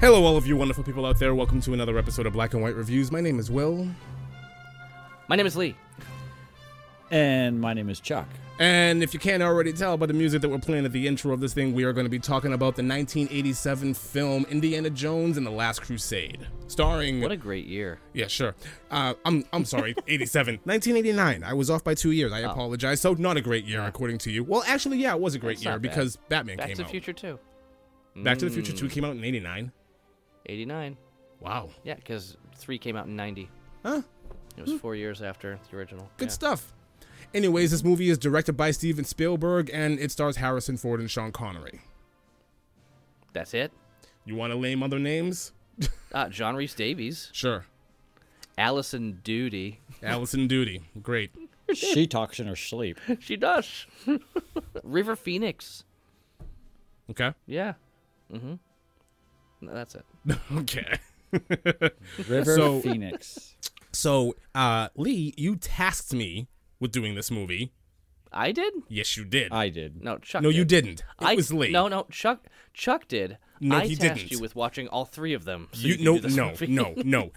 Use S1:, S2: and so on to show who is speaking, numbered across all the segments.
S1: Hello, all of you wonderful people out there. Welcome to another episode of Black and White Reviews. My name is Will.
S2: My name is Lee.
S3: And my name is Chuck.
S1: And if you can't already tell by the music that we're playing at the intro of this thing, we are going to be talking about the 1987 film Indiana Jones and the Last Crusade, starring.
S2: What a great year.
S1: yeah, sure. Uh, I'm I'm sorry. 87, 1989. I was off by two years.
S2: Oh.
S1: I apologize. So not a great year, according to you. Well, actually, yeah, it was a great
S2: That's
S1: year
S2: not bad.
S1: because Batman
S2: Back
S1: came
S2: to the
S1: out.
S2: Future Mm. 2.
S1: Back to the Future Two came out in '89.
S2: 89.
S1: Wow.
S2: Yeah, because 3 came out in 90.
S1: Huh. Hmm.
S2: It was four years after the original.
S1: Good
S2: Yeah.
S1: stuff. Anyways, this movie is directed by Steven Spielberg and it stars Harrison Ford and Sean Connery.
S2: That's it.
S1: You want to name other names?
S2: Uh, John Reese Davies.
S1: Sure.
S2: Allison Duty.
S1: Allison Duty. Great.
S3: She talks in her sleep.
S2: she does. River Phoenix.
S1: Okay.
S2: Yeah. Mm-hmm. No, that's it.
S1: Okay.
S3: River
S1: So-
S3: Phoenix.
S1: So, uh, Lee, you tasked me with doing this movie.
S2: I did?
S1: Yes, you did.
S3: I did.
S2: No, Chuck
S1: no,
S2: did.
S1: you didn't. It
S2: Uh, I,
S1: was Lee.
S2: No, no, Chuck Chuck did.
S1: No,
S2: I
S1: he
S2: tasked
S1: didn't.
S2: you with watching all three of them. So you,
S1: You,
S2: can
S1: no,
S2: do this
S1: no,
S2: movie.
S1: no, no.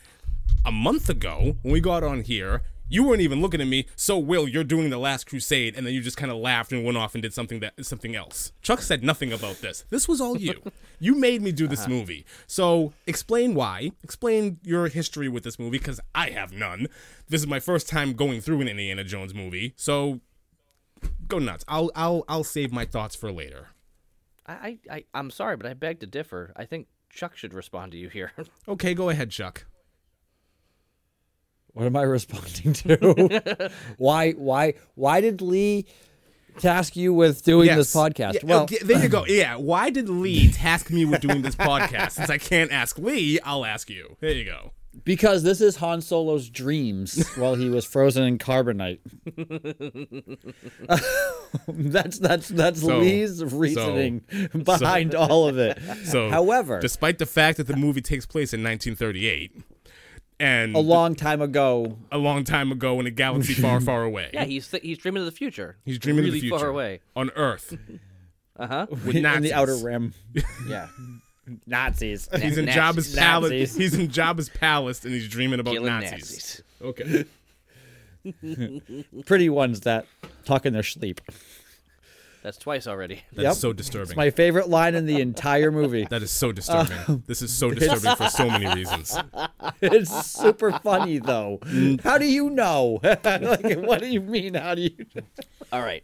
S1: A month ago, when we got on here, you weren't even looking at me. So, Will, you're doing the Last Crusade, and then you just kind of laughed and went off and did something that something else. Chuck said nothing about this. This was all you. you made me do this
S2: Uh-huh.
S1: movie. So, explain why. Explain your history with this movie, because I have none. This is my first time going through an Indiana Jones movie. So, go nuts. I'll I'll I'll save my thoughts for later.
S2: I, I, I, I'm sorry, but I beg to differ. I think Chuck should respond to you here.
S1: Okay, go ahead, Chuck.
S3: What am I responding to? why why why did Lee task you with doing this
S1: Yes.
S3: podcast?
S1: Yeah,
S3: well,
S1: okay, there you go. Yeah. Why did Lee task me with doing this podcast? Since I can't ask Lee, I'll ask you. There you go.
S3: because this is Han Solo's dreams while he was frozen in carbonite. that's that's that's
S1: So-
S3: Lee's
S1: so-
S3: reasoning behind all of it.
S1: So,
S3: However,
S1: despite the fact that the movie takes place in 1938 and
S3: a long time ago,
S1: a long time ago in a galaxy far, far away,
S2: yeah, he's th- he's dreaming of the future.
S1: he's dreaming
S2: really
S1: of the future
S2: far away.
S1: on Earth
S2: Uh huh.
S1: with
S3: in
S1: Nazis.
S3: the outer rim. yeah. Nazis.
S1: He's in
S2: Nazis.
S1: Jabba's palace.
S3: Nazis.
S1: He's in Jabba's palace, and he's dreaming about
S2: Killing
S1: Nazis.
S2: Nazis.
S1: Okay.
S3: Pretty ones that talk in their sleep.
S2: That's twice already.
S1: That's
S3: Yep.
S1: so disturbing.
S3: My favorite line in the entire movie.
S1: that is so disturbing. this is so disturbing for so many reasons.
S3: It's super funny though. How do you know? like what do you mean how do you
S2: All right.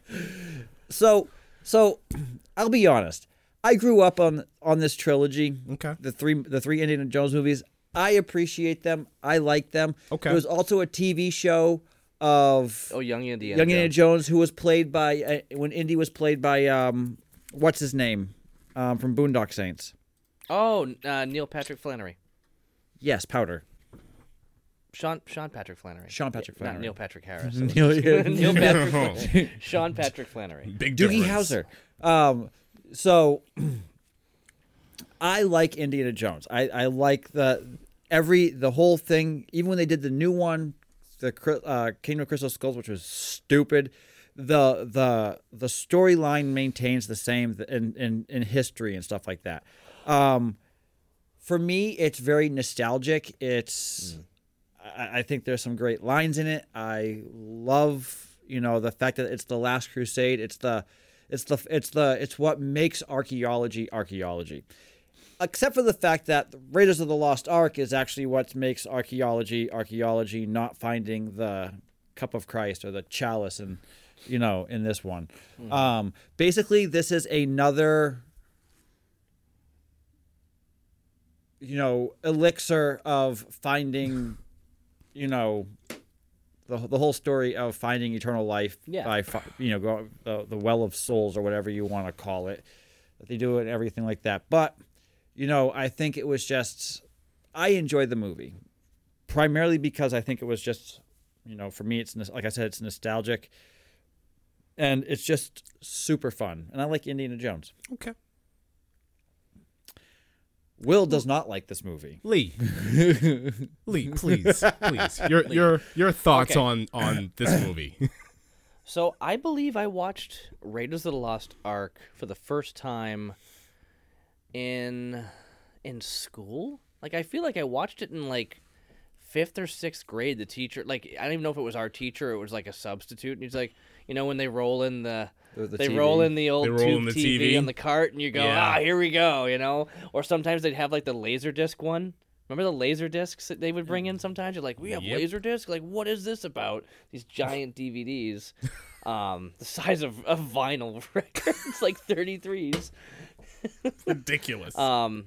S3: So so I'll be honest. I grew up on on this trilogy.
S1: Okay.
S3: The three the three Indiana Jones movies. I appreciate them. I like them.
S1: Okay.
S3: There was also a TV show of
S2: Oh, young Indiana.
S3: Young Indiana Jones, who was played by uh, when Indy was played by um, what's his name um, from Boondock Saints?
S2: Oh, uh, Neil Patrick Flannery.
S3: Yes, Powder.
S2: Sean Sean Patrick Flannery.
S3: Sean Patrick
S2: Yeah, Not
S3: Flannery.
S2: Neil Patrick Harris.
S3: Neil,
S2: Neil Patrick.
S1: Oh,
S2: Sean Patrick Flannery.
S1: Big
S3: Doogie
S1: difference.
S3: Howser. Um, so I like Indiana Jones. I, I like the every the whole thing. Even when they did the new one, the Cry- uh, Kingdom of Crystal Skulls, which was stupid. The the the storyline maintains the same th- in, in in history and stuff like that. Um, for me, it's very nostalgic. It's
S1: Mm.
S3: I, I think there's some great lines in it. I love, you know, the fact that it's the last crusade. It's the it's the it's the it's what makes archaeology archaeology. Except for the fact that Raiders of the Lost Ark is actually what makes archaeology archaeology, not finding the cup of Christ or the chalice and you know, in this one. Um basically this is another you know, elixir of finding you know the, the whole story of finding eternal life
S2: Yeah.
S3: by fi- you know go, the, the well of souls or whatever you want to call it that they do it and everything like that but you know i think it was just i enjoyed the movie primarily because i think it was just you know for me it's nos- like i said it's nostalgic and it's just super fun and i like indiana jones
S1: Okay.
S3: will does not like this movie
S1: Lee, Lee, please, please, your your your thoughts
S2: Okay.
S1: on on this movie?
S2: So I believe I watched Raiders of the Lost Ark for the first time in in school. Like I feel like I watched it in like fifth or sixth grade. The teacher, like I don't even know if it was our teacher. Or it was like a substitute, and he's like, you know, when they roll in the.
S3: The- the
S2: they
S3: TV.
S2: roll in the old
S1: roll
S2: tube
S1: in the
S2: TV,
S1: TV.
S2: on the cart, and you go,
S1: Yeah.
S2: ah, here we go, you know. Or sometimes they'd have like the laser disc one. Remember the laser discs that they would bring in sometimes? You're like, we have
S1: Mm. Yep.
S2: laser disc. Like, what is this about? These giant DVDs, um, the size of, of vinyl records, like 33s.
S1: Ridiculous.
S2: Um,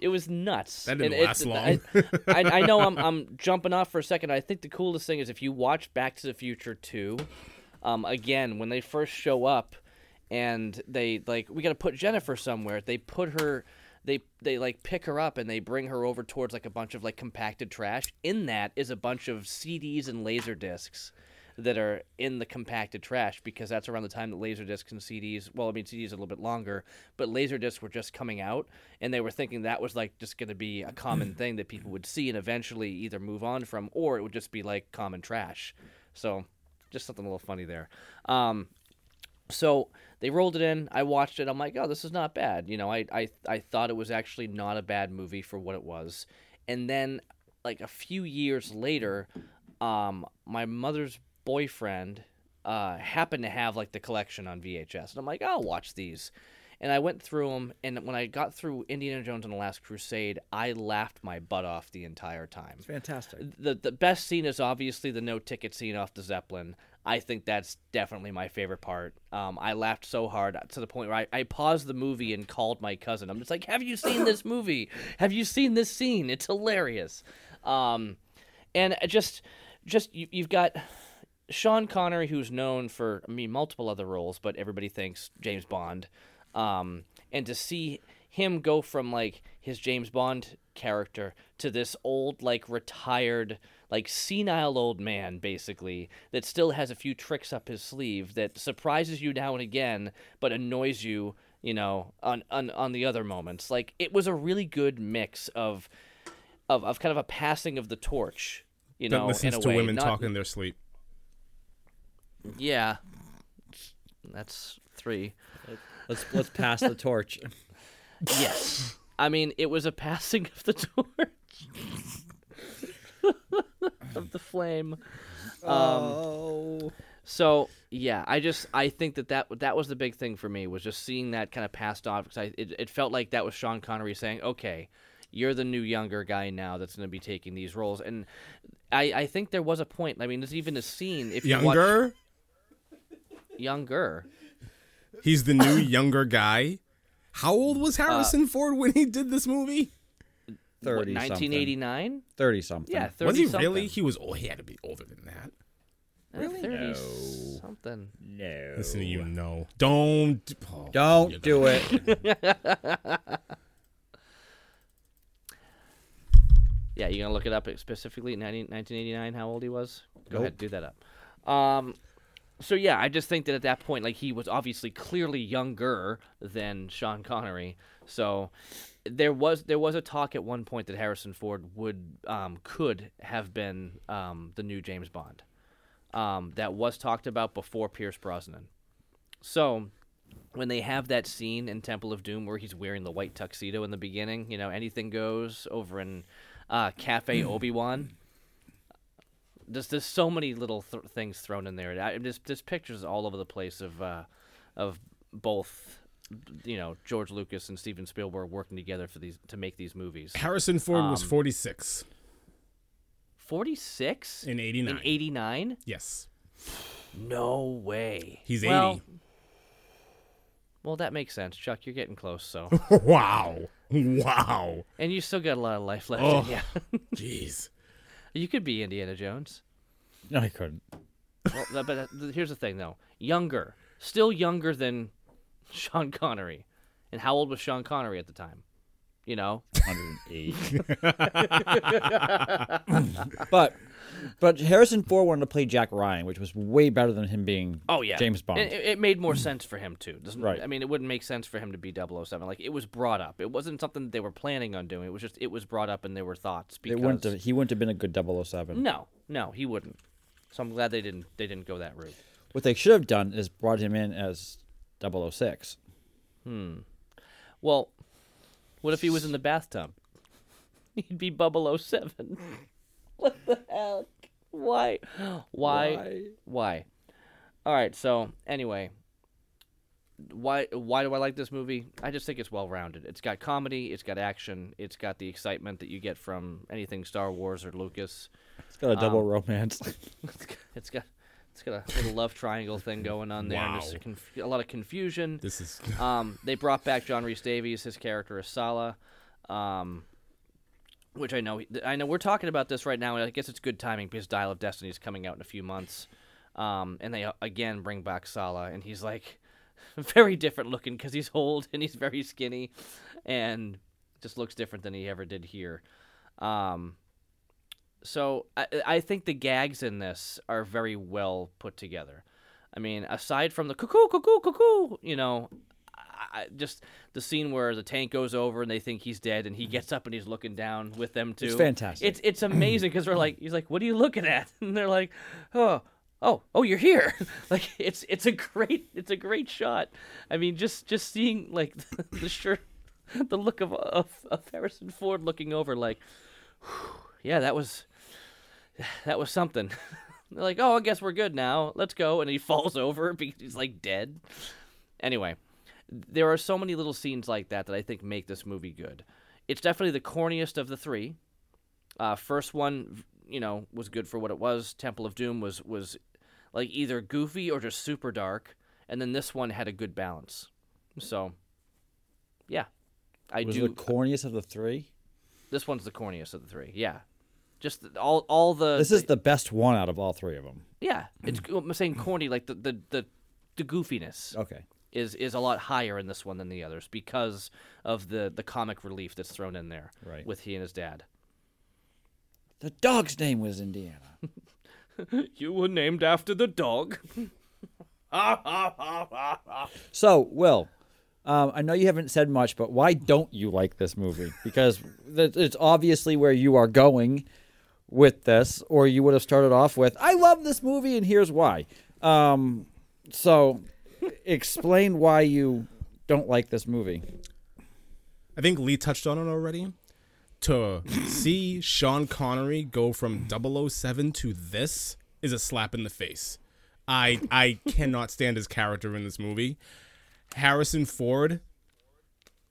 S2: it was nuts.
S1: That didn't
S2: And it-
S1: last
S2: I- I, I know I'm, I'm jumping off for a second. I think the coolest thing is if you watch Back to the Future 2, um, again, when they first show up and they, like, we got to put Jennifer somewhere, they put her. They, they like pick her up and they bring her over towards like a bunch of like compacted trash. In that is a bunch of CDs and laser discs that are in the compacted trash because that's around the time that laser discs and CDs, well, I mean, CDs are a little bit longer, but laser discs were just coming out and they were thinking that was like just going to be a common thing that people would see and eventually either move on from or it would just be like common trash. So just something a little funny there. Um, so they rolled it in. I watched it. I'm like, oh, this is not bad. You know, I, I, I thought it was actually not a bad movie for what it was. And then, like, a few years later, um, my mother's boyfriend uh, happened to have, like, the collection on VHS. And I'm like, I'll watch these. And I went through them. And when I got through Indiana Jones and the Last Crusade, I laughed my butt off the entire time
S3: Fantastic.
S2: the the best scene is obviously the no ticket scene off the Zeppelin. I think that's definitely my favorite part. Um, I laughed so hard to the point where I, I paused the movie and called my cousin. I'm just like, "Have you seen this movie? Have you seen this scene? It's hilarious." Um, and I just, just you, you've got Sean Connery, who's known for I mean multiple other roles, but everybody thinks James Bond. Um, and to see him go from like his James Bond character to this old like retired like senile old man basically that still has a few tricks up his sleeve that surprises you now and again but annoys you you know on on, on the other moments like it was a really good mix of of, of kind of a passing of the torch you
S1: that
S2: know in
S1: listens
S2: a
S1: to
S2: way.
S1: women
S2: Not-
S1: talk in their sleep.
S2: yeah. That's three.
S3: Let's let's pass the torch.
S2: Yes. I mean, it was a passing of the torch. of the flame.
S3: oh.
S2: So yeah, I just I think that, that that was the big thing for me was just seeing that kind of passed off because I it, it felt like that was Sean Connery saying, okay, you're the new younger guy now that's going to be taking these roles, and I I think there was a point. I mean, there's even a scene if you watch-
S1: Younger?
S2: younger.
S1: He's the new younger guy. How old was Harrison Ford when he did this movie?
S3: 30 something.
S2: 1989.
S3: 30 something.
S2: Yeah, 30
S1: Was he
S2: something.
S1: really? He was. Oh, he had to be older than that.
S2: Really? 30
S3: No.
S2: something.
S3: No.
S1: Listen to you, no. Don't. d- oh, you're
S3: Oh. Don't
S1: done.
S3: do it.
S2: Yeah, you gonna look it up specifically 90, 1989 how old he was? Go
S3: Nope.
S2: ahead, do that up. Um, so yeah, I just think that at that point, like he was obviously clearly younger than Sean Connery. So there was there was a talk at one point that Harrison Ford would um, could have been um, the new James Bond. Um, that was talked about before Pierce Brosnan. So when they have that scene in Temple of Doom where he's wearing the white tuxedo in the beginning, you know, anything goes over in uh, Cafe Obi Wan. There's, there's so many little th- things thrown in there. I, there's, there's pictures all over the place of uh, of both, you know, George Lucas and Steven Spielberg working together for these to make these movies.
S1: Harrison Ford was 46
S2: Forty six
S1: in 89.
S2: in eighty nine.
S1: yes.
S2: No way.
S1: He's
S2: Well- Well, that makes sense, Chuck. You're getting close, so
S1: 80. Wow. Wow.
S2: and you still got a lot of life left.
S1: Oh.
S2: In you.
S1: Jeez.
S2: You could be Indiana Jones.
S3: No, I couldn't.
S2: Well, th- but uh, th- here's the thing, though. Younger, still younger than Sean Connery. And how old was Sean Connery at the time? You know,
S3: 108. but but Harrison Ford wanted to play Jack Ryan, which was way better than him being
S2: Oh yeah,
S3: James Bond.
S2: It, it- it made more sense for him too. Doesn't,
S3: Right.
S2: I mean, it wouldn't make sense for him to be 007. Like it was brought up. It wasn't something that they were planning on doing. It was just it was brought up and there were thoughts.
S3: It
S2: Because
S3: wouldn't have, he wouldn't have been a good 007.
S2: no, no, he wouldn't. So I'm glad they didn't they didn't go that route.
S3: What they should have done is oh brought him in as 006.
S2: Well, What if he was in the bathtub? He'd be Bubble 07. what the hell? Why? Why? Why? All right. So anyway, why why do I like this movie? I just think it's well rounded. It's got comedy. It's got action. It's got the excitement that you get from anything Star Wars or Lucas.
S3: It's got a double
S2: um,
S3: romance.
S2: It's got it's got, it's got a little love triangle thing going on there. and there's a,
S1: Wow.
S2: conf- a lot of confusion.
S1: This is
S2: Um, they brought back John Reese Davies, his character is Sala, um, which I know I know we're talking about this right now, and I guess it's good timing because Dial of Destiny is coming out in a few months, um, and they uh, again bring back Sala, and he's like very different looking because he's old and he's very skinny, and just looks different than he ever did here. Um, so I, I think the gags in this are very well put together. I mean, aside from the cuckoo, cuckoo, cuckoo, you know, I, I- just the scene where the tank goes over and they think he's dead, and he gets up and he's looking down with them too.
S3: fantastic.
S2: It's it's amazing because they're like, he's like, what are you looking at? And they're like, oh, oh, oh, you're here. like it's it's a great it's a great shot. I mean, just just seeing like the shirt, the look of of, of Harrison Ford looking over, like, yeah, that was that was something. They're like, oh, I guess we're good now. Let's go. And he falls over because he's like dead. Anyway, there are so many little scenes like that that I think make this movie good. It's definitely the corniest of the three. Uh, first one, you know, was good for what it was. Temple of Doom was was like either goofy or just super dark, and then this one had a good balance. So, yeah, I
S3: was
S2: do.
S3: the corniest of the three.
S2: This one's the corniest of the three. Yeah, just the- all all the.
S3: This is the best one out of all three of them.
S2: yeah. It's
S1: Mm.
S2: I'm saying corny, like the the the, the goofiness
S1: Oh.
S3: Okay.
S2: is is a lot higher in this one than the others because of the the comic relief that's thrown in there
S3: Right.
S2: with he and his dad.
S3: The dog's name was Indiana.
S2: You were named after the dog.
S3: So, Will, um, I know you haven't said much, but why don't you like this movie? Because th- it's obviously where you are going with this, or you would have started off with, I love this movie, and here's why. Um, so, explain why you don't like this movie.
S1: I think Lee touched on it already. To see Sean Connery go from 007 to this is a slap in the face. I I cannot stand his character in this movie. Harrison Ford.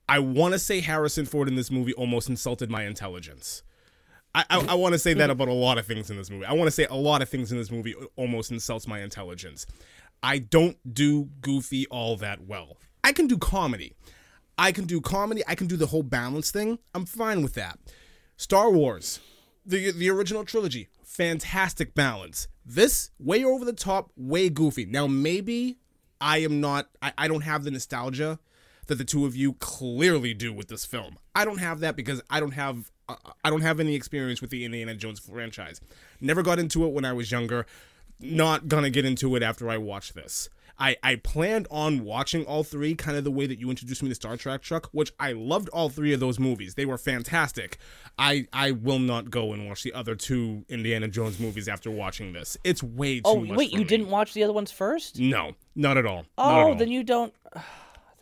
S1: I want to say Harrison Ford in this movie almost insulted my intelligence. I, I, I want to say that about a lot of things in this movie. I want to say a lot of things in this movie almost insults my intelligence. I don't do goofy all that well. I can do comedy. I can do comedy. I can do the whole balance thing. I'm fine with that. Star Wars, the the original trilogy, fantastic balance. This way over the top, way goofy. Now maybe I am not. I, I don't have the nostalgia that the two of you clearly do with this film. I don't have that because I don't have uh, I don't have any experience with the Indiana Jones franchise. Never got into it when I was younger. Not gonna get into it after I watch this. I, I planned on watching all three kind of the way that you introduced me to Star Trek Chuck, which I loved all three of those movies. They were fantastic. I I will not go and watch the other two Indiana Jones movies after watching this. It's way too
S2: Oh
S1: much.
S2: wait,
S1: for
S2: you
S1: me.
S2: didn't watch the other ones first?
S1: No, not at all. Not at
S2: Oh,
S1: all.
S2: then you don't.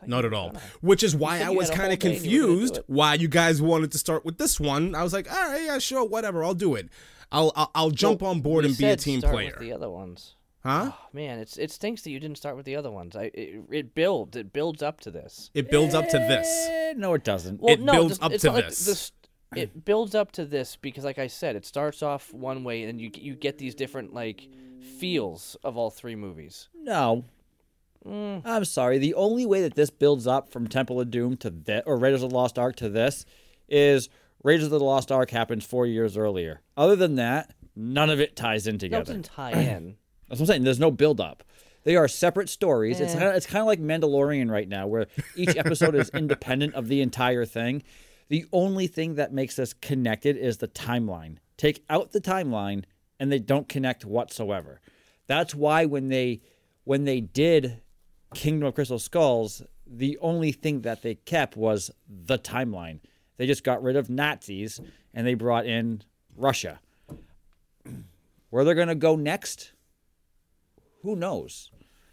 S1: Not at all. Which is why I
S2: you
S1: was
S2: had a
S1: kind
S2: whole
S1: of
S2: day and you were gonna do
S1: confused
S2: it.
S1: why you guys wanted to start with this one. I was like, all right, yeah, sure, whatever, I'll do it. I'll I'll, I'll jump on board
S2: you
S1: and be a
S2: said
S1: team
S2: start
S1: player,
S2: With the other ones.
S1: huh?
S2: Oh, man, it's it stinks that you didn't start with the other ones. I it, it builds it builds up to this.
S1: It builds up to this.
S3: Eh, no, it doesn't.
S2: Well,
S1: It
S2: no,
S1: builds
S2: this-
S1: up
S2: it's
S1: to
S2: not like
S1: this.
S2: It builds up to this because, like I said, it starts off one way, and you you get these different like feels of all three movies.
S3: No. I'm sorry. The only way that this builds up from Temple of Doom to this, or Raiders of the Lost Ark to this, is Raiders of the Lost Ark happens four years earlier. Other than that, none of it ties
S2: No,
S3: in
S2: it
S3: together.
S2: doesn't tie in.
S3: That's what I'm saying. There's no build up. They are separate stories. It's kinda, it's kind of like Mandalorian right now, where each episode is independent of the entire thing. The only thing that makes us connected is the timeline. Take out the timeline, and they don't connect whatsoever. That's why when they when they did Kingdom of Crystal Skulls, the only thing that they kept was the timeline. They just got rid of Nazis and they brought in Russia. Where they're gonna go next, who knows?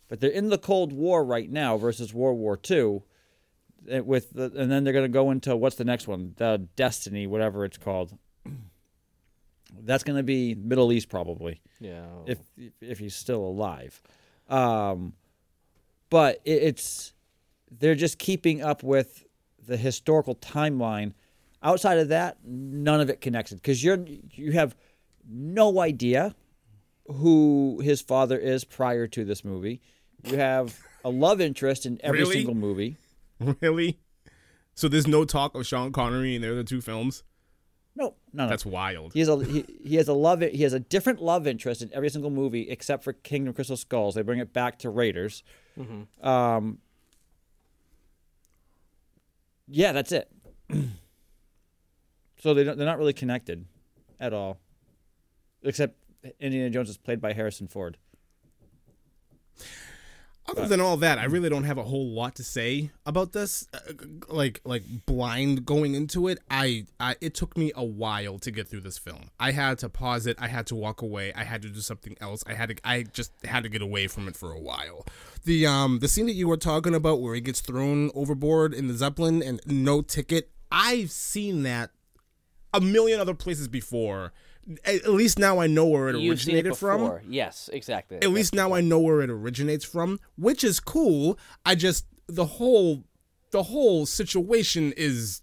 S3: But they're in the Cold War right now versus World War II. eh, with the, and then they're gonna go into what's the next one? The Destiny, whatever it's called. That's gonna be Middle East probably
S2: Yeah.
S3: if if he's still alive. Um, but it, it's they're just keeping up with the historical timeline. Outside of that, none of it connected because you're you have no idea who his father is prior to this movie. You have a love interest in every
S1: Really?
S3: single movie.
S1: Really? So there's no talk of Sean Connery in the other two films?
S3: No, none of
S1: That's wild.
S3: He has a he, he has a love he has a different love interest in every single movie except for Kingdom Crystal Skulls. They bring it back to Raiders. Um, yeah, that's it. so they don't, they're not really connected at all, except Indiana Jones is played by Harrison Ford.
S1: Other than all that, I really don't have a whole lot to say about this. Uh, g- g- Like like blind going into it, I, I it took me a while to get through this film. I had to pause it. I had to walk away. I had to do something else. I had to I just had to get away from it for a while. The um the scene that you were talking about where he gets thrown overboard in the zeppelin and no ticket. I've seen that a million other places before. At at least now I know where it
S2: You've seen it
S1: originated from
S2: before. Yes, exactly.
S1: at least now I know where it originates from, which is cool. I just the whole the whole situation is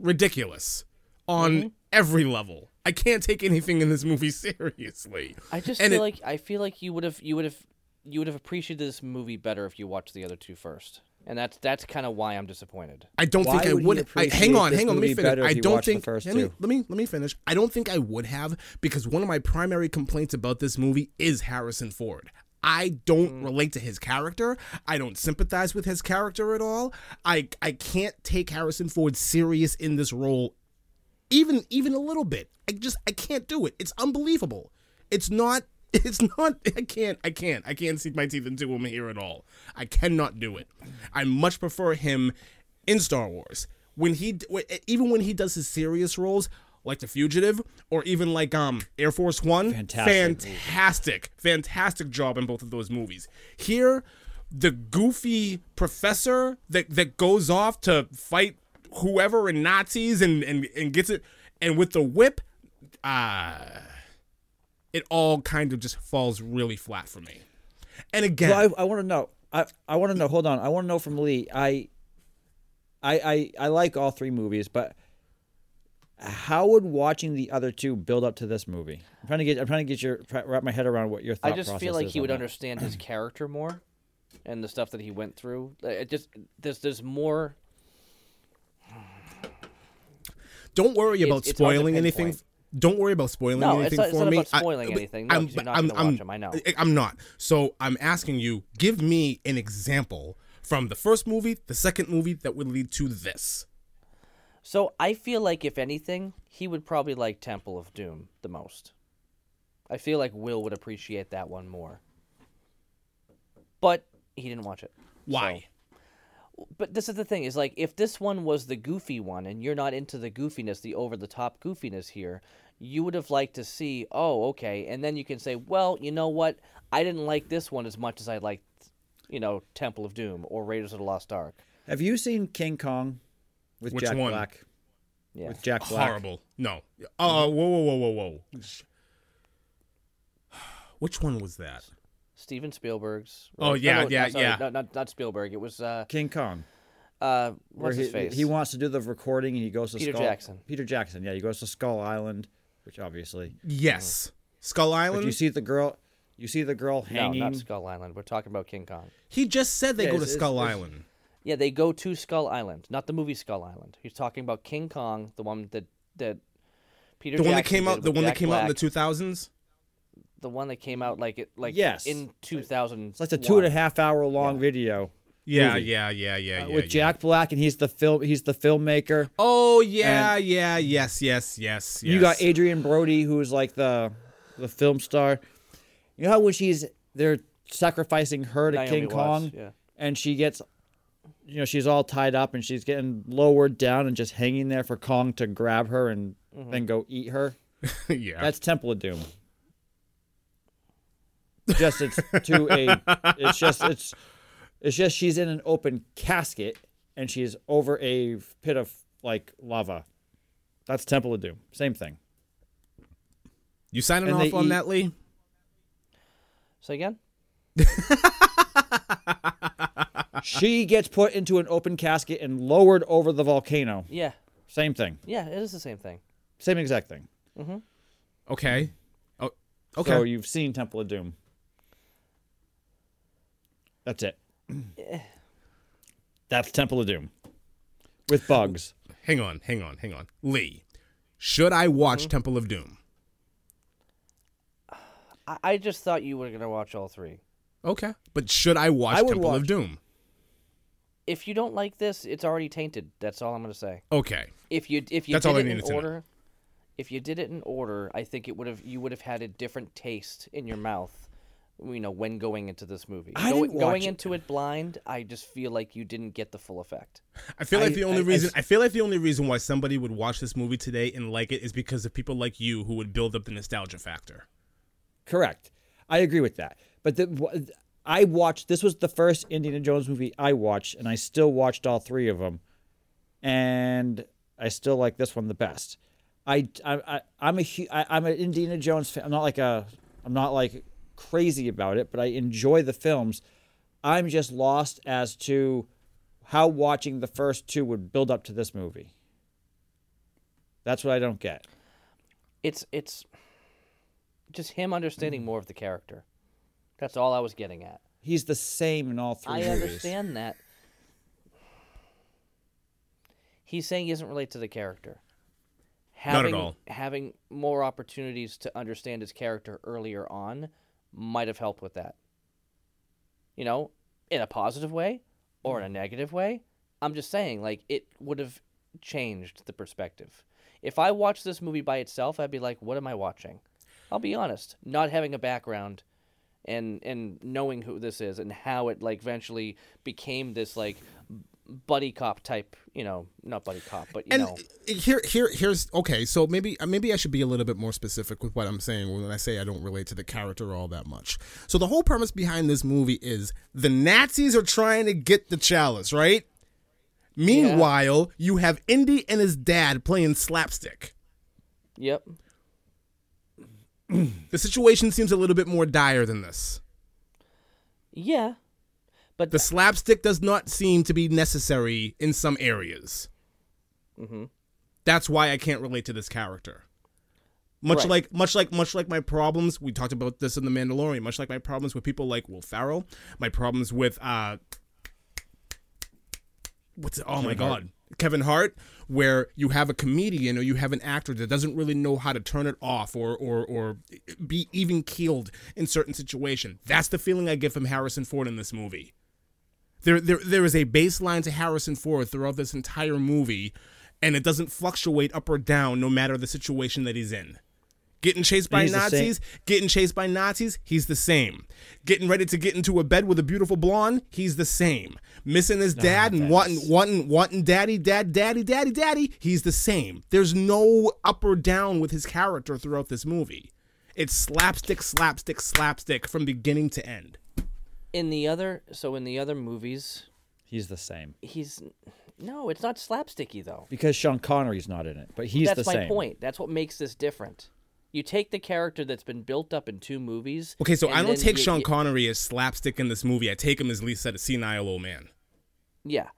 S1: ridiculous on
S2: Mm-hmm.
S1: every level. I can't take anything in this movie seriously.
S2: I just
S1: and
S2: feel
S1: it-
S2: like I feel like you would have you would have you would have appreciated this movie better if you watched the other two first. And that's that's kind of why I'm disappointed.
S1: I don't
S3: Why
S1: think I
S3: would he
S1: would. I, hang
S3: appreciate
S1: on,
S3: this
S1: hang on. Let me
S3: movie
S1: finish.
S3: better if
S1: I
S3: he
S1: don't
S3: watched the
S1: think.
S3: first
S1: let, me,
S3: two?
S1: let me let me finish. I don't think I would have because one of my primary complaints about this movie is Harrison Ford. I
S3: Hmm.
S1: don't relate to his character. I don't sympathize with his character at all. I I can't take Harrison Ford serious in this role even even a little bit. I just I can't do it. It's unbelievable. It's not it's not I can't I can't I can't sink my teeth into him here at all. I cannot do it. I much prefer him in Star Wars. When he d- when- even when he does his serious roles like The Fugitive or even like um Air Force 1,
S3: Fantastic
S1: fantastic, fantastic job in both of those movies. Here the goofy professor that that goes off to fight whoever in Nazis and and and gets it and with the whip uh it all kind of just falls really flat for me. And again,
S3: Well, I, I want to know. I, I want to know. Hold on. I want to know from Lee. I, I, I, I like all three movies, but how would watching the other two build up to this movie? I'm trying to get. I'm trying to get your try- wrap my head around what your thought
S2: I just
S3: process
S2: feel like
S3: is
S2: he
S3: on
S2: would
S3: that.
S2: understand his character more and the stuff that he went through. Uh, It just there's there's more
S1: don't worry about
S2: it's hard to
S1: spoiling anything.
S2: pinpoint.
S1: Don't worry about spoiling
S2: No, it's
S1: anything
S2: not- it's
S1: for
S2: not
S1: me.
S2: about spoiling
S1: but
S2: anything. No, 'cause you're not gonna watch 'em, I know.
S1: I- I'm not. So I'm asking you, give me an example from the first movie, the second movie that would lead to this.
S2: So I feel like if anything, he would probably like Temple of Doom the most. I feel like Will would appreciate that one more. But he didn't watch it.
S1: Why?
S2: But this is the thing is like if this one was the goofy one and you're not into the goofiness, the over the top goofiness here, you would have liked to see, oh, okay, and then you can say, well, you know what? I didn't like this one as much as I liked, you know, Temple of Doom or Raiders of the Lost Ark.
S3: Have you seen King Kong with
S1: Which
S3: Jack
S1: one?
S3: Black?
S2: Yeah.
S3: With Jack Black.
S1: Horrible. No.
S2: Mm-hmm.
S1: Uh, whoa, whoa, whoa, whoa, whoa. Which one was that?
S2: Steven Spielberg's.
S1: Oh,
S2: right?
S1: yeah,
S2: no, no,
S1: yeah,
S2: sorry,
S1: yeah.
S2: No, not not Spielberg. It was uh
S3: King Kong.
S2: uh
S3: Where
S2: what's
S3: he,
S2: his face?
S3: he wants to do the recording and he goes to
S2: Peter
S3: Skull
S2: Jackson.
S3: Peter Jackson. Yeah, he goes to Skull Island, which obviously.
S2: Mm-hmm.
S1: Yes. Skull
S3: But you
S1: Island.
S3: see the girl. You see the girl
S2: no,
S3: hanging.
S2: not Skull Island. We're talking about King Kong.
S1: He just said they
S3: Yeah,
S1: go to
S3: it's- it's-
S1: Skull
S3: it's-
S1: Island.
S2: Yeah, they go to Skull Island, not the movie Skull Island. He's talking about King Kong, the one that that Peter
S1: The one that
S2: Jackson
S1: came
S2: did
S1: out. The
S2: with
S1: one that
S2: Jack
S1: came out in the
S2: Black,
S1: two thousands.
S2: the one that came out like it like
S3: Yes.
S2: in 2000.
S3: it's like a two and a half hour long video.
S1: Yeah,
S3: Movie.
S1: yeah, yeah, yeah,
S2: Uh,
S1: yeah.
S3: with
S1: yeah.
S3: Jack Black, and he's the film. He's the filmmaker.
S1: Oh yeah, yeah, yes, yes, yes, yes.
S3: You got Adrian Brody, who's like the the film star. You know how when she's they're sacrificing her to
S2: Naomi
S3: King
S2: Watts,
S3: Kong,
S2: yeah.
S3: and she gets, you know, she's all tied up and she's getting lowered down and just hanging there for Kong to grab her and
S2: Mm-hmm.
S3: then go eat her.
S1: yeah.
S3: That's Temple of Doom. Just it's to a, it's just it's, it's just she's in an open casket and she's over a pit of like lava. That's Temple of Doom. Same thing.
S1: You signing
S3: And
S1: off
S3: they
S1: on
S3: eat-
S1: that, Lee?
S2: Say again.
S3: she gets put into an open casket and lowered over the volcano.
S2: Yeah,
S3: Same thing.
S2: yeah, it is the same thing.
S3: Same exact thing.
S1: Okay. Oh, okay.
S3: So you've seen Temple of Doom. That's it. That's Temple of Doom. With bugs.
S1: hang on, hang on, hang on. Lee, should I watch
S3: Hmm?
S1: Temple of Doom?
S2: I, I just thought you were gonna watch all three.
S1: Okay. But should I watch
S3: I would
S1: Temple of
S3: watch-
S1: Doom?
S2: If you don't like this, it's already tainted. That's all I'm gonna say.
S1: Okay.
S2: If you if you
S1: That's
S2: did
S1: all I
S2: it in
S1: needed to know.
S2: order, if you did it in order, I think it would have you would have had a different taste in your mouth. You know, when going into this movie,
S3: I
S2: Go-
S3: didn't
S2: going
S3: watch it.
S2: into it blind, I just feel like you didn't get the full effect.
S1: I feel like
S3: I-
S1: the only
S3: I- I
S1: reason
S3: s-
S1: I, feel like the only reason why somebody would watch this movie today and like it is because of people like you who would build up the nostalgia factor.
S3: Correct. I agree with that. But the, I watched, this was the first Indiana Jones movie I watched, and I still watched all three of them. And I still like this one the best. I, I, I I'm a hu- I, I'm an Indiana Jones fan. I'm not like a I'm not like crazy about it, but I enjoy the films. I'm just lost as to how watching the first two would build up to this movie. That's what I don't get.
S2: It's it's just him understanding more of the character. That's all I was getting at.
S3: He's the same in all three
S2: I
S3: movies.
S2: understand that. He's saying he doesn't relate to the character.
S1: Not at
S2: Having,
S1: all.
S2: Having more opportunities to understand his character earlier on might have helped with that. You know, in a positive way or in a negative way. I'm just saying, like, it would have changed the perspective. If I watched this movie by itself, I'd be like, what am I watching? I'll be honest, not having a background and and knowing who this is and how it like eventually became this like buddy cop type, you know, not buddy cop, but you
S1: And
S2: know,
S1: here, here, here's okay. So maybe, uh, maybe I should be a little bit more specific with what I'm saying when I say I don't relate to the character all that much. So the whole premise behind this movie is the Nazis are trying to get the chalice, right? Meanwhile, you have Indy and his dad playing slapstick.
S2: yep.
S1: The situation seems a little bit more dire than this.
S2: Yeah. But
S1: The slapstick does not seem to be necessary in some areas.
S2: Mm-hmm.
S1: That's why I can't relate to this character. Much
S2: Right.
S1: like, much like, much like my problems. We talked about this in The Mandalorian. Much like my problems with people like Will Farrell. My problems with uh, what's it? Oh my God, Kevin Hart. Where you have a comedian or you have an actor that doesn't really know how to turn it off or or or be even keeled in certain situation. That's the feeling I get from Harrison Ford in this movie. There, there, there is a baseline to Harrison Ford throughout this entire movie, and it doesn't fluctuate up or down no matter the situation that he's in. Getting chased by
S3: He's the same-
S1: Nazis, getting chased by Nazis, he's the same. Getting ready to get into a bed with a beautiful blonde, he's the same. Missing his dad and wanting, wanting, wanting daddy, dad, daddy, daddy, daddy, he's the same. There's no up or down with his character throughout this movie. It's slapstick, slapstick, slapstick from beginning to end.
S2: in the other so in the other movies,
S3: He's the same
S2: he's no, it's not slapsticky though.
S3: because Sean Connery's not in it, but he's
S2: that's
S3: the
S2: my
S3: same.
S2: point. That's what makes this different. You take the character that's been built up in two movies.
S1: Okay, so I
S2: and
S1: don't
S2: then
S1: take
S2: you-
S1: Sean
S2: you-
S1: Connery as slapstick in this movie. I take him as Lee said, a senile old man.
S2: Yeah,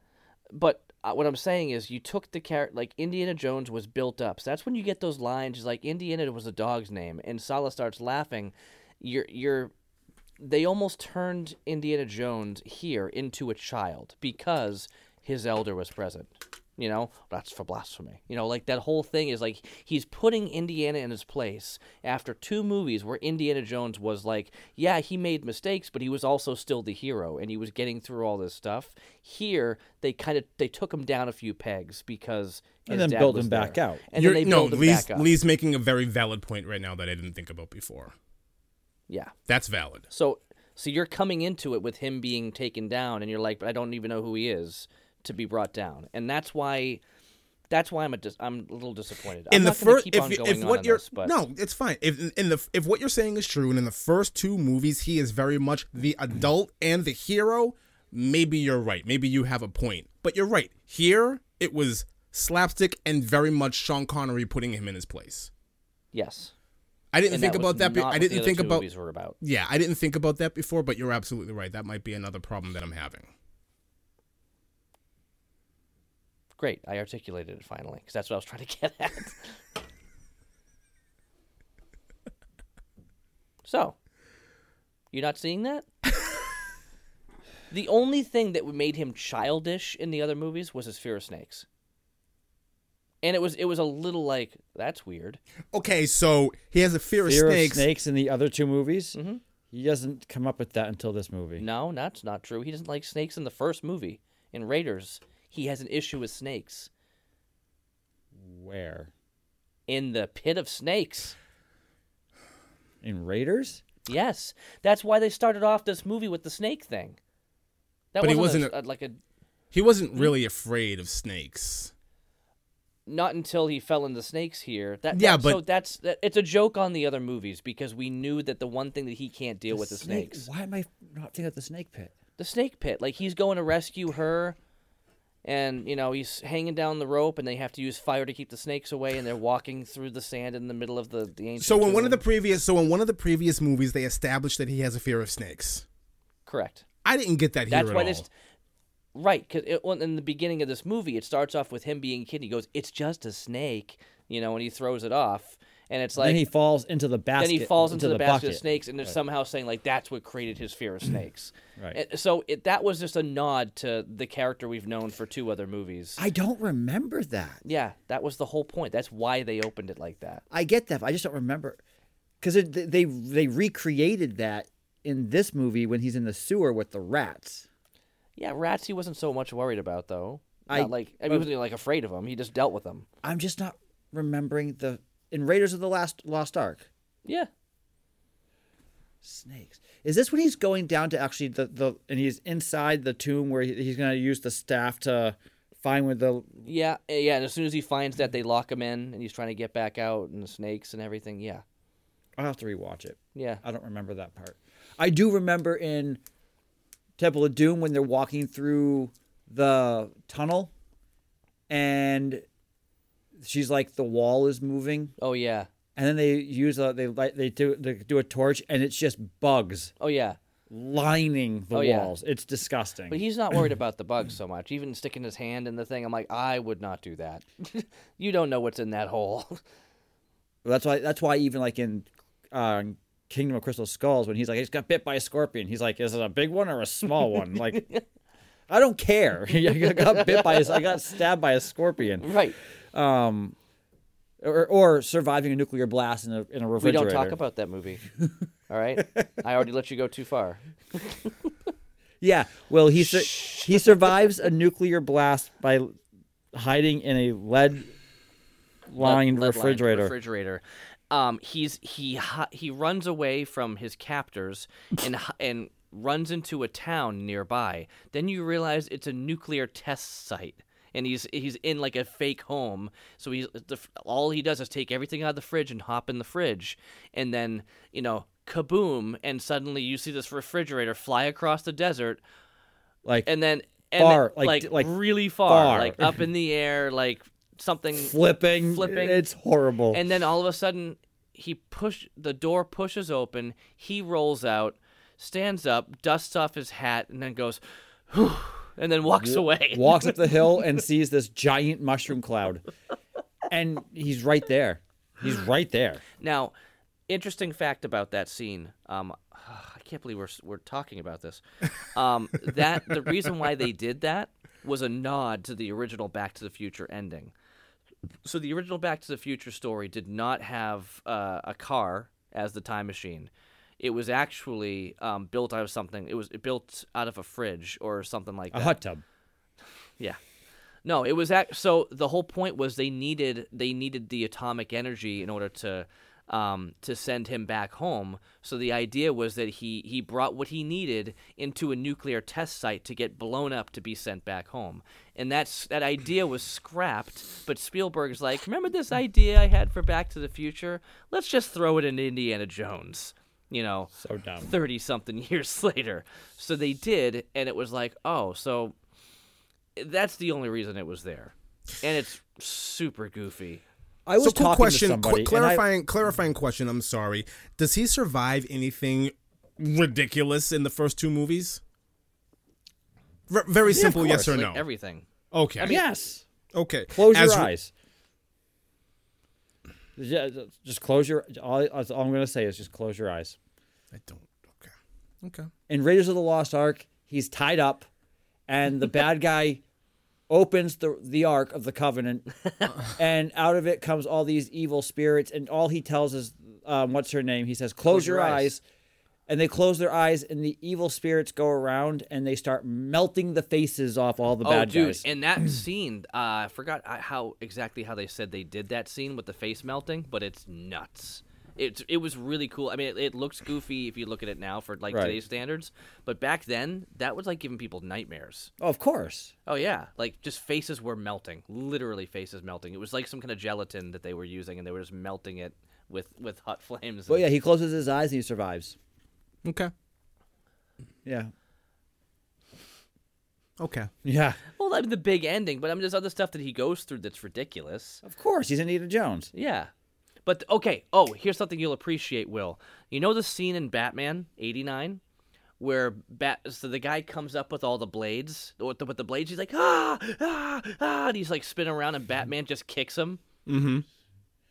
S2: but uh, what I'm saying is, you took the character like Indiana Jones was built up. So that's when you get those lines. He's like Indiana was a dog's name, and Salah starts laughing. You're you're they almost turned Indiana Jones here into a child because his elder was present. You know, that's for blasphemy. You know, like that whole thing is like he's putting Indiana in his place after two movies where Indiana Jones was like, yeah, he made mistakes, but he was also still the hero and he was getting through all this stuff. Here, they kind of they took him down a few pegs because his
S3: And then
S2: dad
S3: built
S2: was
S3: him
S2: there.
S3: back out.
S2: And
S1: You're-
S2: then they
S1: no,
S2: built him
S1: Lee's,
S2: back up.
S1: Lee's making a very valid point right now that I didn't think about before.
S2: yeah.
S1: That's valid.
S2: So so you're coming into it with him being taken down and you're like, but I don't even know who he is to be brought down. And that's why that's why I'm a dis- I'm a little disappointed. I'm
S1: in the
S2: not gonna
S1: first,
S2: keep
S1: if,
S2: on
S1: you-
S2: going
S1: if
S2: on
S1: what
S2: in
S1: you're
S2: this, but
S1: no, it's fine. If in the if what you're saying is true, and in the first two movies he is very much the adult and the hero, maybe you're right. Maybe you have a point. But But you're right. Here it was slapstick and very much Sean Connery putting him in his place.
S2: Yes.
S1: I didn't
S2: And
S1: think
S2: that was
S1: about that. Be-
S2: not
S1: I
S2: what the
S1: didn't
S2: other
S1: think
S2: two
S1: about.
S2: movies were about.
S1: Yeah, I didn't think about that before. But you're absolutely right. That might be another problem that I'm having.
S2: Great, I articulated it finally because that's what I was trying to get at. so, you not seeing that? the only thing that made him childish in the other movies was his fear of snakes, and it was it was a little like that's weird.
S1: Okay, so he has a fear,
S3: Fear
S1: of snakes.
S3: of snakes in the other two movies. He doesn't come up with that until this movie.
S2: Mm. Mm-hmm. No, that's not true. He doesn't like snakes in the first movie. In Raiders, he has an issue with snakes.
S3: Where
S2: In the pit of snakes.
S3: in Raiders?
S2: Yes, that's why they started off this movie with the snake thing. That
S1: But he
S2: wasn't, a,
S1: wasn't
S2: a- like a
S1: He wasn't really afraid of snakes.
S2: not until he fell into snakes here. That
S1: Yeah,
S2: that- so
S1: but-
S2: that's that, it's a joke on the other movies because we knew that the one thing that he can't deal with is
S3: Snake-
S2: snakes.
S3: Why am I not thinking of the snake pit?
S2: The snake pit, like he's going to rescue her, and you know he's hanging down the rope, and they have to use fire to keep the snakes away, and they're walking through the sand in the middle of the the ancient.
S1: So in one of the
S2: tomb.
S1: previous, so in one of the previous movies, they established that he has a fear of snakes.
S2: correct.
S1: I didn't get that here
S2: That's
S1: at
S2: why
S1: all.
S2: this. Right, because in the beginning of this movie, it starts off with him being a kid. He goes, "It's just a snake," you know, and he throws it off, and it's like
S3: then he falls into the basket.
S2: then he falls into, the, basket
S3: bucket.
S2: of snakes, and they're somehow saying like that's what created his fear of snakes.
S3: Right.
S2: And so it, that was just a nod to the character we've known for two other movies.
S3: I don't remember that.
S2: yeah, that was the whole point. That's why they opened it like that.
S3: I get that. But I just don't remember because they they recreated that in this movie when he's in the sewer with the rats.
S2: Yeah, rats. He wasn't so much worried about though.
S3: I-
S2: Not like I mean, he wasn't like afraid of them. He just dealt with them.
S3: I'm just not remembering the in Raiders of the Last Lost Ark.
S2: Yeah.
S3: Snakes. Is this when he's going down to actually the, the and he's inside the tomb where he, he's going to use the staff to find where the
S2: Yeah, eh, yeah. And as soon as he finds that, they lock him in, and he's trying to get back out, and the snakes and everything. Yeah,
S3: I'll have to rewatch it.
S2: yeah.
S3: I don't remember that part. I do remember in Temple of Doom when they're walking through the tunnel and she's like the wall is moving
S2: Oh yeah,
S3: and then they use a they light they do they do a torch and it's just bugs
S2: oh yeah.
S3: lining the
S2: Oh, yeah.
S3: walls. It's disgusting.
S2: But he's not worried about the bugs so much. Even sticking his hand in the thing, I'm like, I would not do that. you don't know what's in that hole.
S3: that's why that's why even like in uh, Kingdom of Crystal Skulls when he's like I just got bit by a scorpion, he's like is it a big one or a small one? Like I don't care. I got bit by a, I got stabbed by a scorpion.
S2: right.
S3: or, or surviving a nuclear blast in a in a
S2: We
S3: refrigerator.
S2: don't talk about that movie. All right. I already let you go too far.
S3: Yeah, well, he sur- he survives a nuclear blast by hiding in a lead lined
S2: Lead- lead-lined
S3: refrigerator.
S2: refrigerator. Um, he's he hi- he runs away from his captors and hi- and runs into a town nearby. Then you realize it's a nuclear test site, and he's he's in like a fake home. So he's the, f- all he does is take everything out of the fridge and hop in the fridge, and then you know kaboom, and suddenly you see this refrigerator fly across the desert,
S3: Like
S2: and then and
S3: Far,
S2: then,
S3: like-
S2: like,
S3: like
S2: really far,
S3: far.
S2: like up in the air, like something
S3: flipping,
S2: flipping.
S3: It's horrible.
S2: and then all of a sudden, he push the door pushes open. He rolls out, stands up, dusts off his hat, and then goes, "Whew," and then walks away.
S3: Walks up the hill and sees this giant mushroom cloud, and he's right there. He's right there.
S2: Now, interesting fact about that scene. Um, I can't believe we're we're talking about this. Um, that the reason why they did that was a nod to the original Back to the Future ending. So the original Back to the Future story did not have uh, a car as the time machine. It was actually um, built out of something. It was built out of a fridge or something like
S3: A
S2: that.
S3: hot tub.
S2: Yeah. No, it was act- so the whole point was they needed they needed the atomic energy in order to um, to send him back home. So the idea was that he he brought what he needed into a nuclear test site to get blown up to be sent back home. And that's that idea was scrapped, but Spielberg's like, "Remember this idea I had for Back to the Future? Let's just throw it into Indiana Jones." You know.
S3: So dumb.
S2: 30 something years later. So they did, and it was like, oh, so oh, that's the only reason it was there, and it's super goofy.
S3: I was
S1: So
S3: talking
S1: quick question,
S3: to somebody.
S1: quick
S3: and I-
S1: clarifying, clarifying question. I'm sorry. Does he survive anything ridiculous in the first two movies? Ver- very
S3: of
S1: simple, yes
S3: course,
S1: or
S2: Like
S1: no.
S2: everything.
S1: okay,
S3: yes.
S1: okay.
S3: Close
S1: As-
S3: your eyes. Yeah, just close your. All, that's all I'm gonna say is just close your eyes.
S1: I don't. Okay. Okay.
S3: In Raiders of the Lost Ark, he's tied up, and the bad guy opens the the Ark of the Covenant, and out of it comes all these evil spirits, and all he tells is, um, "What's her name?" He says, "Close, your, eyes." And they close their eyes, and the evil spirits go around, and they start melting the faces off all the
S2: Oh,
S3: bad
S2: dude,
S3: guys.
S2: in that scene, uh, I forgot uh, how exactly how they said they did that scene with the face melting, but it's nuts. It it was really cool. I mean, it, it looks goofy if you look at it now for like
S3: Right.
S2: today's standards, but back then that was like giving people nightmares.
S3: oh, of course.
S2: Oh yeah, like just faces were melting, literally faces melting. It was like some kind of gelatin that they were using, and they were just melting it with with hot flames.
S3: But
S2: and-
S3: yeah, he closes his eyes and he survives.
S1: Okay.
S3: Yeah.
S1: Okay.
S3: Yeah.
S2: Well, I mean, the big ending, but I mean, there's other stuff that he goes through that's ridiculous.
S3: Of course, he's Indiana Jones.
S2: Yeah. But okay, oh, here's something you'll appreciate, Will. You know the scene in Batman 89 where bat so the guy comes up with all the blades, with the, with the blades he's like ah ah ah and he's like spinning around and Batman just kicks him. Mhm.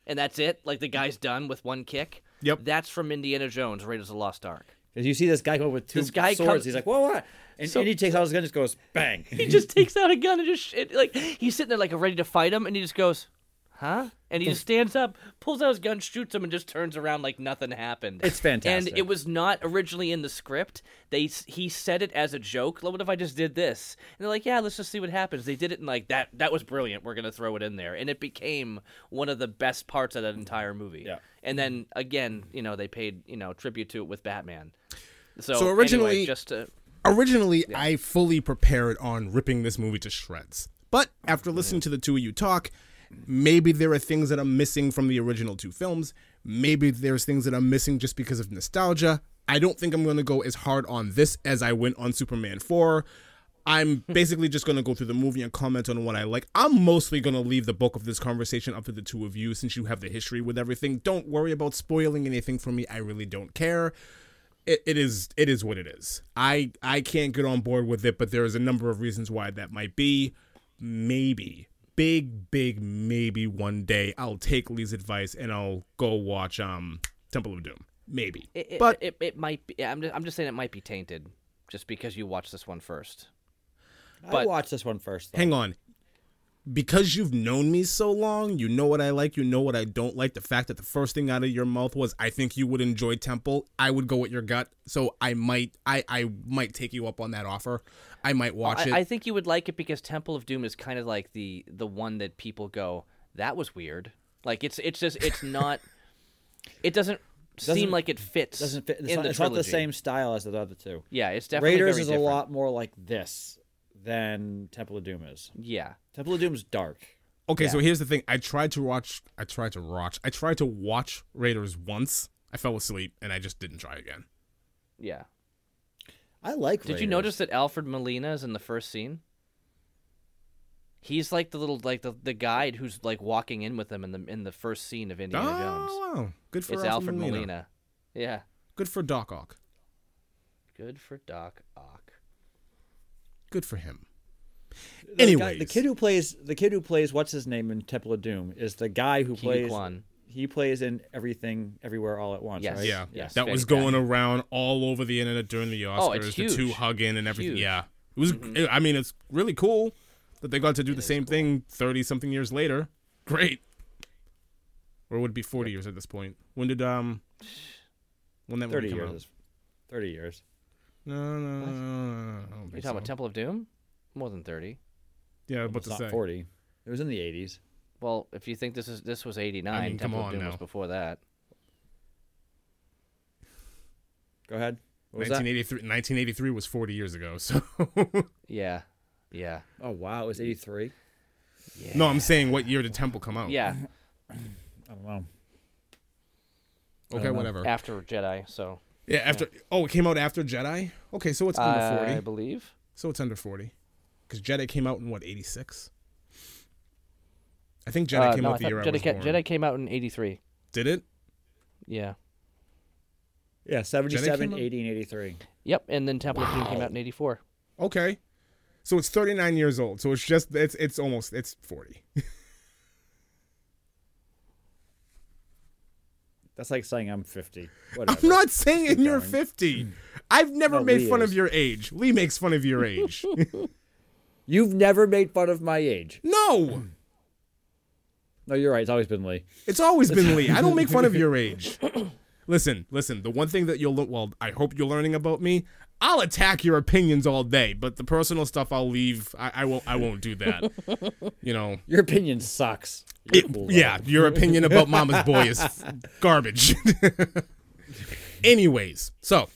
S2: And that's it. Like the guy's done with one kick.
S1: Yep.
S2: That's from Indiana Jones Raiders of the Lost Ark.
S3: Because you see this guy go with two
S2: This guy
S3: swords.
S2: comes-
S3: he's like, whoa, what? And,
S2: So-
S3: and he takes out his gun and just goes, bang.
S2: He just takes out a gun and just sh- it, like he's sitting there like ready to fight him and he just goes, "Huh?" And he just stands up, pulls out his gun, shoots him and just turns around like nothing happened.
S3: It's fantastic.
S2: And it was not originally in the script. They s- he said it as a joke. Like, what if I just did this? And they're like, "Yeah, let's just see what happens." They did it and like that that was brilliant. We're going to throw it in there. And it became one of the best parts of that entire movie.
S3: Yeah.
S2: And then again, you know, they paid, you know, tribute to it with Batman.
S1: So
S2: So, anyway,
S1: originally-
S2: just to
S1: Originally, I fully prepared on ripping this movie to shreds. But after listening to the two of you talk, maybe there are things that I'm missing from the original two films. Maybe there's things that I'm missing just because of nostalgia. I don't think I'm going to go as hard on this as I went on Superman 4. I'm basically just going to go through the movie and comment on what I like. I'm mostly going to leave the bulk of this conversation up to the two of you since you have the history with everything. Don't worry about spoiling anything for me. I really don't care it, it is it is what it is. I I can't get on board with it, but there is a number of reasons why that might be. Maybe big big maybe one day I'll take Lee's advice and I'll go watch um Temple of Doom. Maybe,
S2: It, it,
S1: but
S2: it, it might be. I'm just, I'm just saying it might be tainted, just because you watched this one first.
S3: I
S2: but-
S3: watched this one first. Though.
S1: hang on. Because you've known me so long, you know what I like, you know what I don't like. The fact that the first thing out of your mouth was I think you would enjoy Temple, I would go with your gut. So I might I I might take you up on that offer. I might watch it.
S2: Oh, I, I think you would like it because Temple of Doom is kind of like the the one that people go, that was weird. Like it's it's just it's not. it doesn't, seem
S3: Doesn't-
S2: like it fits.
S3: Doesn't fit. It's,
S2: in
S3: not,
S2: the
S3: it's not the
S2: trilogy.
S3: same style as the other two.
S2: Yeah, it's definitely
S3: Raiders
S2: very
S3: is
S2: different.
S3: a lot more like this than Temple of Doom is.
S2: Yeah,
S3: Temple of Doom's dark.
S1: Okay, so here's the thing. I tried to watch. I tried to watch. I tried to watch Raiders once. I fell asleep, and I just didn't try again.
S2: yeah.
S3: I like.
S2: Did you notice that Alfred Molina is in the first scene? He's like the little like the, the guide who's like walking in with them in the in the first scene of Indiana Jones.
S1: Oh, wow. good for
S2: It's
S1: Alfred
S2: Alfred
S1: Molina.
S2: Molina. Yeah.
S1: Good for Doc Ock.
S2: Good for Doc Ock.
S1: Good for him.
S3: The guy-
S1: Anyways,
S3: the kid who plays the kid who plays what's his name in Temple of Doom is the guy who plays.
S2: Kwan.
S3: He plays in everything, everywhere, all at once.
S2: Yes.
S3: Right?
S1: yeah,
S2: Yes,
S1: that was
S2: Fanny
S1: going around all over the internet during the Oscars.
S2: Oh, it's
S1: The two
S2: huge.
S1: hugging and everything.
S2: Huge. Mm-hmm.
S1: Yeah, it was. I mean, it's really cool that they got to do the same thing thirty something years later. Great. Or would it be forty years at this point? When did um? When that
S3: Thirty
S1: movie come
S3: years.
S1: out?
S3: is- Thirty years.
S1: No, no, no, no, no, I don't
S2: You're
S1: think
S2: talking about
S1: so.
S2: Temple of Doom? More than thirty.
S1: Yeah, I'm about
S3: It's
S1: to
S3: not
S1: say.
S3: forty. It was in the eighties.
S2: Well, if you think this is this was eighty nine,
S1: I mean, come
S2: Temple
S1: on
S2: of Doom was
S1: now.
S2: before that.
S3: Go ahead. What was that?
S1: 1983, 1983 was 40 years ago. So
S2: Yeah. Yeah.
S3: Oh wow, it was eighty three.
S1: no, I'm saying what year did Temple come out?
S2: Yeah.
S3: I don't know.
S2: Uh-huh.
S1: Okay, whatever.
S2: After Jedi, so
S1: yeah, after. Oh, it came out after Jedi. Okay, so it's under
S2: I
S1: 40.
S2: believe.
S1: So it's under 40. because Jedi came out in what eighty six. I think Jedi
S2: Uh,
S1: came
S2: no, I
S1: out the
S2: thought
S1: year I
S2: Jedi,
S1: was
S2: ca-
S1: born.
S2: Jedi came out in '83.
S1: Did it?
S2: Yeah.
S3: Yeah, 77,
S1: out-
S3: 80, and 83.
S2: Yep. And then Temple of Doom came out in '84.
S1: Okay, so it's thirty nine years old. So it's just it's it's almost it's forty.
S3: That's like saying I'm 50. Whatever.
S1: I'm not saying in your
S3: going.
S1: 50. I've never
S3: No,
S1: made
S3: Lee
S1: fun
S3: is.
S1: of your age. Lee makes fun of your age.
S3: You've never made fun of my age.
S1: no,
S3: No, you're right. It's always been Lee.
S1: it's always been Lee. I don't make fun of your age. listen, listen. The one thing that you'll look well, I hope you're learning about me. I'll attack your opinions all day, but the personal stuff I'll leave. I, I won't. I won't do that. you know.
S3: Your opinion sucks.
S1: It-
S3: You're cool,
S1: yeah, your opinion about Mama's Boy is f- garbage. Anyways, so
S3: though.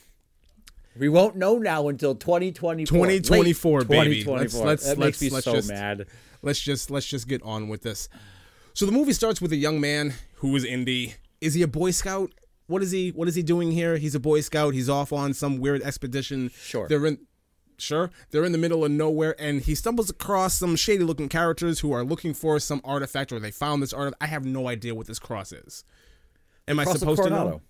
S3: We won't know now until 2024.
S1: 2024,
S3: Late
S1: baby.
S3: 2024.
S1: Let's- let's-
S3: that
S1: let's-
S3: makes me
S1: let's
S3: so
S1: just-
S3: mad.
S1: let's just let's just get on with this. So the movie starts with a young man who is indie. Is he a Boy Scout? What is he? What is he doing here? He's a Boy Scout. He's off on some weird expedition.
S3: Sure.
S1: They're in. Sure. They're in the middle of nowhere, and he stumbles across some shady-looking characters who are looking for some artifact, or they found this artifact. I have no idea what this cross is. Am I
S3: Cross of
S1: supposed to know?
S3: Coronado.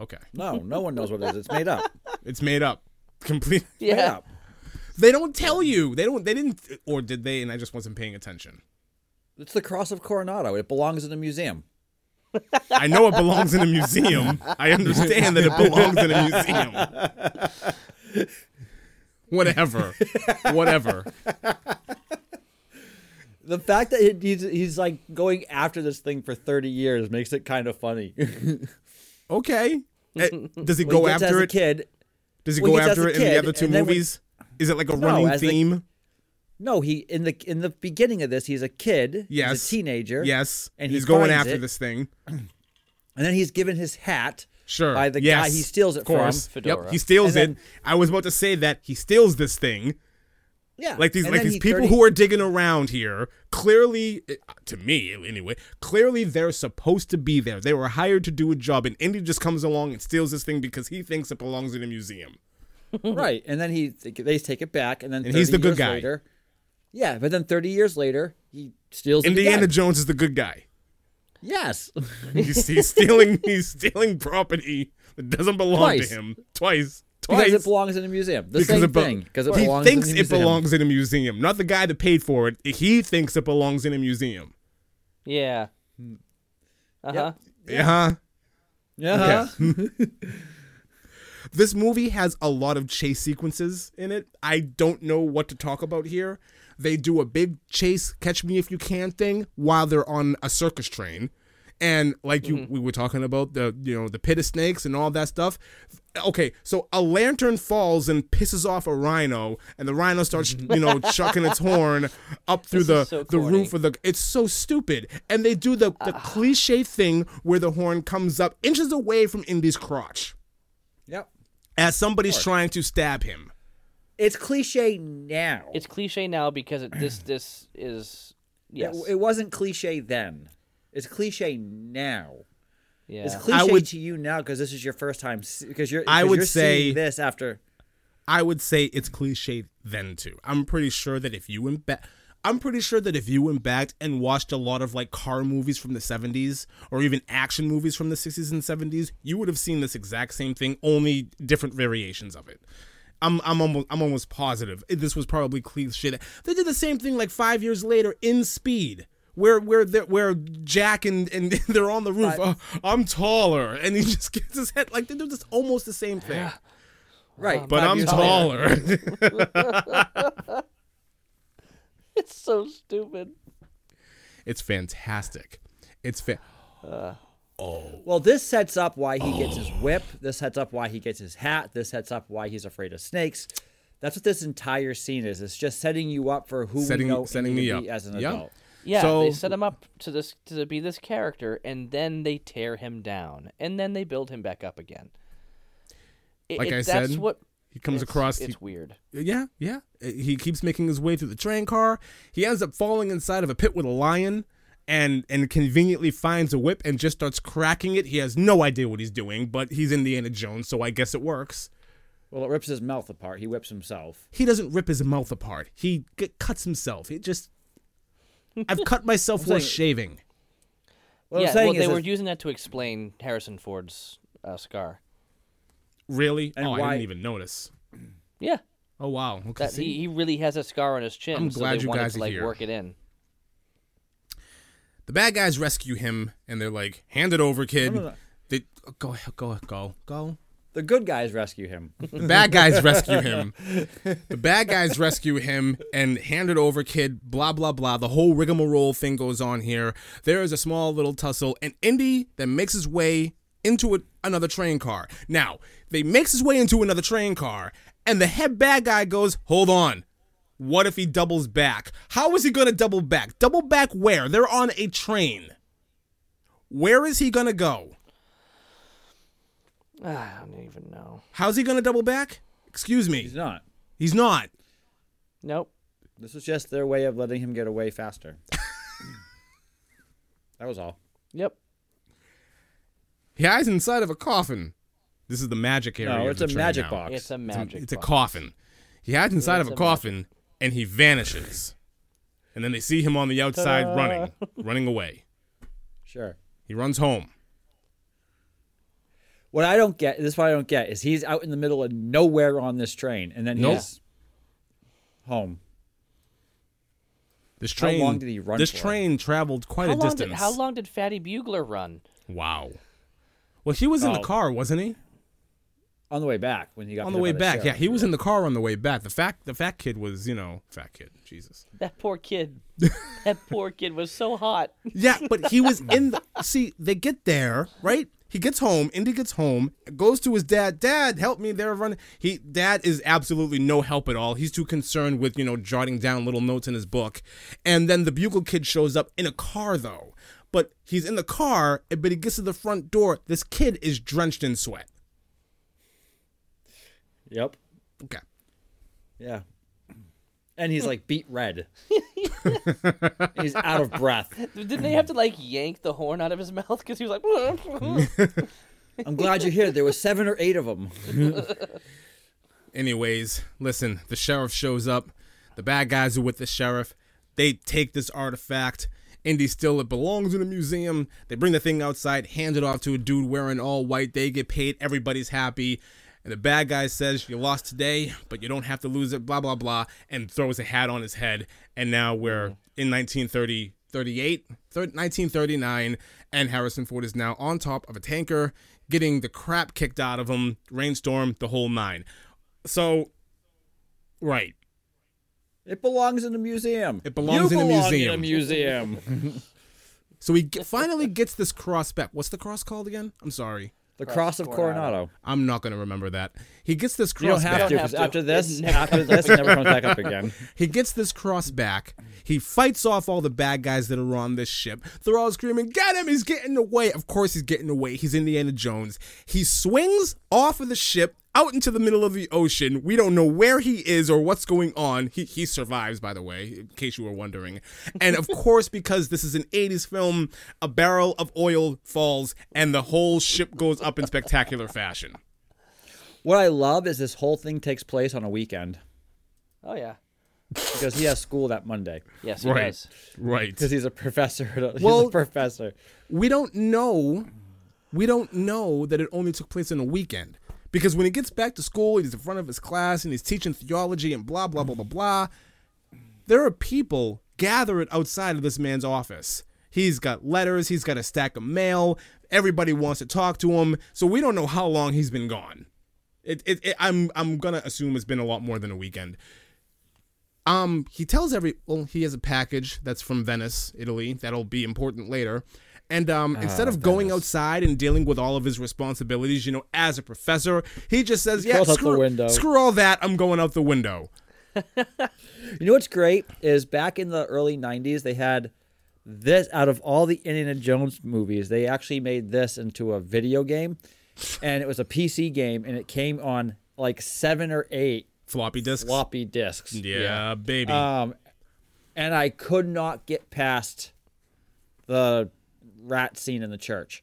S1: Okay,
S3: No, no one knows what it is. It's made up.
S1: it's made up. Complete.
S3: Made
S2: Yeah.
S3: up.
S1: They don't tell you. They don't. They didn't, or did they? And I just wasn't paying attention.
S3: It's the cross of Coronado. It belongs in a museum.
S1: I know it belongs in a museum. I understand that it belongs in a museum. Whatever. Whatever.
S3: The fact that it, he's, he's like going after this thing for 30 years makes it kind of funny.
S1: Okay. Eh, Does he
S3: When
S1: go
S3: he gets as
S1: after
S3: a
S1: it?
S3: kid.
S1: Does he
S3: when
S1: go
S3: he gets as
S1: after
S3: a
S1: it in the
S3: kid,
S1: other two
S3: and then when-
S1: movies? Is it like a running
S3: as the-
S1: theme?
S3: No, he in the in the beginning of this, he's a kid. he's
S1: Yes.
S3: a teenager.
S1: Yes.
S3: and he
S1: he's going
S3: finds
S1: after
S3: it.
S1: this thing.
S3: and then he's given his hat.
S1: Sure.
S3: by the
S1: yes.
S3: guy he steals it
S1: of course.
S3: from.
S1: Yep.
S2: Fedora.
S1: He steals
S3: And
S1: it.
S3: then-
S1: I was about to say that he steals this thing.
S3: Yeah,
S1: like these
S3: and
S1: like
S3: then
S1: these
S3: he
S1: people
S3: 30
S1: who are digging around here clearly eh, to me anyway clearly they're supposed to be there they were hired to do a job and indy just comes along and steals this thing because he thinks it belongs in a museum
S3: right, and then he they take it back, and then
S1: And he's
S3: 30
S1: the good
S3: years
S1: guy.
S3: Later, yeah, but then thirty years later, he steals it
S1: indiana
S3: again.
S1: jones is the good guy
S3: Yes,
S1: he's, he's stealing he's stealing property that doesn't belong
S3: Twice.
S1: to him twice
S3: because
S1: twice
S3: it belongs in a museum. The
S1: Because
S3: same
S1: it be-
S3: thing. Because it
S1: he
S3: belongs.
S1: thinks
S3: in a
S1: it
S3: museum.
S1: belongs in a museum not the guy that paid for it he thinks it belongs in a museum
S2: Yeah.
S1: Hmm.
S2: Uh huh.
S1: yeah uh-huh.
S3: Yeah.
S1: Hmm. This movie has a lot of chase sequences in it. I don't know what to talk about here. They do a big chase, catch me if you can thing while they're on a circus train. And like you
S2: Mm-hmm.
S1: we were talking about the you know the pit of snakes and all that stuff. Okay, so a lantern falls and pisses off a rhino and the rhino starts you know chucking its horn up through
S2: This
S1: the
S2: is so
S1: the
S2: corny.
S1: roof of the it's so stupid. And they do the the cliche thing where the horn comes up inches away from Indy's crotch
S3: Yep.
S1: as somebody's trying to stab him.
S3: It's cliche now.
S2: It's cliche now because it, this this is
S3: It-
S2: yes.
S3: it, wasn't cliche then. It's cliche now.
S2: yeah.
S3: It's cliche
S1: would-
S3: to you now because this is your first time. Because you're.
S1: I
S3: 'cause
S1: would
S3: you're
S1: say-
S3: seeing this after.
S1: I would say it's cliche then too. I'm pretty sure that if you went back, I'm pretty sure that if you went back and watched a lot of like car movies from the 70s or even action movies from the 60s and 70s, you would have seen this exact same thing, only different variations of it. I'm, I'm almost I'm almost positive this was probably cliche. They did the same thing like five years later in Speed, where where they're- where Jack and, and they're on the roof. "Oh, I'm taller, and he just gets his head like they do this almost the same thing.
S3: Right.
S1: But
S3: five
S1: I'm
S3: years later.
S1: taller.
S2: It's so stupid.
S1: It's fantastic. It's fa-
S3: Well, this sets up why he gets his
S1: Oh.
S3: whip. This sets up why he gets his hat. This sets up why he's afraid of snakes. That's what this entire scene is. It's just setting you up for who
S1: setting
S3: we know
S1: setting
S3: Indy
S1: me
S3: to
S1: up
S3: be as an
S1: Yeah.
S3: adult.
S2: Yeah,
S1: So-
S2: they set him up to this to be this character, and then they tear him down, and then they build him back up again. It-
S1: Like
S2: it-
S1: I
S2: that's
S1: said,
S2: what
S1: He comes
S2: it's-
S1: across.
S2: It's weird.
S1: he- yeah, yeah. He keeps making his way through the train car. He ends up falling inside of a pit with a lion, and and conveniently finds a whip and just starts cracking it. He has no idea what he's doing, but he's Indiana Jones, so I guess it works.
S3: Well, it rips his mouth apart. He whips himself.
S1: He doesn't rip his mouth apart. He g- cuts himself. It just. I've cut myself while
S3: saying-
S1: shaving.
S3: What
S2: yeah,
S3: I'm saying
S2: well,
S3: is,
S2: they were
S3: that-
S2: using that to explain Harrison Ford's uh, scar.
S1: Really?
S3: And
S1: oh, I
S3: why-
S1: didn't even notice.
S2: Yeah,
S1: Oh wow. Okay.
S2: that, he,
S1: see?
S2: he really has a scar on his chin.
S1: I'm
S2: so
S1: glad
S2: they
S1: you
S2: wanted
S1: guys
S2: to
S1: are
S2: like
S1: here.
S2: work it in.
S1: the bad guys rescue him, and they're like, "Hand it over, kid."
S3: No, no, no.
S1: They go, go, go, go.
S3: the good guys rescue him.
S1: The bad guys rescue him. The bad guys rescue him and hand it over, kid. Blah blah blah. The whole rigmarole thing goes on here. There is a small little tussle, and Indy then makes his way into a, another train car. Now they makes his way into another train car, and the head bad guy goes, "Hold on." What if he doubles back? How is he gonna double back? Double back where? They're on a train. Where is he gonna go?
S2: Ah, I don't even know.
S1: How's he gonna double back? Excuse
S3: He's
S1: me.
S3: not.
S1: He's not.
S2: Nope.
S3: This is just their way of letting him get away faster. that was all.
S2: Yep.
S1: He hides inside of a coffin. This is the magic area.
S3: No,
S1: of
S3: it's
S1: the
S3: a
S1: train
S3: magic
S1: now.
S3: box.
S2: It's
S1: It's
S2: a
S1: a-
S2: magic.
S1: It's a
S2: box.
S1: coffin. He hides inside of
S2: it's
S1: a
S2: a
S1: coffin and he vanishes. And then they see him on the outside running, running away.
S3: Sure.
S1: He runs home.
S3: What I don't get, this is what I don't get, is he's out in the middle of nowhere on this train, and then
S1: Nope.
S3: he's home.
S1: This
S3: How
S1: train.
S3: long did he run
S1: This
S3: for?
S1: train traveled quite a
S2: How long,
S1: distance.
S2: did, how long did Fatty Bugler run?
S1: Wow. Well, he was in the
S3: Oh.
S1: car, wasn't he?
S3: On the way back when he got
S1: On
S3: picked
S1: the
S3: up
S1: way
S3: by
S1: back. Yeah,
S3: sheriff.
S1: he was in the car on the way back. The fact, the fat kid was, you know, fat kid. Jesus.
S2: That poor kid. that poor kid was so hot.
S1: Yeah, but he was in the. See, they get there, right? He gets home. Indy gets home, goes to his dad. Dad, help me! They're running. He dad is absolutely no help at all. He's too concerned with you know jotting down little notes in his book. And then the bugle kid shows up in a car though, but he's in the car. But he gets to the front door. This kid is drenched in sweat.
S3: Yep.
S1: Okay.
S3: Yeah. And he's like beat red. he's out of breath.
S2: Didn't they have to like yank the horn out of his mouth because he was like?
S3: I'm glad you're here. There were seven or eight of them.
S1: Anyways, listen, the sheriff shows up. The bad guys are with the sheriff. They take this artifact. Indy still, it belongs in a museum. They bring the thing outside, hand it off to a dude wearing all white. They get paid. Everybody's happy. And the bad guy says, You lost today, but you don't have to lose it, blah, blah, blah, and throws a hat on his head. And now we're in 1930. 38, thir 1939, and Harrison Ford is now on top of a tanker, getting the crap kicked out of him, rainstorm, the whole nine. So, right.
S3: It belongs in a museum.
S1: It belongs
S3: You
S1: in a
S3: belong
S1: museum.
S3: In a museum.
S1: So he g finally gets this cross back. What's the cross called again? I'm sorry.
S3: the Cross of Coronado.
S1: I'm not going to remember that. He gets this
S3: You don't
S1: cross
S3: have
S1: back.
S3: to
S2: have
S3: because
S2: to.
S3: after this,
S2: It never
S3: after this, it never comes back up again.
S1: He gets this cross back. He fights off all the bad guys that are on this ship. They're all screaming, Get him! He's getting away. Of course, he's getting away. He's Indiana Jones. He swings off of the ship out into the middle of the ocean. We don't know where he is or what's going on. He, he survives, by the way, in case you were wondering. And of course, because this is an 80s film, a barrel of oil falls and the whole ship goes up in spectacular fashion.
S3: What I love is this whole thing takes place on a weekend
S2: oh yeah.
S3: because he has school that Monday
S2: Yes, he
S1: Right.
S2: does.
S1: Right.
S3: because he's a professor. at a- He's
S1: Well-
S3: a professor.
S1: we don't know we don't know that it only took place in a weekend because when he gets back to school he's in front of his class and he's teaching theology and blah blah blah blah blah there are people gathered outside of this man's office he's got letters he's got a stack of mail everybody wants to talk to him so we don't know how long he's been gone it, it, it i'm i'm gonna assume it's been a lot more than a weekend um, he tells every well, he has a package that's from Venice, Italy. That'll be important later. And um,
S3: Ah,
S1: instead of going outside and dealing with all of his responsibilities, you know, as a professor, he just says, "Yeah,
S3: throws out the
S1: screw,
S3: window."
S1: screw all that. I'm going out the window."
S3: You know what's great is back in the early '90s, they had this out of all the Indiana Jones movies, they actually made this into a video game, and it was a PC game, and it came on like seven or eight
S1: Floppy disks.
S3: floppy disks.
S1: yeah, baby.
S3: Um, and I could not get past the rat scene in the church.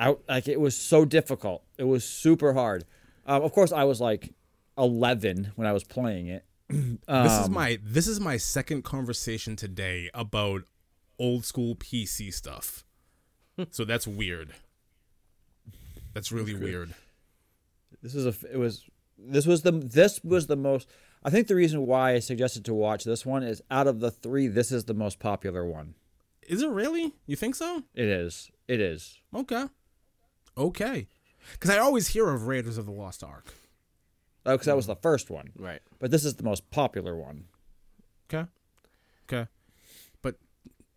S3: I like it was so difficult. It was super hard. Um, of course, I was like 11 when I was playing it.
S1: This is my this is my second conversation today about old school PC stuff. so that's weird. That's really weird.
S3: This is a f- it was this was the this was the most. I think the reason why I suggested to watch this one is out of the three, this is the most popular one.
S1: Is it really? You think so?
S3: It is. It is.
S1: Okay. Okay. Because I always hear of Raiders of the Lost Ark.
S3: Oh, because that was the first one,
S2: Right.
S3: but this is the most popular one.
S1: Okay. Okay. But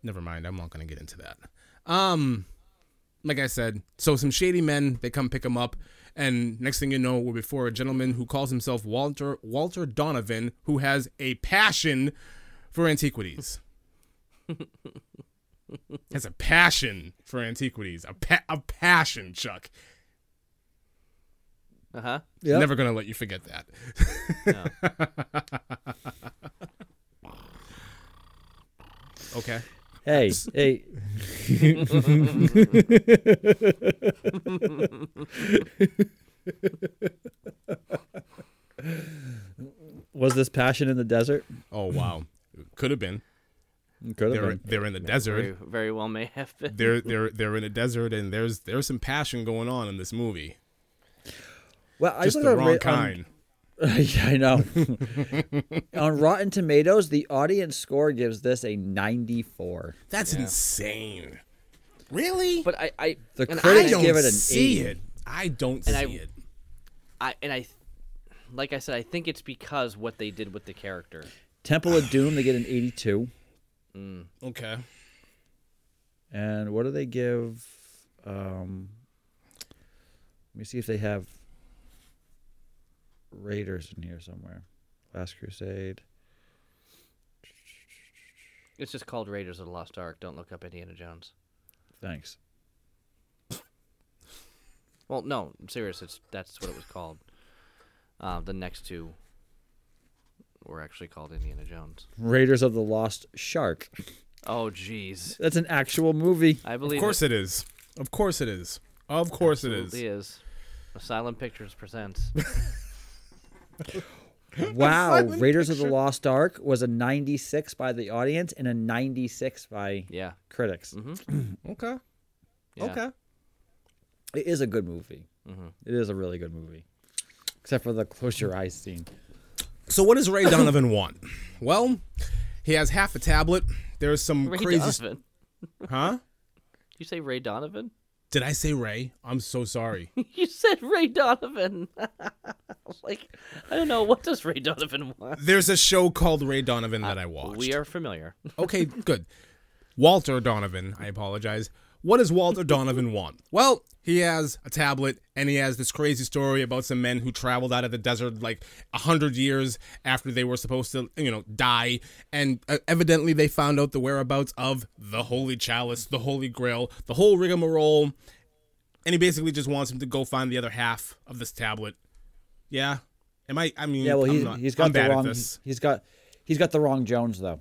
S1: never mind. I'm not going to get into that. Um, like I said, so some shady men they come pick him up, and next thing you know, we're before a gentleman who calls himself Walter Walter Donovan, who has a passion for antiquities. has a passion for antiquities. A pa- a passion, Chuck.
S2: Uh huh.
S3: Yep.
S1: Never gonna let you forget that. okay.
S3: Hey, hey, was this passion in the desert?
S1: Oh wow. Could have been.
S3: Could have
S1: They're
S3: been.
S1: they're in the desert.
S2: Very, very well may have been.
S1: They're they're they're in a desert and there's there's some passion going on in this movie.
S3: Well, I um,
S1: Just
S3: looked
S1: the
S3: on
S1: wrong
S3: Ra-
S1: kind.
S3: On, yeah, I know. on Rotten Tomatoes, the audience score gives this a 94.
S1: That's insane. Really?
S2: But I, I
S3: The
S2: and
S1: I
S3: critics
S1: don't
S3: give it an
S1: see
S3: 80.
S1: it. I don't
S2: And
S1: see
S2: I-
S1: it.
S2: I, I and I, like I said, I think it's because what they did with the character.
S3: Temple of Doom, they get an 82.
S1: Okay.
S3: And what do they give? Um, let me see if they have Raiders in here somewhere. Last Crusade.
S2: It's just called Raiders of the Lost Ark. Don't look up Indiana Jones.
S3: Thanks.
S2: Well, no, I'm serious. It's that's what it was called. Uh, the next two were actually called Indiana Jones.
S3: Raiders of the Lost Shark.
S2: Oh, jeez.
S3: That's an actual movie.
S2: I believe
S1: Of course it is. Of course it is. Of course it is.
S2: absolutely is. Asylum Pictures presents.
S3: Wow.
S1: silent
S3: Raiders of the Lost Ark was a 96 by the audience and a 96 by
S2: Yeah.
S3: critics.
S1: Okay.
S2: yeah.
S1: Okay.
S3: It is a good movie.
S1: Mm-hmm.
S3: It is a really good movie. Except for the close
S1: Mm.
S3: your eyes scene.
S1: So what does Ray Donovan want? Well, he has half a tablet. There's some
S2: Ray
S1: crazy
S2: Donovan. Did
S1: Huh?
S2: you say Ray Donovan?
S1: Did I say Ray? I'm so sorry.
S2: You said Ray Donovan. I was like, I don't know. What does Ray Donovan want?
S1: There's a show called Ray Donovan that I watched.
S2: We are familiar.
S1: Okay, good. Walter Donovan, I apologize. What does Walter Donovan want? Well, he has a tablet and he has this crazy story about some men who traveled out of the desert like a hundred years after they were supposed to, you know, die. And uh, evidently they found out the whereabouts of the Holy Chalice, the Holy Grail, the whole rigmarole. And he basically just wants him to go find the other half of this tablet. Yeah. Am I? I mean,
S3: Yeah, well,
S1: I'm
S3: he's,
S1: not-
S3: he's
S1: I'm
S3: got
S1: bad
S3: the
S1: at
S3: wrong.
S1: this.
S3: He's got he's got the wrong Jones though.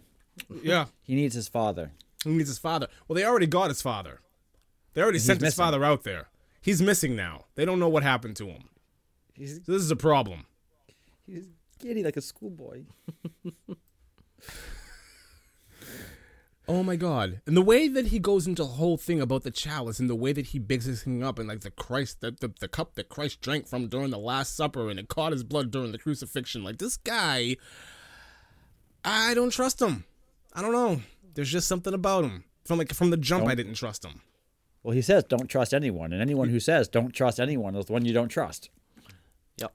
S1: Yeah.
S3: He needs his father.
S1: He needs his father. Well, they already got his father. They already sent his
S3: missing.
S1: father out there. He's missing now. They don't know what happened to him.
S3: He's
S1: So this is a problem.
S3: he's giddy like a schoolboy.
S1: Oh my god. And the way that he goes into the whole thing about the chalice and the way that he bigs this thing up and like the Christ the, the, the cup that Christ drank from during the Last Supper and it caught his blood during the crucifixion. Like this guy I don't trust him. I don't know. There's just something about him. From like from the jump I didn't trust him.
S3: Well, he says don't trust anyone, and anyone who says don't trust anyone is the one you don't trust.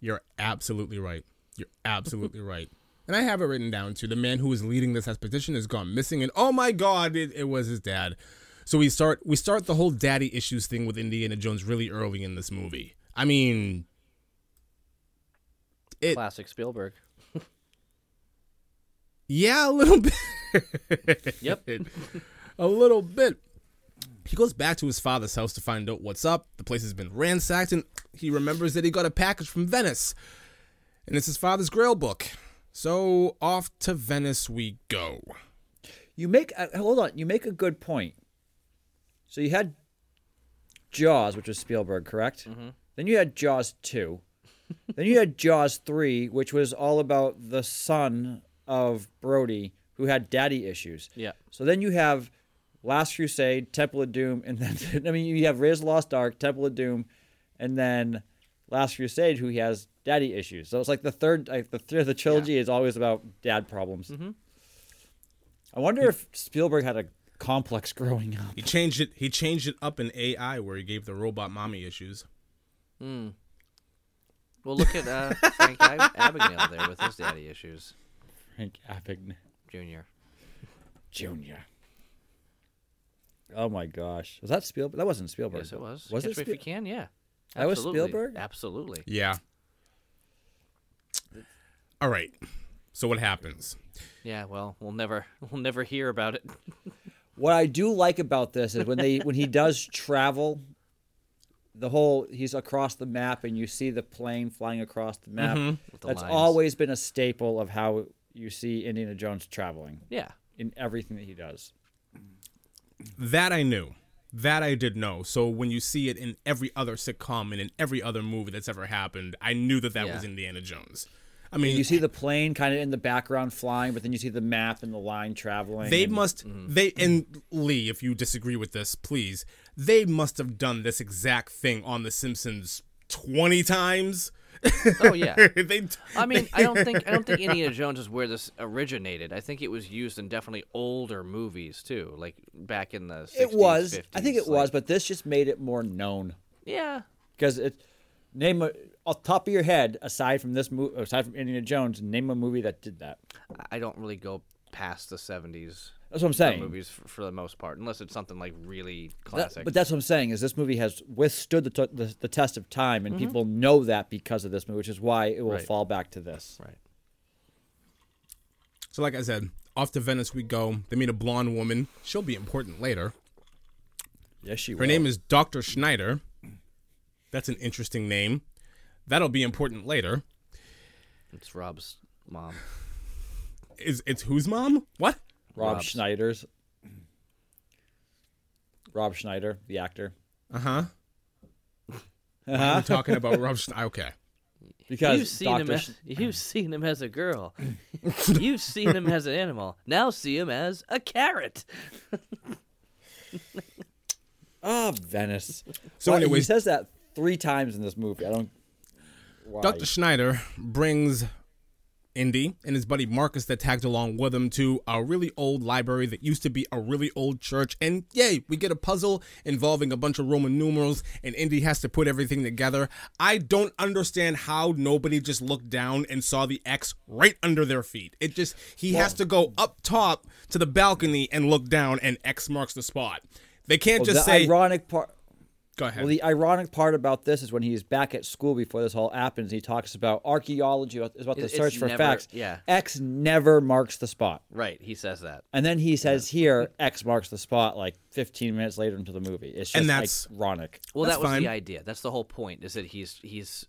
S1: You're absolutely right. You're absolutely right. And I have it written down too. The man who was leading this expedition has gone missing, and oh my God, it, it was his dad. So we start we start the whole daddy issues thing with Indiana Jones really early in this movie. I mean, It-
S2: Classic Spielberg.
S1: yeah, a little bit.
S2: Yep.
S1: a little bit. He goes back to his father's house to find out what's up. The place has been ransacked, and he remembers that he got a package from Venice. And it's his father's grail book. So off to Venice we go.
S3: You make uh, hold on. You make a good point. So you had Jaws, which was Spielberg, correct? Then you had Jaws two, then you had Jaws 3, which was all about the son of Brody who had daddy issues.
S2: Yeah.
S3: So then you have Last Crusade, Temple of Doom, and then I mean you have Raiders of the Lost Ark, Temple of Doom, and then Last Crusade, who has daddy issues. So it's like the third, like the third, the trilogy is always about dad problems. I wonder if Spielberg had a complex growing up.
S1: He changed it. He changed it up in AI where he gave the robot mommy issues.
S2: Well, look at uh, Frank Ab- Abagnale there with his daddy issues,
S3: Frank Abagnale
S2: Junior.
S3: Jr. Oh my gosh, was that Spielberg? That wasn't Spielberg.
S2: Yes, it
S3: though.
S2: was.
S3: Was
S2: Catch
S3: it?
S2: me
S3: Spiel-
S2: if you can, yeah.
S3: That was
S2: Absolutely.
S3: Spielberg?
S2: Absolutely.
S1: Yeah. All right. So what happens?
S2: Yeah. Well, we'll never, we'll never hear about it.
S3: What I do like about this is when they when he does travel, the whole he's across the map and you see the plane flying across the map.
S2: Mm-hmm. the
S3: That's
S2: lines.
S3: always been a staple of how you see Indiana Jones traveling
S2: Yeah.
S3: in everything that he does.
S1: That I knew. That I did know. So when you see it in every other sitcom and in every other movie that's ever happened, I knew that that
S2: Yeah.
S1: was Indiana Jones. I mean,
S3: You see the plane kind of in the background flying, but then you see the map and the line traveling.
S1: They
S3: and-
S1: must.
S2: Mm-hmm.
S1: They and Lee, if you disagree with this, please. They must have done this exact thing on The Simpsons twenty times.
S2: Oh yeah.
S1: they.
S2: I mean, I don't think I don't think Indiana Jones is where this originated. I think it was used in definitely older movies too, like back in the 60s,
S3: It was.
S2: 50s,
S3: I think it
S2: like-
S3: was, but this just made it more known
S2: Yeah,
S3: because it. Name a, off the top of your head, aside from this movie, aside from Indiana Jones, name a movie that did that.
S2: I don't really go past the '70s
S3: That's what I'm saying.
S2: movies for, for the most part, unless it's something like really
S3: That-
S2: classic.
S3: but that's what I'm saying is this movie has withstood the, t- the, the test of time, and people know that because of this movie, which is why it will
S2: Mm-hmm. Right.
S3: fall back to this.
S2: right.
S1: So, like I said, off to Venice we go. They meet a blonde woman. She'll be important later.
S3: Yes, she.
S1: Her name is Dr. Schneider. That's an interesting name. That'll be important later.
S2: It's Rob's mom.
S1: Is it's whose mom? What?
S3: Rob
S2: Rob's.
S3: Schneider's. Rob Schneider, the actor,
S1: Uh huh. Why are we talking about Rob Schneider? Okay.
S3: because
S2: you've seen him.
S3: Doctor.
S2: As, you've seen him as a girl. you've seen him as an animal. Now see him as a carrot.
S3: Ah, Venice.
S1: So
S3: Why- he
S1: anyways-
S3: says that three times in this movie. I don't. Why?
S1: Dr. Schneider brings Indy and his buddy Marcus that tagged along with him to a really old library that used to be a really old church. And yay, we get a puzzle involving a bunch of Roman numerals, and Indy has to put everything together. I don't understand how nobody just looked down and saw the X right under their feet. It just, he has to go up top to the balcony and look down, and X marks the spot. They can't
S3: Well,
S1: just
S3: the
S1: say,
S3: ironic part.
S1: go ahead.
S3: Well, the ironic part about this is when he's back at school before this all happens, he talks about archaeology is about the
S2: It's
S3: search for
S2: never-
S3: facts.
S2: yeah.
S3: X never marks the spot.
S2: Right. He says that.
S3: And then he says here, X marks the spot like 15 minutes later into the movie. It's just
S1: And that's-
S3: ironic.
S2: Well,
S1: That's
S2: that was
S1: fine.
S2: the idea. That's the whole point. Is that he's he's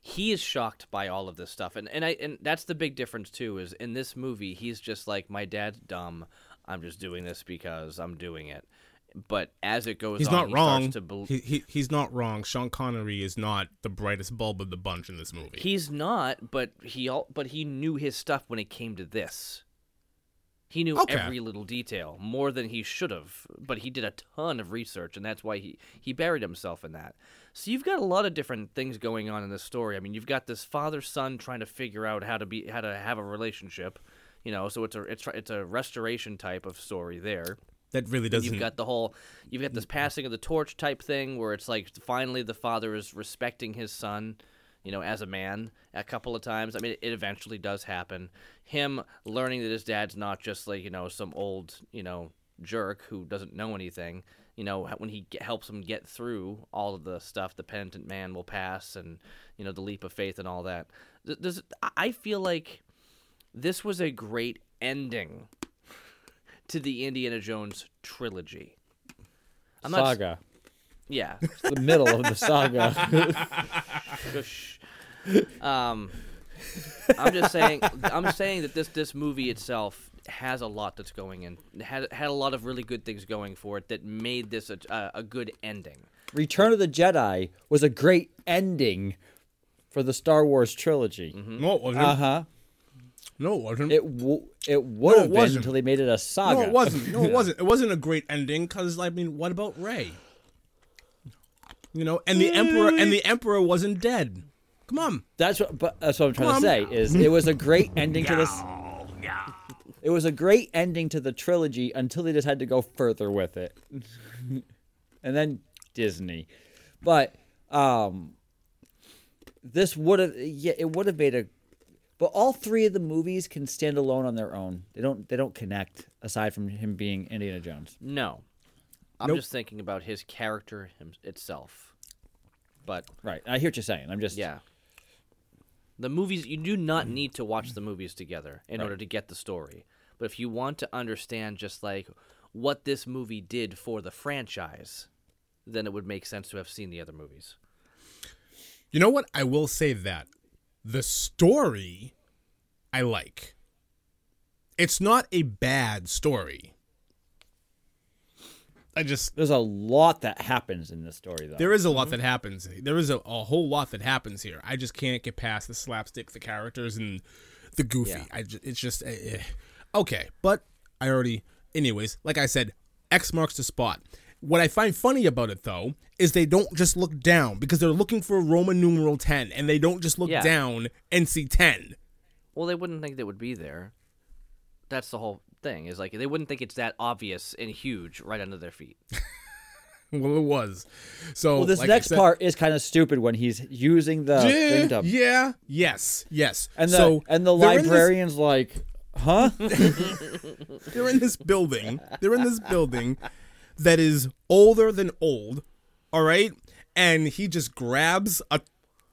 S2: he is shocked by all of this stuff, and and I and that's the big difference too. Is in this movie, he's just like my dad's dumb. I'm just doing this because I'm doing it. But as it goes
S1: He's
S2: on,
S1: not
S2: he
S1: wrong.
S2: Starts to bel-
S1: he, he, he's not wrong. Sean Connery is not the brightest bulb of the bunch in this movie.
S2: he's not, but he all but he knew his stuff when it came to this. He knew
S1: Okay.
S2: every little detail more than he should have, but he did a ton of research, and that's why he, he buried himself in that. So you've got a lot of different things going on in this story. I mean, you've got this father son trying to figure out how to be how to have a relationship, you know. So it's a it's it's a restoration type of story there.
S1: that really doesn't.
S2: You've got the whole, you've got this passing of the torch type thing where it's like finally the father is respecting his son, you know, as a man a couple of times. I mean, it eventually does happen. Him learning that his dad's not just like, you know, some old, you know, jerk who doesn't know anything. You know, when he ge- helps him get through all of the stuff, the penitent man will pass and, you know, the leap of faith and all that. Th- There's, I- I feel like this was a great ending to the Indiana Jones trilogy. I'm not s-
S3: saga.
S2: yeah.
S3: the middle of the saga.
S2: Shush. um, I'm just saying. I'm saying that this this movie itself has a lot that's going in. Had had a lot of really good things going for it that made this a, a, a good ending.
S3: Return of the Jedi was a great ending for the Star Wars trilogy.
S2: Mm-hmm.
S1: No, it wasn't.
S3: Uh huh.
S1: no, it wasn't.
S3: It w- it would have been
S1: wasn't.
S3: until they made it a saga.
S1: no, it wasn't. No, it wasn't. It wasn't a great ending because, I mean, what about Ray? You know, and the emperor and the emperor wasn't dead. Come on.
S3: That's what. But that's what I'm trying
S1: Come
S3: to say is it was a great ending to this.
S1: yeah.
S3: It was a great ending to the trilogy until they just had to go further with it, and then Disney. But um, this would have yeah, it would have made a. But all three of the movies can stand alone on their own. They don't. They don't connect aside from him being Indiana Jones.
S2: No, I'm
S1: Nope.
S2: just thinking about his character him- itself. But
S3: Right. I hear what you're saying. I'm just.
S2: yeah, Mm-hmm. the movies you do not need to watch the movies together in order to get the story. But if you want to understand just like what this movie did for the franchise, then it would make sense to have seen the other movies.
S1: You know what? I will say that the story I like. It's not a bad story. I just
S3: There's a lot that happens in this story, though.
S1: There is a lot that happens. There is a, a whole lot that happens here. I just can't get past the slapstick, the characters, and the goofy.
S2: Yeah.
S1: I ju- it's just eh, eh. okay. But I already, anyways. Like I said, X marks the spot. What I find funny about it though is they don't just look down because they're looking for Roman numeral ten, and they don't just look
S2: Yeah.
S1: down and see ten.
S2: Well, they wouldn't think they would be there. That's the whole thing. Is like they wouldn't think it's that obvious and huge right under their feet.
S1: Well, it was. So
S3: Well, this
S1: like I
S3: next
S1: said-
S3: part is kind of stupid when he's using the thing
S1: Yeah,
S3: to-
S1: yeah, yes, yes.
S3: and the
S1: so
S3: and the
S1: they're in this-
S3: librarian's like, huh?
S1: they're in this building. They're in this building that is older than old. All right. And he just grabs a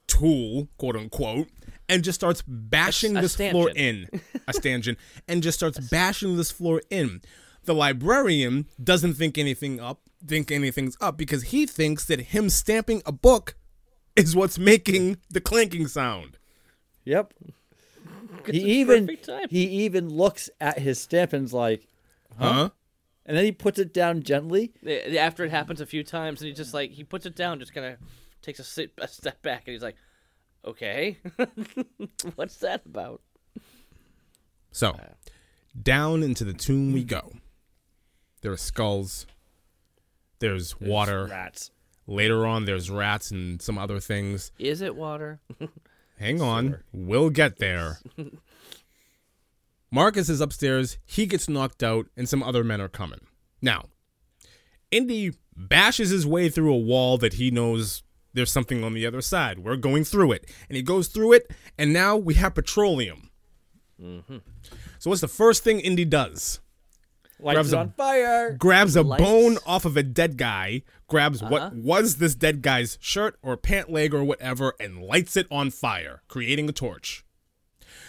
S1: tool, quote unquote, and just starts bashing
S2: a
S1: this floor in.
S2: stanchion.
S1: A stanchion. and just starts bashing this floor in. The librarian doesn't think anything up, think anything's up because he thinks that him stamping a book is what's making the clanking sound.
S3: yep. He even
S2: perfect time.
S3: he even looks at his stamp and's like,
S1: Huh?
S3: and then he puts it down gently.
S2: A- after it happens a few times and he just like he puts it down just kind of takes a, sit, a step back and he's like okay what's that about
S1: So, down into the tomb we go. There are skulls. There's water.
S3: Rats.
S1: Later on, there's rats and some other things.
S2: is it water
S1: Hang on. We'll get there. Marcus is upstairs. He gets knocked out, and some other men are coming. Now, Indy bashes his way through a wall that he knows there's something on the other side. We're going through it. And he goes through it, and now we have petroleum. So, what's the first thing Indy does?
S3: Lights
S1: Grabs
S3: it
S1: a-
S3: on fire.
S1: grabs a
S2: Lights.
S1: bone off of a dead guy, grabs what was this dead guy's shirt or pant leg or whatever, and lights it on fire, creating a torch.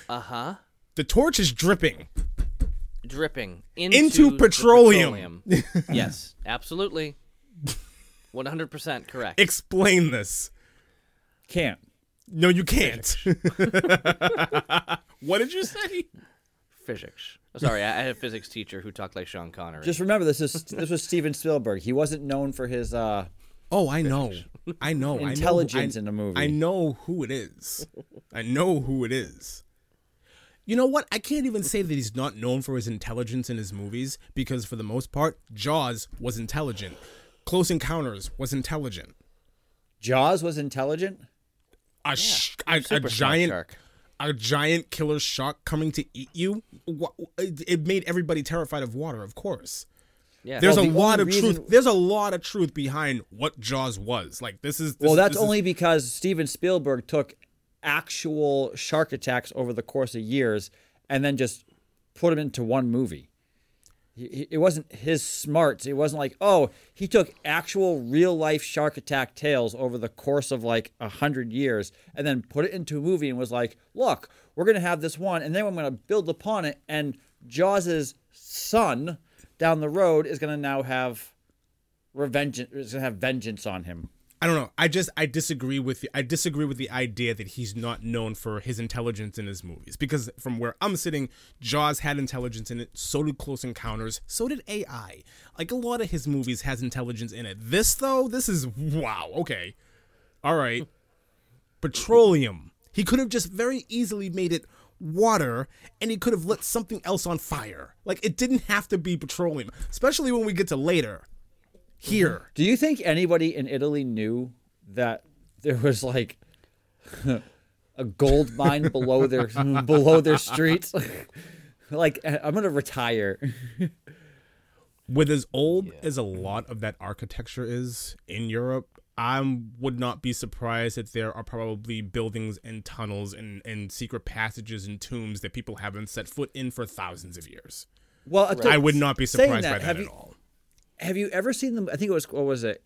S2: uh-huh
S1: The torch is dripping.
S2: dripping into,
S1: Into
S2: the
S1: petroleum.
S2: petroleum. yes absolutely 100% correct
S1: Explain this.
S3: Can't.
S1: No, you can't. what did you say?
S2: physics sorry i I had a physics teacher who talked like sean connery
S3: Just remember this is this was Steven Spielberg. He wasn't known for his uh
S1: Oh, I know. I know. I know who-
S3: Intelligence
S1: I-
S3: in a movie.
S1: I know who it is. I know who it is. You know what? I can't even say that he's not known for his intelligence in his movies because, for the most part, Jaws was intelligent. Close Encounters was intelligent.
S3: Jaws was intelligent.
S1: A, sh- a, a
S2: Super shark
S1: giant,
S2: shark.
S1: a giant killer shark coming to eat you. Wha- It it made everybody terrified of water, of course.
S2: yeah
S1: There's
S3: Well,
S1: a
S3: the
S1: lot of
S3: only reason-
S1: truth. There's a lot of truth behind what Jaws was. Like this is. This,
S3: Well, that's
S1: this is-
S3: only because Steven Spielberg took actual shark attacks over the course of years and then just put them into one movie. He- he- It wasn't his smarts. It wasn't like, oh, he took actual real life shark attack tales over the course of like a hundred years and then put it into a movie and was like, look, we're gonna have this one and then I'm gonna build upon it and Jaws's son down the road is gonna now have revenge is gonna have vengeance on him.
S1: I don't know. I just I disagree with the I disagree with the idea that he's not known for his intelligence in his movies because from where I'm sitting, Jaws had intelligence in it. So did Close Encounters. So did AI. Like a lot of his movies has intelligence in it. This though, this is wow. Okay, all right. petroleum. He could have just very easily made it water and he could have lit something else on fire. Like it didn't have to be petroleum, especially when we get to later. Here.
S3: Do you think anybody in Italy knew that there was like a gold mine below their below their streets? like uh, I'm gonna retire.
S1: with as old as a lot of that architecture is in Europe, I would not be surprised that there are probably buildings and tunnels and, and secret passages and tombs that people haven't set foot in for thousands of years.
S3: Well,
S1: I would not be
S3: saying
S1: surprised
S3: that,
S1: by that
S3: have
S1: at
S3: you-
S1: all.
S3: Have you ever seen them? I think it was what was it?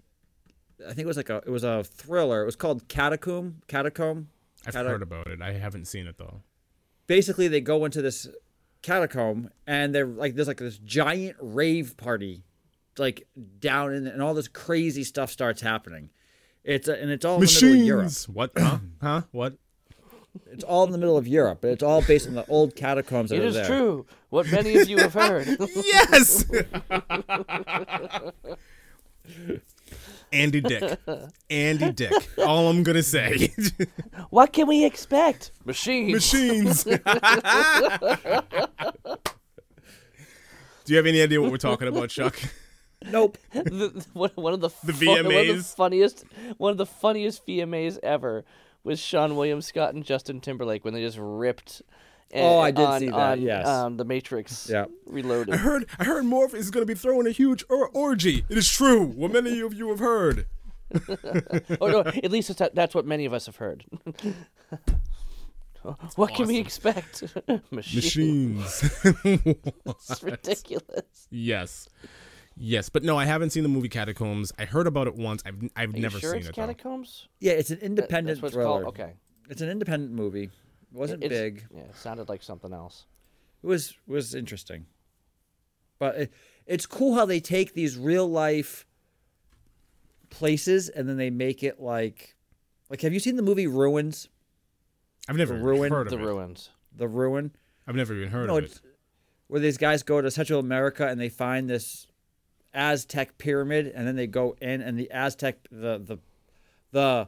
S3: I think it was like a it was a thriller. It was called Catacomb. Catacomb.
S1: I've
S3: Cata-
S1: heard about it. I haven't seen it though.
S3: Basically, they go into this catacomb and they're like there's like this giant rave party, like down in and all this crazy stuff starts happening. It's a, and it's all in the middle of Europe.
S1: What? Huh? huh? What?
S3: It's all in the middle of Europe. It's all based on the old catacombs that
S2: It
S3: are
S2: is
S3: there.
S2: true. What many of you have heard.
S1: Yes. Andy Dick. Andy Dick. All I'm gonna say.
S2: what can we expect? Machines.
S1: machines. Do you have any idea what we're talking about, Chuck?
S3: Nope.
S2: the, one, one of the, the one of the
S1: VMAs.
S2: funniest one of the funniest VMAs ever was Sean William Scott and Justin Timberlake when they just ripped. a-
S3: Oh, I did
S2: on,
S3: see that,
S2: on,
S3: yes.
S2: um, the Matrix.
S3: Yeah.
S2: Reloaded.
S1: I heard I heard Morph is going to be throwing a huge or- orgy. It is true. What many of you have heard?
S2: or Oh, no, at least it's, that's what many of us have heard. what can we expect? Machines.
S1: Machines.
S2: It's ridiculous.
S1: yes. Yes, but no, I haven't seen the movie Catacombs. I heard about it once. I've I've
S2: Are
S1: never
S2: you sure
S1: seen
S2: it's
S1: it. though.
S2: catacombs?
S3: Yeah, it's an independent
S2: That's what it's
S3: thriller.
S2: called. Okay.
S3: It's an independent movie. It wasn't
S2: It's-
S3: big.
S2: Yeah, it sounded like something else.
S3: It was was interesting. But it, it's cool how they take these real life places and then they make it like like have you seen the movie Ruins?
S1: I've never even
S3: Ruin-
S1: heard of
S2: The
S1: it.
S2: ruins.
S3: The Ruin?
S1: I've never even heard
S3: No,
S1: of
S3: it's
S1: it.
S3: where these guys go to Central America and they find this Aztec pyramid, and then they go in and the Aztec the the the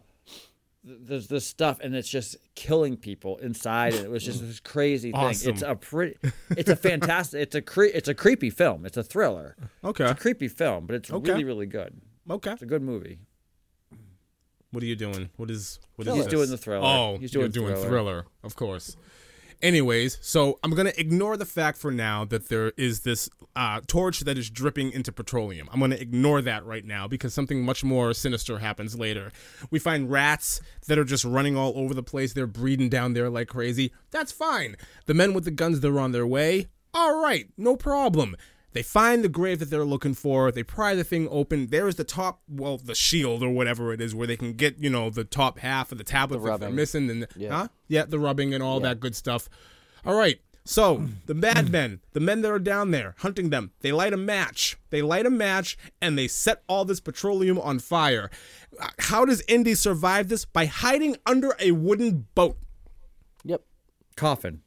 S3: there's this stuff and it's just killing people inside and it was just this crazy thing it's
S1: Awesome.
S3: a pretty it's a fantastic it's a cre- it's a creepy film it's a thriller
S1: Okay.
S3: it's a creepy film but it's
S1: Okay.
S3: really really good
S1: Okay.
S3: it's a good movie
S1: What are you doing? What is what is
S3: He's
S1: this?
S3: doing the thriller.
S1: Oh,
S3: He's
S1: you're
S3: doing
S1: doing thriller.
S3: thriller.
S1: of course. Anyways, so I'm gonna ignore the fact for now that there is this uh, torch that is dripping into petroleum. I'm gonna ignore that right now because something much more sinister happens later. We find rats that are just running all over the place. They're breeding down there like crazy. That's fine. The men with the guns, they're on their way. All right, no problem. They find the grave that they're looking for. They pry the thing open. There is the top, well, the shield or whatever it is, where they can get, you know, the top half of the tablet that they're
S2: rubbing.
S1: missing. And yeah. Huh? yeah, the rubbing and all that good stuff. All right. So the madmen, the men that are down there hunting them, they light a match. They light a match and they set all this petroleum on fire. Uh, How does Indy survive this? By hiding under a wooden boat.
S2: Yep.
S3: coffin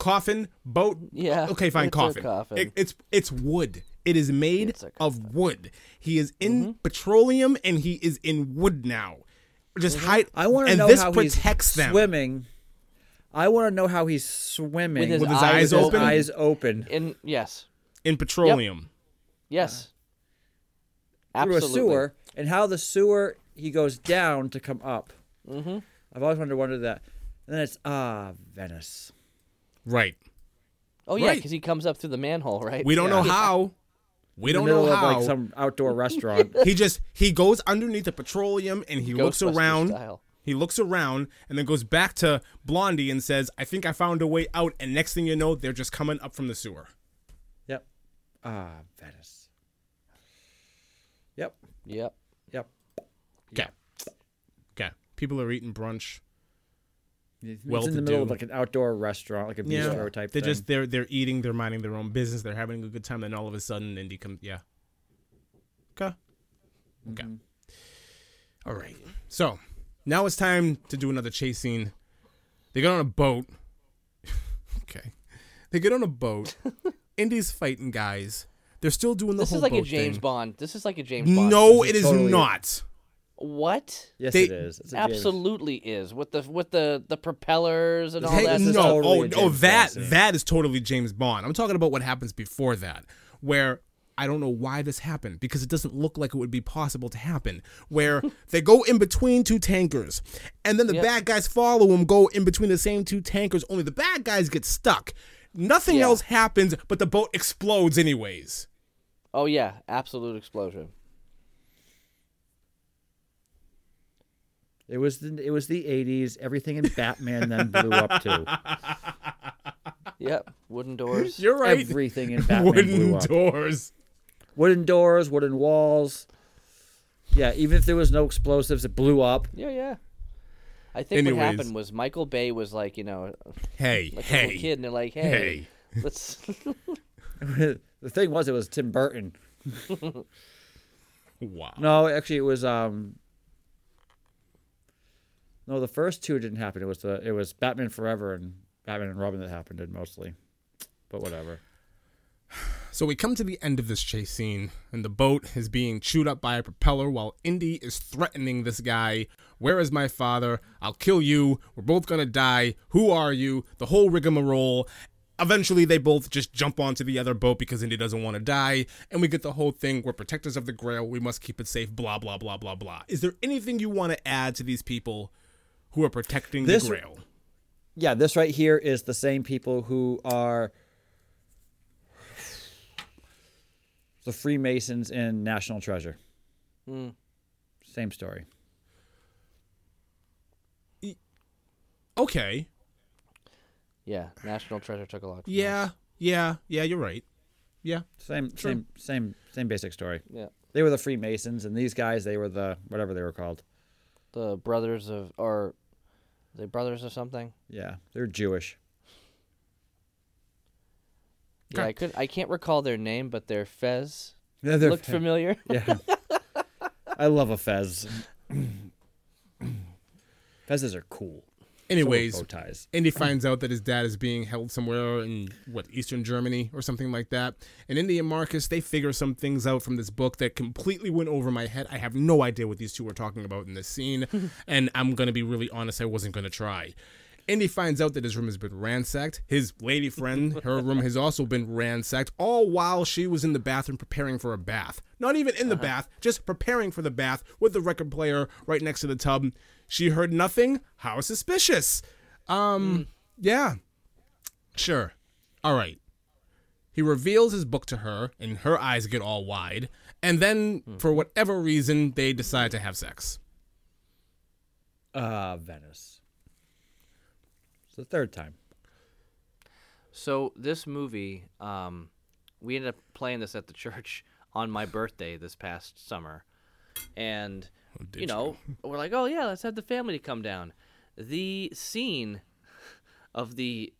S1: coffin boat.
S2: Yeah,
S1: Okay, fine.
S2: it's a
S1: coffin.
S2: coffin.
S1: It- it's it's wood. It is made
S2: It's a Mm-hmm.
S1: of wood. He is in petroleum and he is in wood now. Just
S2: Mm-hmm.
S1: hide.
S3: i want to
S1: and
S3: know
S1: this
S3: how
S1: protects
S3: he's
S1: them.
S3: swimming i want to know how he's swimming
S2: his
S1: With his eyes
S3: with his
S1: open?
S3: eyes open
S2: In yes.
S1: in petroleum.
S2: Yes.
S3: through
S2: Absolutely.
S3: a sewer and how the sewer he goes down to come up. Mm-hmm. I've always wondered, wondered that. And then it's ah Venice.
S1: Right.
S2: Oh yeah,
S1: Right.
S2: because he comes up through the manhole, right?
S1: We don't know how. We
S3: In
S1: don't
S3: the middle
S1: know
S3: of
S1: how.
S3: like some outdoor restaurant.
S1: he just he goes underneath the petroleum and he looks
S2: Ghostbusters
S1: around.
S2: style.
S1: He looks around and then goes back to Blondie and says, "I think I found a way out." And next thing you know, they're just coming up from the sewer.
S3: yep. Ah Venice. Yep.
S2: Yep.
S3: Yep.
S1: Okay. Okay. People are eating brunch.
S3: It's in
S1: Well-to-do.
S3: the middle of like an outdoor restaurant, like a bistro type
S1: They're
S3: thing.
S1: just they're they're eating, they're minding their own business, they're having a good time, then all of a sudden Indy comes yeah. Okay. Okay. All right. So now it's time to do another chase scene. They get on a boat. okay. They get on a boat. Indy's fighting guys. They're still doing the
S2: This
S1: whole
S2: is like a
S1: boat
S2: James
S1: thing.
S2: Bond. This is like a James Bond.
S1: No, it
S3: This is
S1: is
S3: totally-
S1: not.
S2: What?
S3: Yes,
S1: They-
S3: it is. It's a James-
S2: Absolutely is with the with the the propellers and all
S1: Hey,
S2: that.
S1: no,
S3: is
S2: stuff.
S3: totally
S1: oh,
S3: a
S1: oh,
S3: James
S1: that
S3: Bond scene.
S1: that is totally James Bond. I'm talking about what happens before that, where I don't know why this happened because it doesn't look like it would be possible to happen. Where they go in between two tankers, and then the bad guys follow them, go in between the same two tankers. Only the bad guys get stuck. Nothing
S2: Yeah.
S1: else happens, but the boat explodes anyways.
S2: Oh yeah, absolute explosion.
S3: It was the it was the eighties. Everything in Batman then blew up too.
S2: Yep, wooden doors.
S1: You're right.
S3: Everything in Batman blew
S1: Wooden
S3: up.
S1: doors.
S3: wooden doors, wooden walls. Yeah, even if there was no explosives, it blew up.
S2: yeah, yeah. I think what
S1: Anyways.
S2: happened was Michael Bay was like, you know,
S1: Hey,
S2: like a
S1: hey,
S2: little kid, and they're like, hey.
S1: hey.
S2: let's
S3: the thing was, it was Tim Burton.
S1: Wow.
S3: No, actually, it was um. No, the first two didn't happen. It was the it was Batman Forever and Batman and Robin that happened, and mostly, but whatever.
S1: So we come to the end of this chase scene, and the boat is being chewed up by a propeller while Indy is threatening this guy. Where is my father? I'll kill you. We're both gonna die. Who are you? The whole rigmarole. Eventually, they both just jump onto the other boat because Indy doesn't want to die, and we get the whole thing. We're protectors of the Grail. We must keep it safe. Blah blah blah blah blah. Is there anything you want to add to these people who are protecting
S3: This-
S1: the Grail?
S3: Yeah, this right here is the same people who are the Freemasons in National Treasure. Same story.
S1: Okay.
S2: yeah national treasure took a lot from us.
S1: Yeah. Yeah. Yeah. You're right. Yeah.
S3: Same, same, same, same basic story.
S2: yeah
S3: They were the Freemasons, and these guys, they were the whatever they were called.
S2: the brothers of or the brothers of something
S3: Yeah, they're Jewish.
S2: yeah i could i can't recall their name but their fez
S3: Yeah, they're
S2: looked familiar
S3: Yeah, I love a fez. Fezzes are cool. So are
S1: Anyways.
S3: bow ties.
S1: Indy finds out that his dad is being held somewhere in what Eastern Germany or something like that. And Indy and Marcus they figure some things out from this book that completely went over my head. I have no idea what these two were talking about in this scene, and I'm gonna be really honest, I wasn't gonna try. Indy finds out that his room has been ransacked. His lady friend, her room has also been ransacked, all while she was in the bathroom preparing for a bath. Not even in the bath, just preparing for the bath with the record player right next to the tub. She heard nothing. How suspicious. Um, yeah. Sure. All right. He reveals his book to her, and her eyes get all wide. And then, for whatever reason, they decide to have sex.
S3: Ah, Venice. It's the third time.
S2: so this movie um we ended up playing this at the church on my birthday this past summer and you know we're like oh yeah let's have the family to come down the scene of the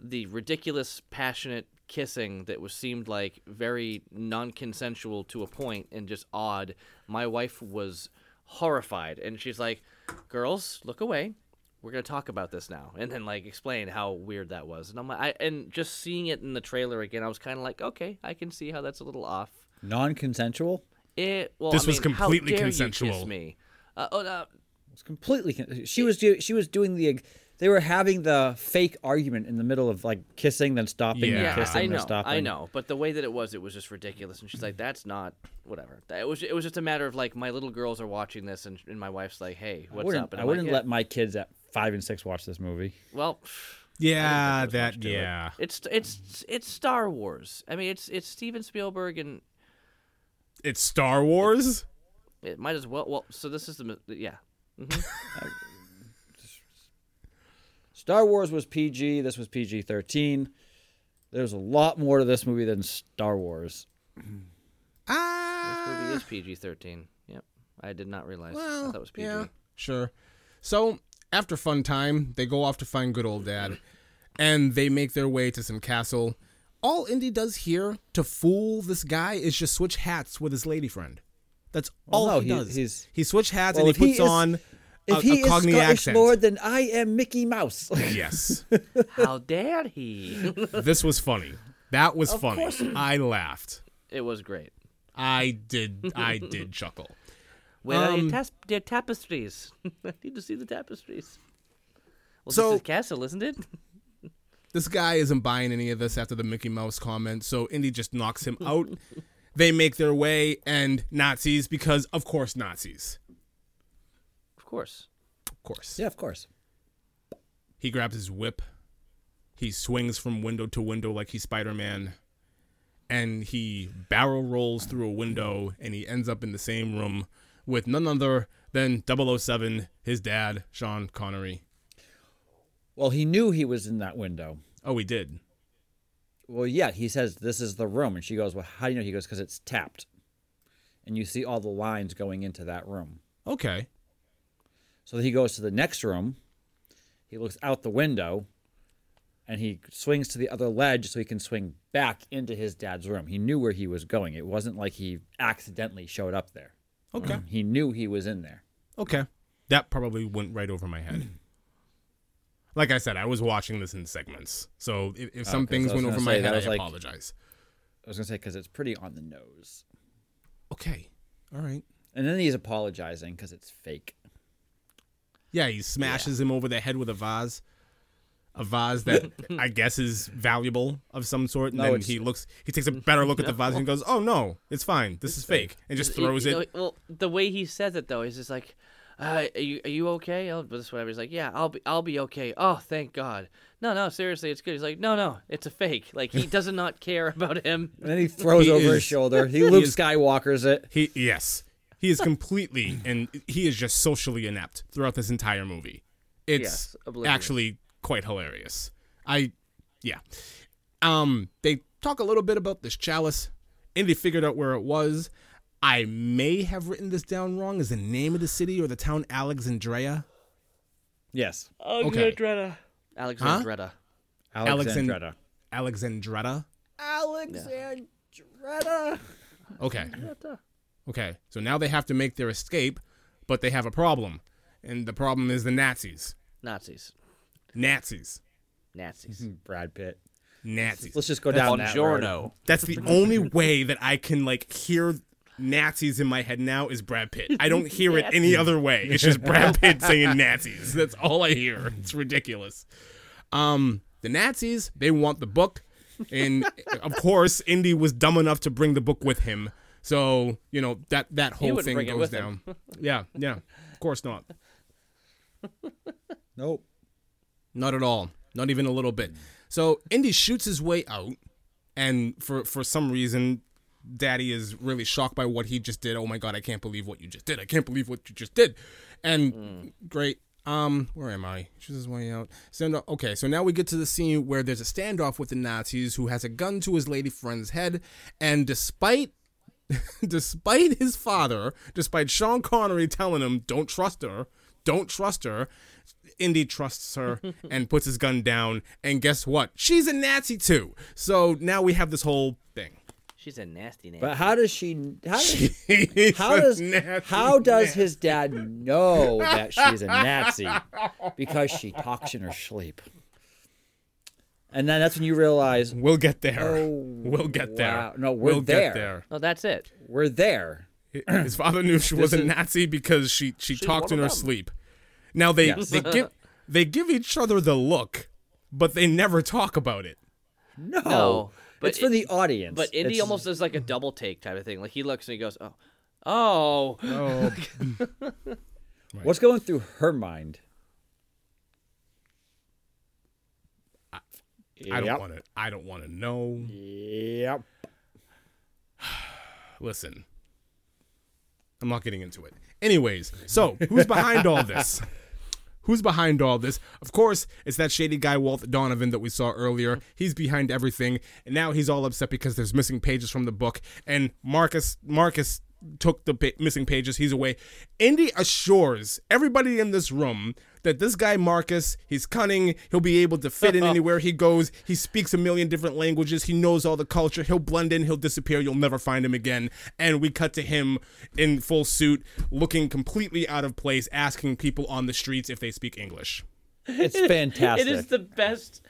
S2: the ridiculous passionate kissing that was seemed like very non-consensual to a point and just odd my wife was horrified and she's like girls look away we're gonna talk about this now and then like explain how weird that was and i'm like I, and just seeing it in the trailer again i was kind of like okay i can see how that's a little off
S3: Non-consensual.
S2: it well
S1: This
S2: I
S1: was
S2: mean, how
S1: completely
S2: dare you kiss
S1: consensual.
S2: me uh, oh no
S3: It's completely. Con- she was. Do- she was doing the. They were having the fake argument in the middle of like kissing, then stopping,
S1: Yeah.
S3: then
S2: Yeah,
S3: kissing,
S2: I
S3: then
S2: know,
S3: stopping.
S2: I know, but the way that it was, it was just ridiculous. And she's like, "That's not whatever." That- It was, it was just a matter of like my little girls are watching this, and, and my wife's like, "Hey,
S3: I
S2: what's
S3: wouldn't,
S2: up?" And
S3: I
S2: I'm
S3: wouldn't
S2: like,
S3: let my kids at five and six watch this movie.
S2: yeah, Well,
S1: Yeah,
S2: think there was much
S1: that.
S2: to it.
S1: Yeah.
S2: it's it's it's Star Wars. I mean, it's it's Steven Spielberg, and
S1: It's Star Wars.
S2: it might as well. Well, so this is the mo- yeah.
S3: Star Wars was PG. This was PG 13. There's a lot more to this movie than Star Wars.
S1: Ah.
S2: This movie is PG thirteen. Yep, I did not realize. I
S1: Well,
S2: thought it was PG.
S1: Yeah, sure. So after fun time, they go off to find good old dad, and they make their way to some castle. All Indy does here to fool this guy is just switch hats with his lady friend. That's all
S3: Oh, no,
S1: he
S3: he-
S1: does.
S3: he's-
S1: he switch hats
S3: Well,
S1: and
S3: if
S1: he
S3: he
S1: puts
S3: is-
S1: on a,
S3: If he
S1: a
S3: is
S1: Cockney
S3: Scottish
S1: accent.
S3: Lord, then I am Mickey Mouse.
S1: Yes,
S2: How dare he?
S1: this was funny. That was funny. I laughed.
S2: it was great.
S1: I did. I did chuckle.
S2: Where are
S1: Um,
S2: your, tas- your tapestries? I need to see the tapestries. Well,
S1: So-
S2: this is castle, isn't it?
S1: This guy isn't buying any of this after the Mickey Mouse comment, so Indy just knocks him out. they make their way, and Nazis, because of course Nazis.
S2: Of course.
S1: Of course.
S3: Yeah, of course.
S1: He grabs his whip. He swings from window to window like he's Spider Man. And he barrel rolls through a window and he ends up in the same room with none other than 007, his dad, Sean Connery.
S3: Well, he knew he was in that window.
S1: Oh, he did.
S3: Well, yeah, he says this is the room, and she goes, "Well, how do you know?" He goes, "Because it's tapped," and you see all the lines going into that room.
S1: Okay.
S3: So he goes to the next room. He looks out the window, and he swings to the other ledge so he can swing back into his dad's room. He knew where he was going. It wasn't like he accidentally showed up there.
S1: Okay.
S3: He knew he was in there.
S1: Okay. That probably went right over my head. Like I said, I was watching this in segments. So if, if some
S3: Oh, Okay,
S1: things
S3: so
S1: went
S3: I was gonna
S1: over my
S3: say, that
S1: head, I
S3: was like-
S1: apologize.
S3: I was gonna say because it's pretty on the nose.
S1: Okay. All right.
S3: And then he's apologizing because it's fake.
S1: Yeah, he smashes him over the head with a vase. A vase that I guess is valuable of some sort. And
S3: No,
S1: then
S3: it's-
S1: he looks he takes a better look at the vase and goes, Oh no, it's fine. This is fake. And just
S2: You-
S1: throws
S2: you know,
S1: it.
S2: well, the way he says it though is just like, uh, "Are you are you okay?" Oh, this whatever. He's like, "Yeah, I'll be I'll be okay." Oh, thank God. No, no, seriously, it's good. He's like, "No, no, it's a fake." Like he does not care about him.
S3: And then he throws
S1: He
S3: over
S1: is-
S3: his shoulder. He Luke
S1: is-
S3: Skywalker's it.
S1: He yes. He is completely and he is just socially inept throughout this entire movie. It's
S2: Yes, oblivious.
S1: actually quite hilarious. I yeah. Um they talk a little bit about this chalice. Indy figured out where it was. I may have written this down wrong. Is the name of the city or the town Alexandria?
S3: Yes,
S1: Okay.
S2: Alexandretta.
S1: Alexand-
S3: Alexandretta.
S1: Alexandretta.
S3: Alexandretta.
S1: Okay. Okay. So now they have to make their escape, but they have a problem. And the problem is the Nazis.
S2: Nazis.
S1: Nazis.
S2: Nazis.
S3: Brad Pitt.
S1: Nazis.
S3: Let's just go down that road.
S4: Buongiorno.
S1: That's the only way that I can like hear Nazis in my head now is Brad Pitt. I don't hear it any other way. It's just Brad Pitt saying Nazis. That's all I hear. It's ridiculous. Um, the Nazis, they want the book. And of course, Indy was dumb enough to bring the book with him. So, you know, that that whole
S2: wouldn't
S1: thing
S2: bring it
S1: goes
S2: with
S1: down.
S2: him.
S1: Yeah, yeah. Of course not.
S3: Nope.
S1: Not at all. Not even a little bit. So Indy shoots his way out, and for for some reason, Daddy is really shocked by what he just did. Oh my God! I can't believe what you just did. I can't believe what you just did. And great. Um, where am I? Shoots his way out. So no, okay. So now we get to the scene where there's a standoff with the Nazis, who has a gun to his lady friend's head, and despite despite his father, despite Sean Connery telling him, don't trust her, don't trust her, Indy trusts her and puts his gun down. And guess what? She's a Nazi too. So now we have this whole thing.
S2: She's a nasty name.
S3: But how does she? How does?
S1: He's
S3: How
S1: a
S3: does?
S1: Nazi.
S3: How does his dad know that she's a Nazi? Because she talks in her sleep. And then that's when you realize
S1: We'll get there.
S3: Oh,
S1: we'll get there.
S3: wow. No, we're
S1: we'll get
S3: there.
S1: there.
S2: oh, that's it.
S3: we're there.
S1: His father knew she was a
S3: is-
S1: Nazi because she she talked
S2: one
S1: in
S2: of
S1: her
S2: them.
S1: sleep. Now they they give they give each other the look, but they never talk about it.
S3: No,
S2: No, but
S3: it's for
S2: it-
S3: the audience.
S2: But Indy
S3: It's-
S2: almost does like a double take type of thing. Like he looks and he goes, "Oh, oh,
S1: Oh,
S3: What's going through her mind?
S1: I don't
S3: Yep.
S1: want to. I don't want to know.
S3: Yep.
S1: Listen, I'm not getting into it. Anyways, so who's behind all this? Who's behind all this? Of course, it's that shady guy Walt Donovan that we saw earlier. He's behind everything, and now he's all upset because there's missing pages from the book. And Marcus, Marcus took the pa- missing pages. He's away. Indy assures everybody in this room that this guy Marcus, he's cunning. He'll be able to fit in anywhere he goes. He speaks a million different languages. He knows all the culture. He'll blend in. He'll disappear. You'll never find him again. And we cut to him in full suit, looking completely out of place, asking people on the streets if they speak English.
S3: It's fantastic.
S2: it is the best."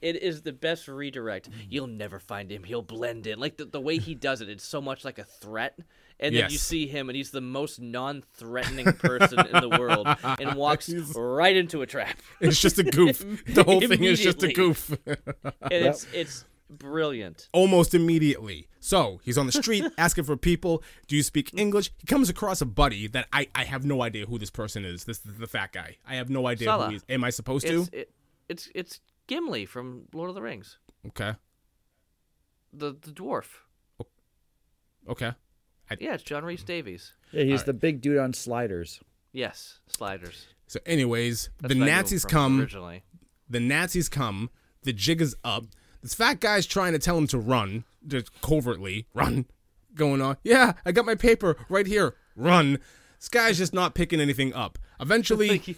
S2: It is the best redirect. You'll never find him. He'll blend in. Like the, the way he does it, it's so much like a threat. And then you
S1: Yes.
S2: see him, and he's the most non-threatening person in the world, and walks right into a trap.
S1: It's just a goof. The whole thing is just a
S2: Immediately.
S1: goof.
S2: And it's it's brilliant.
S1: almost immediately. So he's on the street asking for people. Do you speak English? He comes across a buddy that I, I have no idea who this person is. This is the fat guy. I have no idea
S2: Sala.
S1: who he is. Am I supposed to?
S2: It's it, it's it's Gimli from Lord of the Rings,
S1: Okay.
S2: the the dwarf.
S1: Okay.
S2: Yeah, it's John Reese Davies.
S3: Yeah, he's the big dude on sliders.
S2: Yes, sliders.
S1: So, anyways,
S2: That's
S1: the
S2: what I knew him
S1: Nazis
S2: from
S1: come.
S2: originally.
S1: The Nazis come. The jig is up. This fat guy's trying to tell him to run, just covertly run, going on. Yeah, I got my paper right here. Run. This guy's just not picking anything up. Eventually,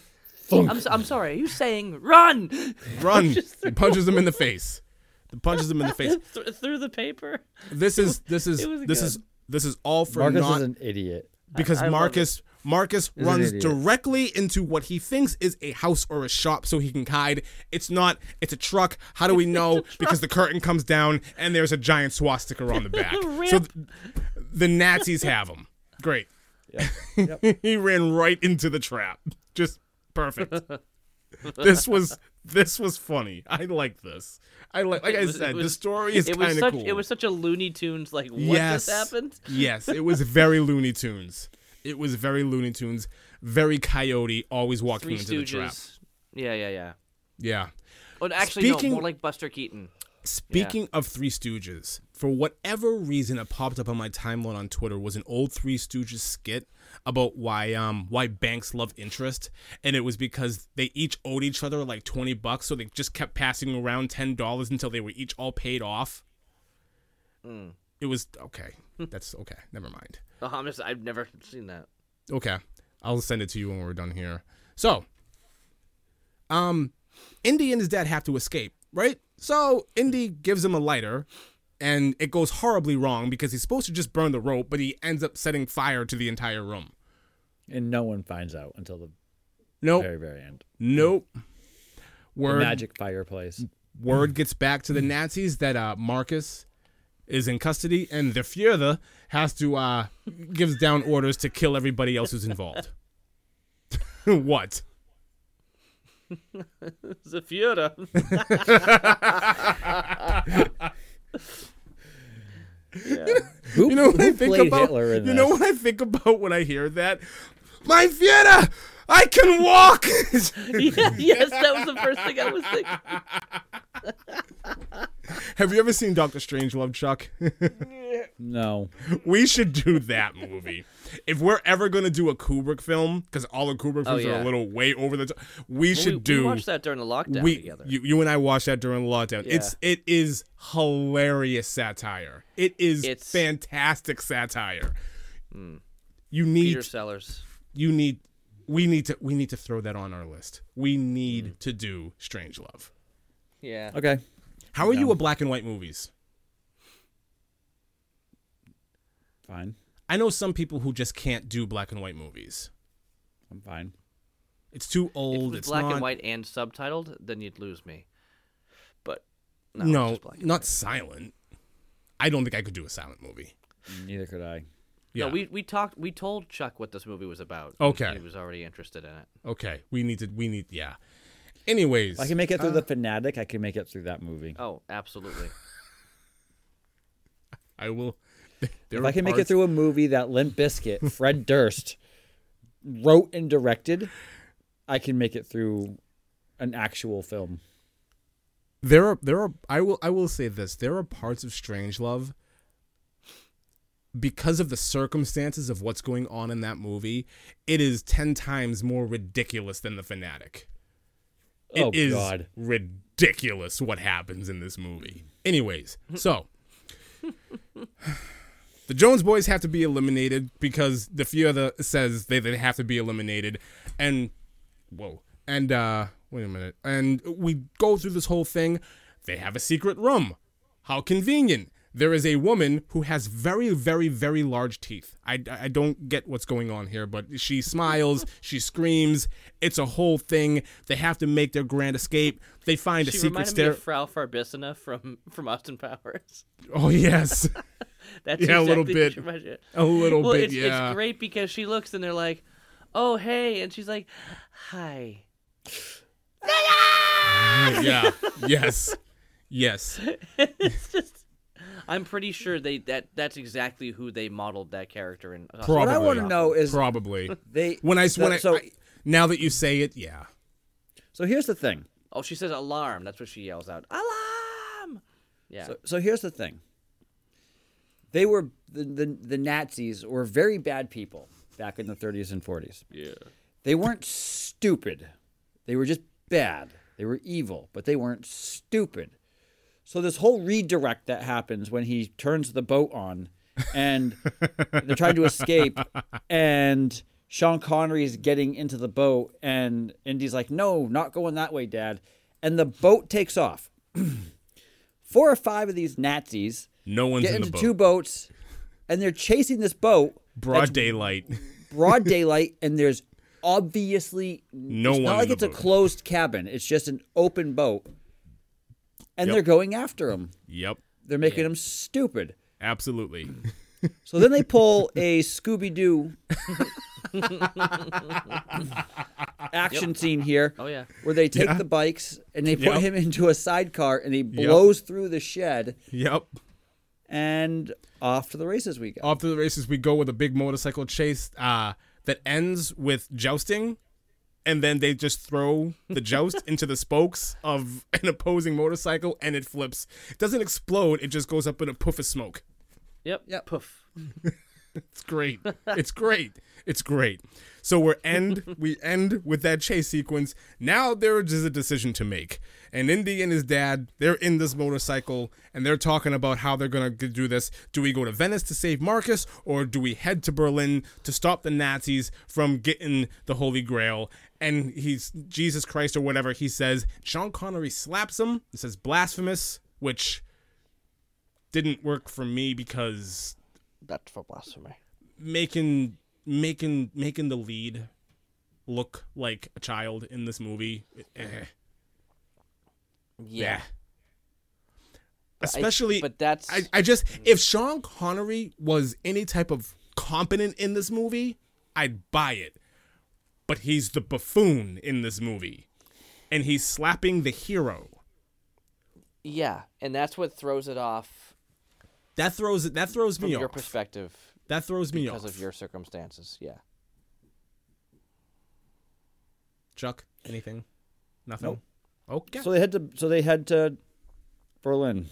S2: I'm, so, I'm sorry. Are you saying run Th-
S1: run. He punches him in the face. He punches him in the face.
S2: through the paper?
S1: This is this is
S2: was
S1: this
S2: good.
S1: is this is all for
S3: Marcus
S1: not
S3: is an idiot.
S1: because
S2: I love it.
S1: Marcus Marcus
S3: an
S1: runs
S3: idiot.
S1: directly into what he thinks is a house or a shop so he can hide. It's not. It's a truck. How do we know? because the curtain comes down and there's a giant swastika on the back. so th- the Nazis have him. Great. he ran right into the trap. Just perfect. this was this was funny. I like this. I like like I
S2: was- it
S1: said the
S2: was-
S1: story is
S2: it was
S1: kind of
S2: such
S1: cool.
S2: it was such a Looney Tunes like what
S1: yes.
S2: just happened?
S1: yes, it was very Looney Tunes. It was very Looney Tunes, very coyote, always walking
S2: Three
S1: into
S2: Stooges.
S1: the trap.
S2: Yeah, yeah, yeah.
S1: Yeah.
S2: Oh, actually,
S1: Speaking-
S2: no, more like Buster Keaton.
S1: Speaking of Three Stooges, for whatever reason, it popped up on my timeline on Twitter was an old Three Stooges skit about why um why banks love interest, and it was because they each owed each other like twenty bucks, so they just kept passing around ten dollars until they were each all paid off.
S2: Mm.
S1: It was okay. That's okay. Never mind.
S2: Oh, I'm just I've never seen that.
S1: Okay. I'll send it to you when we're done here. So, um, Indy and his dad have to escape, right? So Indy gives him a lighter, and it goes horribly wrong because he's supposed to just burn the rope, but he ends up setting fire to the entire room.
S3: And no one finds out until the
S1: Nope.
S3: very, very end.
S1: Nope. Word
S3: Magic fireplace.
S1: word gets back to the Nazis that uh, Marcus is in custody, and the Führer has to uh, gives down orders to kill everybody else who's involved. what?
S2: The Führer.
S3: Who,
S1: You know what
S3: who
S1: I think
S3: played
S1: about?
S3: Hitler in
S1: you know
S3: this?
S1: what I think about when I hear that? My Vienna, I can walk.
S2: yeah, yes, that was the first thing I was thinking.
S1: Have you ever seen Doctor Strangelove, Chuck?
S3: No.
S1: we should do that movie. If we're ever gonna do a Kubrick film, because all the Kubrick films
S2: Oh,
S1: are
S2: yeah.
S1: a little way over the top, we
S2: We-
S1: should
S2: we,
S1: do.
S2: watched that during the lockdown
S1: we
S2: together.
S1: you, you and I watched that during lockdown. It's it is hilarious satire. It is
S2: It's- Hmm.
S1: fantastic satire. You need
S2: Peter Sellers.
S1: you need we need to we need to throw that on our list. We need to do Strange Love.
S2: Yeah.
S3: Okay.
S1: How are you with black and white movies?
S3: Fine.
S1: I know some people who just can't do black and white movies.
S3: I'm fine.
S1: It's too
S2: If it
S1: old.
S2: was
S1: it's
S2: black
S1: not,
S2: and white and subtitled, then you'd lose me. But no,
S1: No,
S2: it's just black and
S1: not silent. I don't think I could do a silent movie.
S3: Neither could I.
S1: Yeah.
S2: No, we we talked. We told Chuck what this movie was about.
S1: Okay.
S2: he was already interested in it.
S1: okay, we need to. We need. Yeah. Anyways,
S3: If I can make it
S1: Uh,
S3: through the fanatic. I can make it through that movie.
S2: Oh, absolutely.
S1: I will. There
S3: If
S1: are
S3: I can make it
S1: parts-
S3: through a movie that Limp Biscuit, Fred Durst, wrote and directed, I can make it through an actual film.
S1: there are there are I will I will say this there are parts of Strangelove because of the circumstances of what's going on in that movie it is 10 times more ridiculous than the fanatic It is
S3: oh God.
S1: ridiculous what happens in this movie anyways so the Jones boys have to be eliminated because the Fiora says they, they have to be eliminated. And whoa. And uh wait a minute. And we go through this whole thing. They have a secret room. How convenient. There is a woman who has very, very, very large teeth. I, I don't get what's going on here, but she smiles, she screams. It's a whole thing. They have to make their grand escape. They find a
S4: She
S1: secret
S4: reminded me
S1: stair.
S4: of Frau Farbissina from from Austin Powers.
S1: oh yes,
S4: That's
S1: Yeah, a
S4: exactly
S1: little
S4: what
S1: bit.
S4: she reminded me of.
S1: a little
S4: well,
S1: bit.
S4: it's,
S1: yeah.
S4: it's great because she looks and they're like, "Oh, hey," and she's like, "Hi."
S1: yeah. Yes. Yes.
S4: it's just, I'm pretty sure they that that's exactly who they modeled that character in.
S2: Oh,
S1: Probably.
S3: What I want to know is
S1: Probably.
S3: they
S1: When I
S3: so,
S1: when I,
S3: so,
S1: I- now that you say it, yeah.
S3: so here's the thing.
S4: Oh, she says alarm. That's what she yells out. Alarm. Yeah.
S3: So, so here's the thing. They were the, the the Nazis were very bad people back in the 30s and 40s.
S4: yeah.
S3: They weren't stupid. They were just bad. They were evil, but they weren't stupid. So this whole redirect that happens when he turns the boat on and they're trying to escape and Sean Connery's getting into the boat and Indy's like, "No, not going that way, dad." And the boat takes off. Four or five of these Nazis
S1: No one's
S3: get
S1: in
S3: into
S1: the boat.
S3: two boats and they're chasing this boat
S1: Broad daylight.
S3: broad daylight and there's obviously
S1: No
S3: it's
S1: one
S3: not
S1: in
S3: like
S1: the
S3: it's a
S1: boat.
S3: closed cabin it's just an open boat and they're going after him
S1: Yep.
S3: they're making him stupid
S1: Absolutely.
S3: so then they pull a scooby-doo action scene here
S4: Oh yeah.
S3: where they take the bikes and they put
S1: Yep.
S3: him into a sidecar and he blows through the shed
S1: Yep.
S3: and off to the races we go
S1: Off to the races we go with a big motorcycle chase uh, that ends with jousting, and then they just throw the joust into the spokes of an opposing motorcycle, and it flips. It doesn't explode; it just goes up in a puff of smoke.
S4: Yep.
S3: Yep.
S4: Poof.
S1: It's great. It's great. It's great. So we're end we end with that chase sequence. Now there is a decision to make. And Indy and his dad, they're in this motorcycle and they're talking about how they're gonna g- do this. Do we go to Venice to save Marcus, or do we head to Berlin to stop the Nazis from getting the Holy Grail? And he's Jesus Christ or whatever he says. Sean Connery slaps him. He says blasphemous, which didn't work for me because
S2: That's for blasphemy.
S1: making making making the lead look like a child in this movie. eh,
S2: Yeah.
S1: Especially
S2: but that's
S1: I, I just if Sean Connery was any type of competent in this movie, I'd buy it. But he's the buffoon in this movie. And he's slapping the hero.
S2: yeah, and that's what throws it off
S1: That throws that throws
S2: from
S1: me
S2: your
S1: off.
S2: perspective
S1: that throws me
S2: because
S1: off.
S2: of your circumstances. Yeah.
S1: Chuck, anything? Nothing. Okay.
S3: so they had to so they had to berlin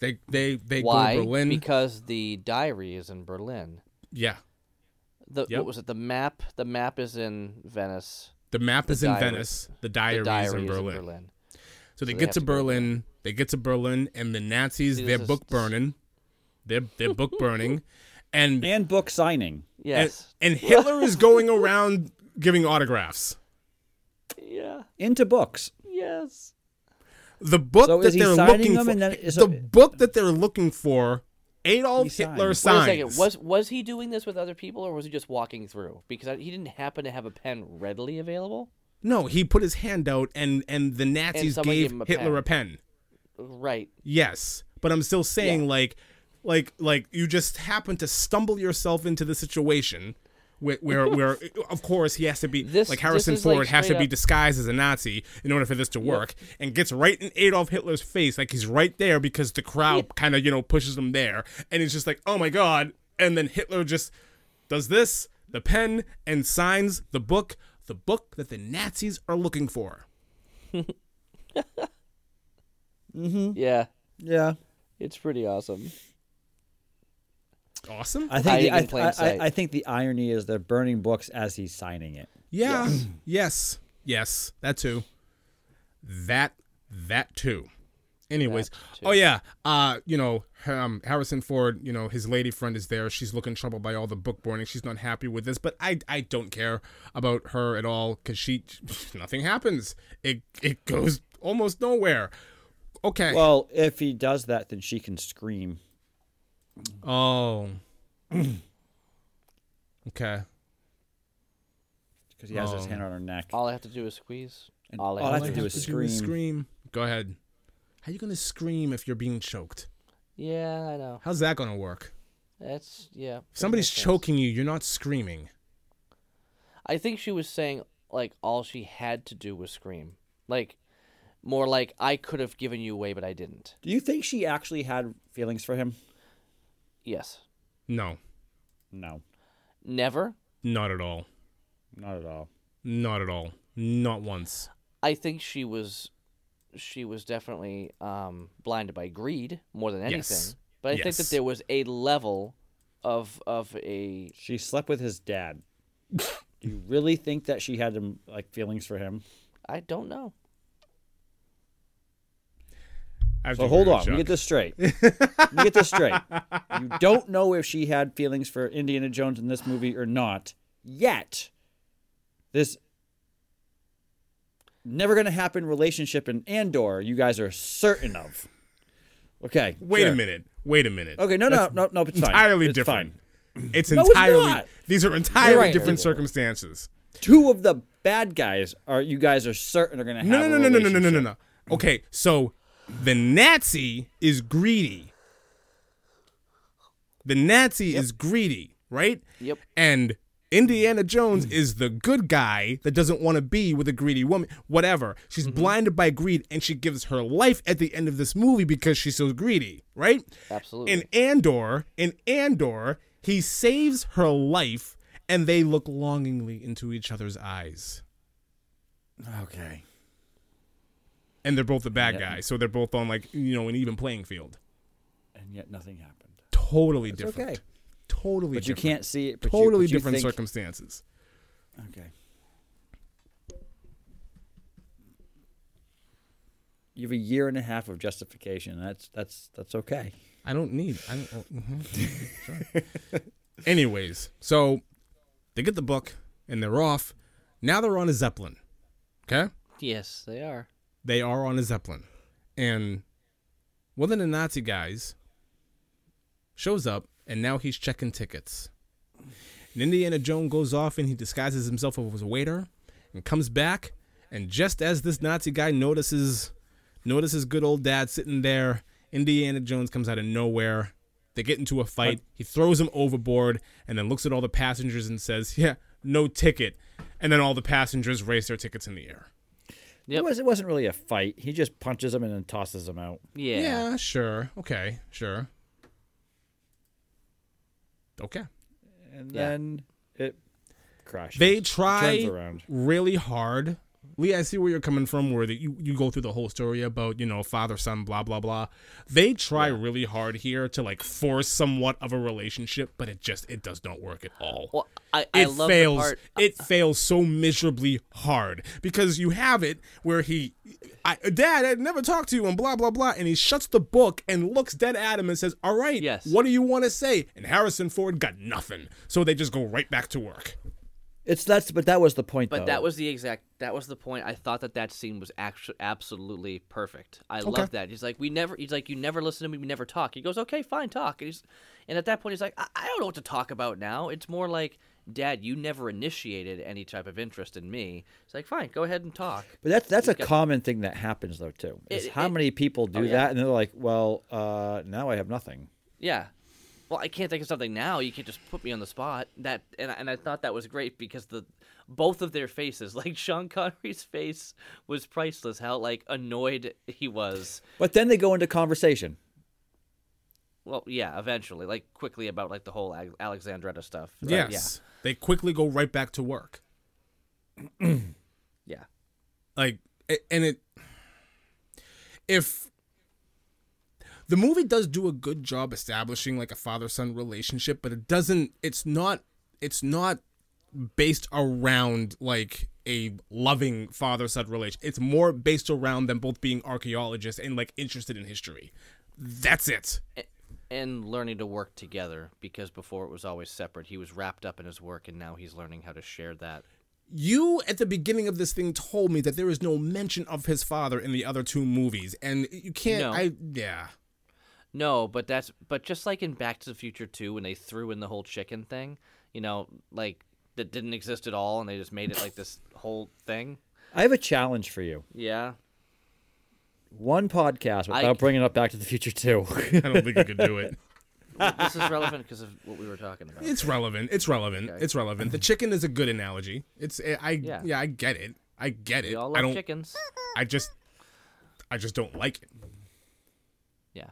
S1: they they they
S2: Why?
S1: go to Berlin.
S2: Because the diary is in Berlin.
S1: yeah.
S2: The
S1: Yep.
S2: what was it? The map. The map is in Venice.
S1: The map is in
S2: diary-
S1: Venice. The diary,
S2: the diary
S1: is in Berlin.
S2: Is in Berlin.
S1: So they
S2: they
S1: get
S2: have
S1: to
S2: to go there.
S1: Berlin. They get to Berlin, and the Nazis
S2: See,
S1: they're
S2: this is-
S1: book burning. They're they're book burning, and and,
S3: and book signing
S2: Yes.
S1: and Hitler is going around giving autographs.
S2: yeah.
S3: into books
S2: Yes.
S1: The book
S3: So
S1: that
S3: is he
S1: they're
S3: signing
S1: looking
S3: them
S1: for.
S3: and then- so-
S1: the book that they're looking for. Adolf
S3: He
S1: Hitler
S3: signs.
S2: Wait a
S1: signs.
S2: second. Was was he doing this with other people, or was he just walking through? Because I, he didn't happen to have a pen readily available.
S1: no, he put his hand out, and and the Nazis
S2: somebody
S1: gave
S2: gave him a
S1: Hitler
S2: pen.
S1: a pen.
S2: Right.
S1: Yes, but I'm still saying like, like, like you just happen to stumble yourself into the situation where, where, where of course, he has to be
S2: This-
S1: like Harrison
S2: this is, like,
S1: Ford has to
S2: straight
S1: be
S2: up-
S1: disguised as a Nazi in order for this to work, and gets right in Adolf Hitler's face, like he's right there because the crowd kind of you know pushes him there, and he's just like, oh my god, and then Hitler just does this, the pen, and signs the book, the book that the Nazis are looking for.
S2: Yeah.
S3: yeah
S2: It's pretty awesome.
S1: Awesome.
S3: I think,
S2: Hiding
S3: the, I,
S2: in plain
S3: I- I-
S2: sight.
S3: I think the irony is they're burning books as he's signing it.
S1: Yeah. Yes. yes. That too. That that too. Anyways, oh yeah, uh, you know, um, Harrison Ford, you know, his lady friend is there. She's looking troubled by all the book burning. She's not happy with this, but I, I don't care about her at all because she, nothing happens. It, it goes almost nowhere. Okay,
S3: Well, if he does that, then she can scream.
S1: Oh. okay.
S3: because he has his
S1: Oh.
S3: hand on her neck.
S2: All I have to do is squeeze.
S3: And
S2: All I,
S3: all I
S2: have
S3: have
S2: to
S3: to do is scream.
S1: Go ahead. How you gonna scream if you're being choked?
S2: Yeah, I know.
S1: How's that gonna work?
S2: That's yeah.
S1: If somebody's
S2: choking.
S1: choking you, you're not screaming.
S2: I think she was saying like all she had to do was scream. Like more like I could have given you away but I didn't.
S3: Do you think she actually had feelings for him?
S2: Yes.
S1: No,
S3: No,
S2: Never.
S1: not at all.
S3: not at all.
S1: Not at all. Not once.
S2: I think she was she was definitely um blinded by greed more than anything.
S1: Yes.
S2: But I think
S1: Yes.
S2: that there was a level of of a
S3: She slept with his dad. do you really think that she had um, like feelings for him?
S2: I don't know.
S1: I have to
S3: So
S1: agree
S3: hold
S1: with
S3: on, we
S1: Chuck.
S3: get this straight. we get this straight. You don't know if she had feelings for Indiana Jones in this movie or not yet. This never going to happen relationship in Andor. You guys are certain of. Okay.
S1: Wait
S3: sure.
S1: a minute. Wait a minute.
S3: Okay. No. No. No. No. It's fine.
S1: Entirely
S3: It's
S1: different.
S3: fine.
S1: It's
S3: No, it's
S1: entirely.
S3: not.
S1: these are entirely
S3: right.
S1: different circumstances.
S3: Two of the bad guys are you guys are certain are going to have.
S1: No, no,
S3: a
S1: no, no, no, no, no, no,
S3: relationship.
S1: no, no. Okay, so the Nazi is greedy. The Nazi is greedy, right?
S2: Yep.
S1: And Indiana Jones
S3: Mm.
S1: is the good guy that doesn't want to be with a greedy woman. Whatever. She's
S3: Mm-hmm.
S1: blinded by greed, and she gives her life at the end of this movie because she's so greedy, right?
S2: Absolutely.
S1: in Andor, in Andor, he saves her life and they look longingly into each other's eyes.
S3: Okay.
S1: And they're both the bad guys, so they're both on like, you know, an even playing field.
S3: And yet nothing happened.
S1: Totally different.
S3: okay.
S1: Totally
S3: But you
S1: different.
S3: can't see it. But you-
S1: totally
S3: but you
S1: different
S3: think-
S1: circumstances.
S3: Okay. You have a year and a half of justification. That's that's that's okay.
S1: I don't need. I don't, oh, mhm. Sorry. Anyways, so they get the book and they're off. Now they're on a zeppelin. Okay,
S2: yes, they are.
S1: they are on a zeppelin, and one of the Nazi guys shows up, and now he's checking tickets. And Indiana Jones goes off, and he disguises himself as a waiter, and comes back. And just as this Nazi guy notices notices good old dad sitting there, Indiana Jones comes out of nowhere. They get into a fight. He throws him overboard, and then looks at all the passengers and says, "Yeah, no ticket." And then all the passengers raise their tickets in the air.
S2: Yep.
S3: It was it wasn't really a fight. He just punches him and then tosses him out.
S2: Yeah.
S1: Yeah, sure. Okay, sure. Okay.
S3: And
S2: Yeah.
S3: then it crashes.
S1: They
S3: It
S1: try
S3: turns around.
S1: really hard. Lee, I see where you're coming from, where that you, you go through the whole story about, you know, father, son, blah, blah, blah. They try really hard here to like force somewhat of a relationship, but it just it does not work at all.
S2: Well, I, I
S1: it
S2: love
S1: fails.
S2: the part
S1: It fails so miserably hard because you have it where he, I, Dad, I never talked to you, and blah blah blah, and he shuts the book and looks dead at him and says, "All right,
S2: Yes.
S1: what do you want to say?" And Harrison Ford got nothing, so they just go right back to work.
S3: It's that's but that was the point.
S2: But
S3: though.
S2: that was the exact. That was the point. I thought that that scene was actually absolutely perfect. I love that. He's like, we never. He's like, you never listen to me. We never talk. He goes, okay, fine, talk. And, he's, and at that point, he's like, I, I don't know what to talk about now. It's more like, Dad, you never initiated any type of interest in me. It's like, fine, go ahead and talk.
S3: But that's that's a common thing that happens though too. Is
S2: It- oh,
S3: how
S2: it-
S3: many people do that and they're like, well, uh, now I have nothing.
S2: Yeah. Well, I can't think of something now. You can't just put me on the spot. That and I- and I thought that was great because the both of their faces, like Sean Connery's face, was priceless. How like annoyed he was.
S3: But then they go into conversation.
S2: Well, yeah, eventually, like quickly about like the whole Ag- Alexandretta stuff. But,
S1: Yes, they quickly go right back to work.
S2: Yeah.
S1: like a- and it if the movie does do a good job establishing like a father-son relationship but it doesn't it's not it's not based around like a loving father-son relation it's more based around them both being archaeologists and like interested in history that's it
S2: Yeah. A- And learning to work together because before it was always separate. He was wrapped up in his work, and now he's learning how to share that.
S1: you at the beginning of this thing told me that there is no mention of his father in the other two movies and you can't
S2: No.
S1: i yeah
S2: No, but that's but just like in Back to the Future 2 when they threw in the whole chicken thing, you know, like that didn't exist at all and they just made it like this whole thing.
S3: I have a challenge for you.
S2: Yeah.
S3: One podcast without bringing up Back to the Future 2.
S1: I don't think you could do it.
S2: This is relevant because of what we were talking about.
S1: It's relevant. It's relevant. It's relevant. The chicken is a good analogy. It's eh, I I- yeah,
S2: Yeah.
S1: I get it. I get it.
S2: We all
S1: I
S2: love
S1: don't
S2: chickens.
S1: I just I just don't like it.
S2: Yeah.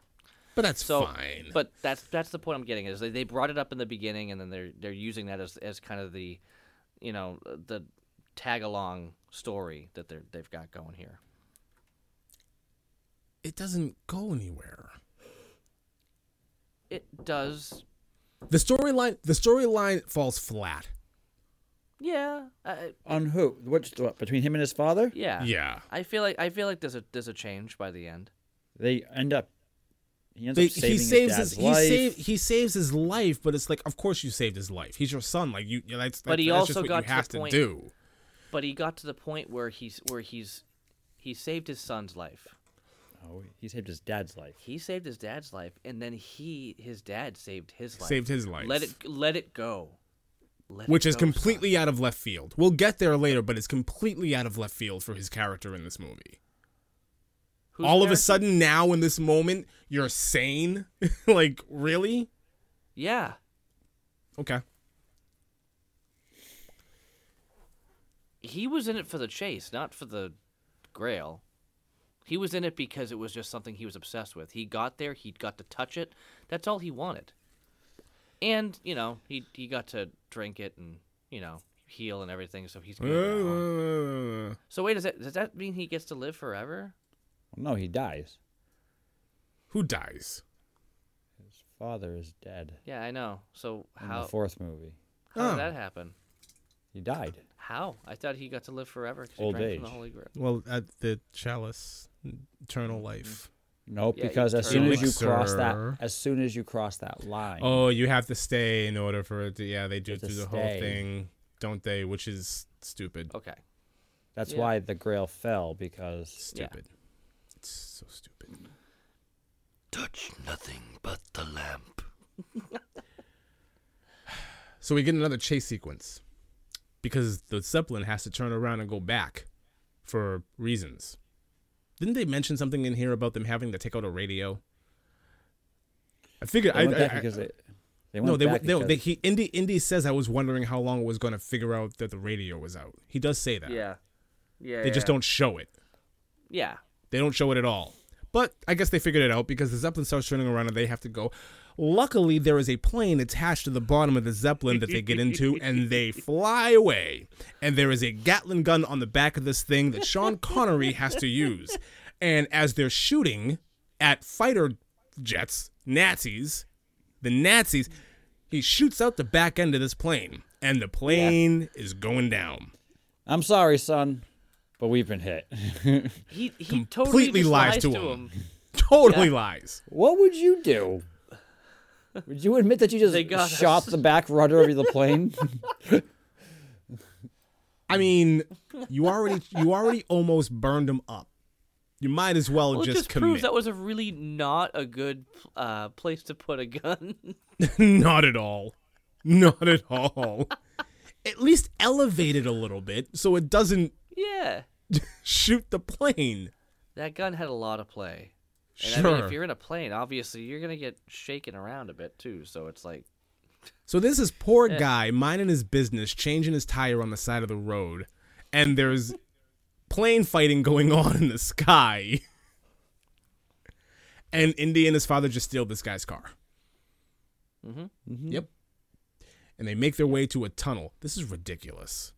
S1: But that's
S2: So,
S1: fine.
S2: but that's that's the point I'm getting is they, they brought it up in the beginning and then they're they're using that as, as kind of the, you know, the tag along story that they're they've got going here.
S1: it doesn't go anywhere.
S2: It does.
S1: The storyline the storyline falls flat.
S2: Yeah. I,
S3: On who? Which what, between him and his father?
S2: yeah.
S1: Yeah.
S2: I feel like I feel like there's a there's a change by the end.
S3: They end up. He ends
S1: They-
S3: up saving
S1: he saves
S3: his dad's
S1: his,
S3: life.
S1: he save, he saves his life, but it's like of course you saved his life. He's your son. Like you, you- that's,
S2: But he
S1: that's
S2: also
S1: just what
S2: got
S1: you
S2: to the
S1: have to,
S2: point-
S1: do.
S2: But he got to the point where he's where he's he saved his son's life.
S3: oh, he saved his dad's life.
S2: He saved his dad's life and then he his dad saved his life.
S1: Saved his life.
S2: Let it let it go. Let it
S1: which is
S2: go, son.
S1: completely out of left field. We'll get there later, but it's completely out of left field for his character in this movie.
S2: Who's
S1: All of a
S2: there?
S1: sudden, now in this moment, you're sane. like really?
S2: Yeah.
S1: Okay.
S2: He was in it for the chase, not for the grail. He was in it because it was just something he was obsessed with. He got there, he got to touch it. That's all he wanted. And, you know, he he got to drink it and, you know, heal and everything, so he's good. now.
S1: Uh,
S2: So wait, does that does that mean he gets to live forever?
S3: No, he dies.
S1: who dies?
S3: His father is dead
S2: Yeah, I know. So
S3: in
S2: how
S3: the fourth movie.
S2: how
S1: Oh.
S2: did that happen?
S3: He died.
S2: How? I thought he got to live forever because he
S3: Old
S2: drank from the
S3: age.
S2: Holy Grail.
S1: Well, at the chalice, eternal life.
S3: Nope,
S2: Yeah, he
S3: because as soon
S2: turned
S3: as you cross that,
S1: Elixir.
S3: as soon as you cross that line,
S1: Oh, you have to stay in order for it to. Yeah, they do
S3: It's a
S1: do the whole
S3: stay.
S1: thing, don't they? Which is stupid.
S2: Okay.
S3: that's
S2: yeah.
S3: why the Grail fell because
S2: Yeah.
S1: Stupid. It's so stupid.
S4: Touch nothing but the lamp.
S1: So we get another chase sequence because the Zeppelin has to turn around and go back for reasons. Didn't they mention something in here about them having to take out a radio? I figured.
S3: they
S1: I,
S3: went back
S1: I- I-
S3: because they, they went
S1: no, they,
S3: back
S1: no, they,
S3: because-
S1: he, Indy, Indy says I was wondering how long it was going to figure out that the radio was out. He does say that.
S2: Yeah. Yeah.
S1: They just don't show it.
S2: Yeah.
S1: They don't show it at all. But I guess they figured it out because the Zeppelin starts turning around and they have to go. Luckily, there is a plane attached to the bottom of the Zeppelin that they get into and they fly away. And there is a Gatlin gun on the back of this thing that Sean Connery has to use. And as they're shooting at fighter jets, Nazis, the Nazis, he shoots out the back end of this plane. And the plane is going down.
S3: I'm sorry, son, but we've been hit.
S2: He he totally
S1: Completely
S2: just
S1: lies
S2: lies,
S1: to
S2: to,
S1: him.
S2: him.
S1: Totally lies.
S3: what would you do? Would you admit that you
S2: They got
S3: just shot
S2: us.
S3: the back rudder of the plane?
S1: I mean, you already you already almost burned him up. You might as well,
S2: Well, it
S1: just,
S2: just
S1: commit.
S2: proves that was a really not a good uh, place to put a gun.
S1: Not at all. Not at all. at least elevate it a little bit so it doesn't
S2: yeah.
S1: shoot the plane.
S2: That gun had a lot of play. And
S1: Sure.
S2: I mean, if you're in a plane, obviously you're gonna get shaken around a bit too. So it's like,
S1: So this is poor guy minding his business, changing his tire on the side of the road, and there's plane fighting going on in the sky. And Indy and his father just steal this guy's car. Mm-hmm. Yep. And they make their way to a tunnel. This is ridiculous.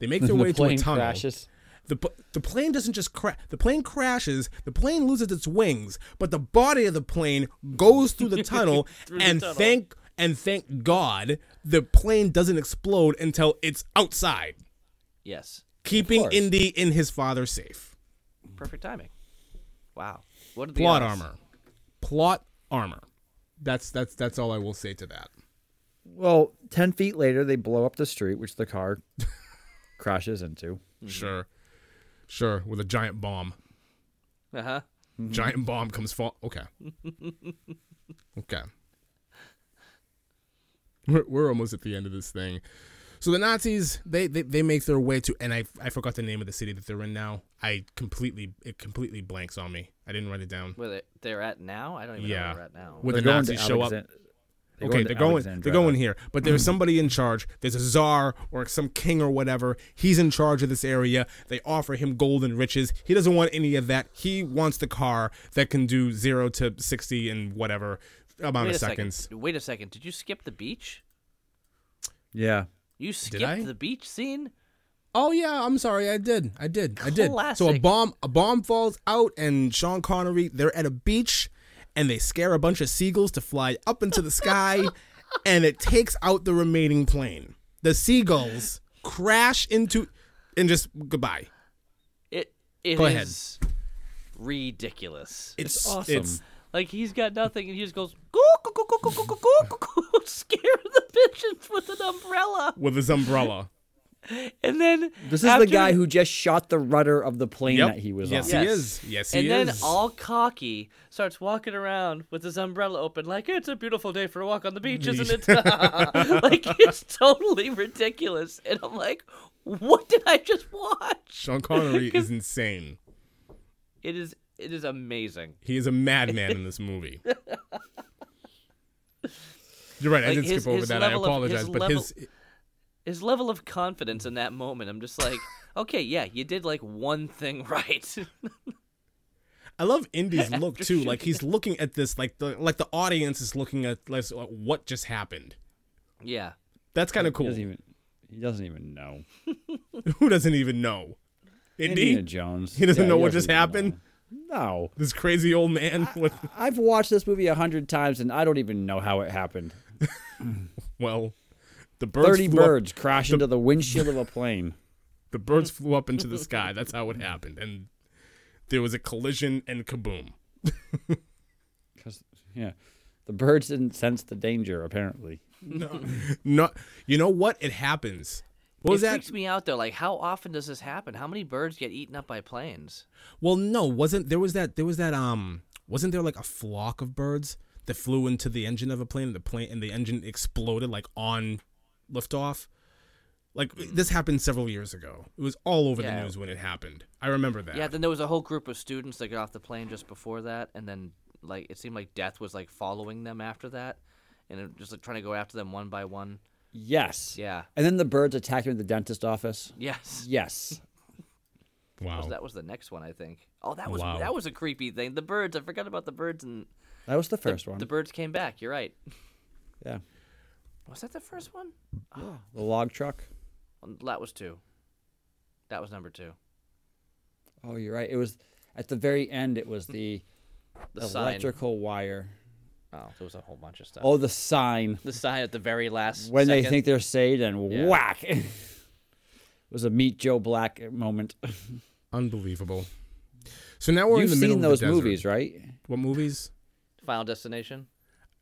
S1: They make their
S3: the
S1: way to a
S3: plane
S1: tunnel.
S3: crashes.
S1: The, p- the plane doesn't just crash. The plane crashes. The plane loses its wings, but the body of the plane goes through the tunnel. and thank and thank God the plane doesn't explode until it's outside,
S2: yes,
S1: keeping
S3: course.
S1: Indy and his father safe.
S2: perfect timing. Wow. What are the
S1: Plot
S2: odds?
S1: armor, plot armor. That's that's that's all I will say to that.
S3: Well, ten feet later, they blow up the street, which the car crashes into.
S1: Mm-hmm. Sure, sure. With a giant bomb.
S2: Uh huh.
S3: Mm-hmm.
S1: Giant bomb comes fall. Okay. okay. We're, we're almost at the end of this thing. So the Nazis, they, they, they make their way to, and I, I forgot the name of the city that they're in now. I completely, it completely blanks on me. I didn't write it down.
S4: Where they, they're at now? I don't even know
S1: Yeah.
S4: where they're at now.
S1: Where the
S3: They're going to
S1: Nazis show up.
S3: Alexan- they're
S1: okay,
S3: to
S1: they're going.
S3: Alexandria.
S1: They're going here, but there's somebody in charge. There's a czar or some king or whatever. He's in charge of this area. They offer him gold and riches. He doesn't want any of that. He wants the car that can do zero to sixty in whatever amount
S4: Wait
S1: of
S4: a second.
S1: seconds.
S4: Wait a second. Did you skip the beach?
S3: Yeah.
S4: You skipped
S1: I?
S4: the beach scene?
S1: Oh yeah, I'm sorry. I did. I did. I did. So a
S4: Classic.
S1: bomb a bomb falls out and Sean Connery they're at a beach and they scare a bunch of seagulls to fly up into the sky and it takes out the remaining plane. The seagulls crash into and just goodbye.
S4: It it is
S1: Go ahead.
S4: ridiculous.
S1: It's,
S3: awesome.
S1: It's,
S4: Like he's got nothing, and he just goes "Goo, goo, goo, goo, goo, goo, goo, goo, goo," scare the pigeons with an umbrella,
S1: with his umbrella.
S4: and then
S3: This is
S4: after-
S3: the guy who just shot the rudder of the plane
S1: Yep.
S3: that he was
S1: yes,
S3: on.
S1: he
S4: Yes.
S1: is. Yes, he
S4: And
S1: is.
S4: then all cocky starts walking around with his umbrella open, like it's a beautiful day for a walk on the beach, isn't it? like it's totally ridiculous, and I'm like, what did I just watch?
S1: Sean Connery is insane.
S4: It is it is amazing.
S1: He is a madman in this movie. You're right. I
S4: Like,
S1: did
S4: his-
S1: skip over
S4: his
S1: that. I
S4: level of- his
S1: apologize, but
S4: level-
S1: his
S4: His level of confidence in that moment, I'm just like, okay, yeah, you did like one thing right.
S1: I love Indy's look too. Like he's looking at this, like the like the audience is looking at like what just happened.
S4: yeah.
S1: That's kind of
S3: He
S1: cool.
S3: doesn't even. He doesn't even know.
S1: Who doesn't even know?
S3: Indiana
S1: Indy,
S3: Jones.
S1: he doesn't
S3: Yeah,
S1: know what just
S3: even know.
S1: happened.
S3: No.
S1: This crazy old man with
S3: I've watched this movie a hundred times and I don't even know how it happened.
S1: well, the birds.
S3: Thirty
S1: flew up-
S3: birds crash into the windshield of a plane.
S1: the birds flew up into the sky. That's how it happened, and there was a collision and kaboom.
S3: Cause yeah, the birds didn't sense the danger apparently.
S1: No, you know what? It happens. What was
S4: it
S1: that?
S4: freaks me out though. Like, how often does this happen? How many birds get eaten up by planes?
S1: Well, no, wasn't there was that there was that um wasn't there like a flock of birds that flew into the engine of a plane and the plane and the engine exploded like on liftoff? Like this happened several years ago. It was all over the
S4: Hmm. Yeah.
S1: news when it happened. I remember that.
S4: Yeah. Then there was a whole group of students that got off the plane just before that, and then like it seemed like death was like following them after that, and it, just like trying to go after them one by one.
S3: Yes.
S4: Yeah.
S3: And then the birds attacked him at the dentist office.
S4: Yes.
S3: Yes.
S1: wow.
S4: That was the next one, I think. Oh, that was
S1: Wow.
S4: that was a creepy thing. The birds. I forgot about the birds, and
S3: That was the first one.
S4: the birds came back. You're right.
S3: yeah.
S4: Was that the first one?
S3: The log truck.
S4: Um, That was two. That was number two.
S3: Oh, you're right. It was at the very end. It was the,
S4: The sign.
S3: electrical wire.
S4: Oh, there was a whole bunch of stuff.
S3: Oh, the sign.
S4: The sign at the very last.
S3: When they
S4: second.
S3: think they're saved and
S4: Yeah.
S3: whack. it was a meet Joe Black moment.
S1: Unbelievable. So now we're
S3: You've
S1: in the middle
S3: seen those
S1: of the desert.
S3: movies, right?
S1: What movies?
S4: Final Destination.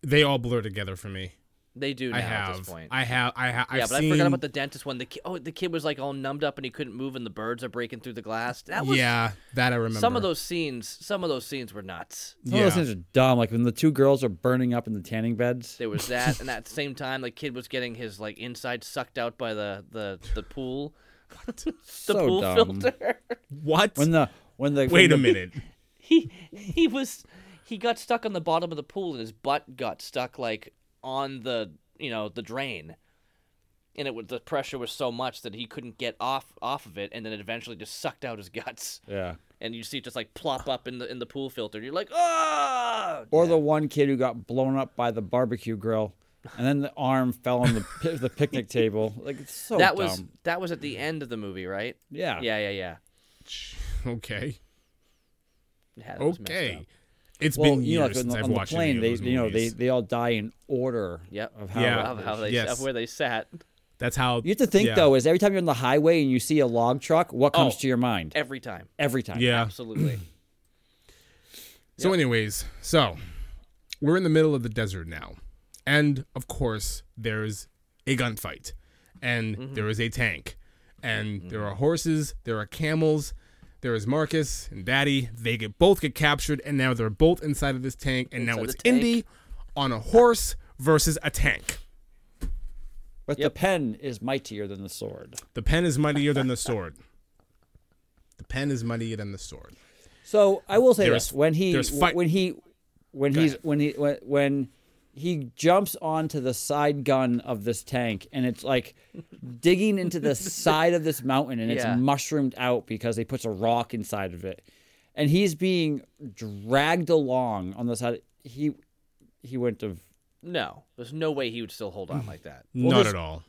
S1: They all blur together for me.
S4: They do now
S1: I
S4: at this
S1: have.
S4: point.
S1: I have. I have.
S4: yeah,
S1: I've
S4: but
S1: seen,
S4: I forgot about the dentist one. The ki- oh, the kid was like all numbed up and he couldn't move, and the birds are breaking through the glass. That was
S1: yeah, that I remember.
S4: some of those scenes. Some of those scenes were nuts.
S3: Some of
S1: Yeah.
S3: those things are dumb. Like when the two girls are burning up in the tanning beds.
S4: There was that, and at the same time, the kid was getting his like inside sucked out by the the the pool, the
S3: so
S4: pool
S3: dumb.
S4: filter.
S1: What?
S3: When the when the
S1: Wait
S3: when
S1: a
S3: the-
S1: minute.
S4: he he was he got stuck on the bottom of the pool, and his butt got stuck like on the you know the drain. And it was the pressure was so much that he couldn't get off off of it, and then it eventually just sucked out his guts.
S3: Yeah.
S4: and you see it just like plop up in the in the pool filter. And you're like, oh!
S3: Or the one kid who got blown up by the barbecue grill, and then the arm fell on the pi- the picnic table. Like it's so
S4: that
S3: dumb.
S4: was that was at the end of the movie, right?
S3: yeah.
S4: Yeah, yeah, yeah.
S1: Okay.
S4: Yeah, that was messed
S1: Okay.
S4: up.
S1: It's
S3: Well,
S1: been years
S3: you know, like on,
S1: since
S3: the-
S1: I've
S3: on the
S1: watched
S3: plane,
S1: any
S3: they
S1: of those
S3: you know they,
S1: movies.
S3: they all die in order.
S4: Yep.
S3: Of how
S1: Yeah.
S4: Of how they
S1: Yes.
S4: of where they sat.
S1: That's how
S3: You have to think
S1: yeah.
S3: though is every time you're on the highway and you see a log truck, what comes
S4: Oh.
S3: to your mind?
S4: Every time.
S3: Every time.
S1: Yeah.
S4: Absolutely.
S1: So, anyways, so we're in the middle of the desert now, and of course there's a
S3: Mm-hmm.
S1: gunfight, and there is a tank, and there are horses, there are camels, There is Marcus and Daddy. They get both get captured, and now they're both inside of this tank. And now
S2: Inside
S1: it's
S2: the tank.
S1: Indy on a horse versus a tank.
S3: But the pen is mightier than the sword.
S1: The pen is mightier than the sword. The pen is mightier than the sword.
S3: So I will say
S1: There's-
S3: this: when he
S1: there's fight-
S3: when he when he's
S1: ahead.
S3: when he when, when he jumps onto the side gun of this tank, and it's like digging into the side of this mountain, and
S2: Yeah.
S3: it's mushroomed out because they puts a rock inside of it, and he's being dragged along on the side. He he went of
S2: No, there's no way he would still hold on like that.
S1: Not
S3: this-
S1: at all.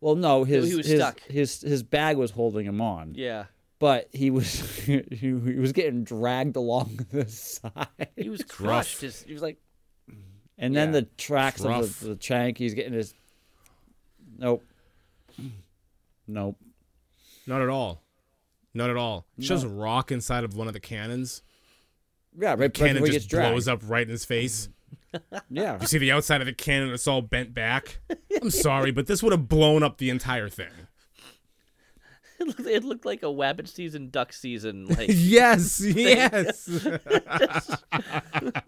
S3: well, no, his
S2: was
S3: his,
S2: stuck.
S3: his his bag was holding him on,
S2: Yeah,
S3: but he was he, he was getting dragged along the side.
S2: he was crushed. His, he was like,
S3: And then
S2: Yeah.
S3: the tracks
S1: Rough.
S3: of the, the Chank, he's getting his. Nope. Nope.
S1: Not at all. Not at all. Shoves a rock inside of one of the cannons.
S3: Yeah, right. right
S1: Cannon
S3: before he
S1: just
S3: gets dragged.
S1: blows up right in his face.
S3: Yeah.
S1: You see the outside of the cannon, it's all bent back. I'm sorry, but this would have blown up the entire thing.
S2: it looked, it looked like a wabbit season, duck season. Like,
S1: Yes, yes.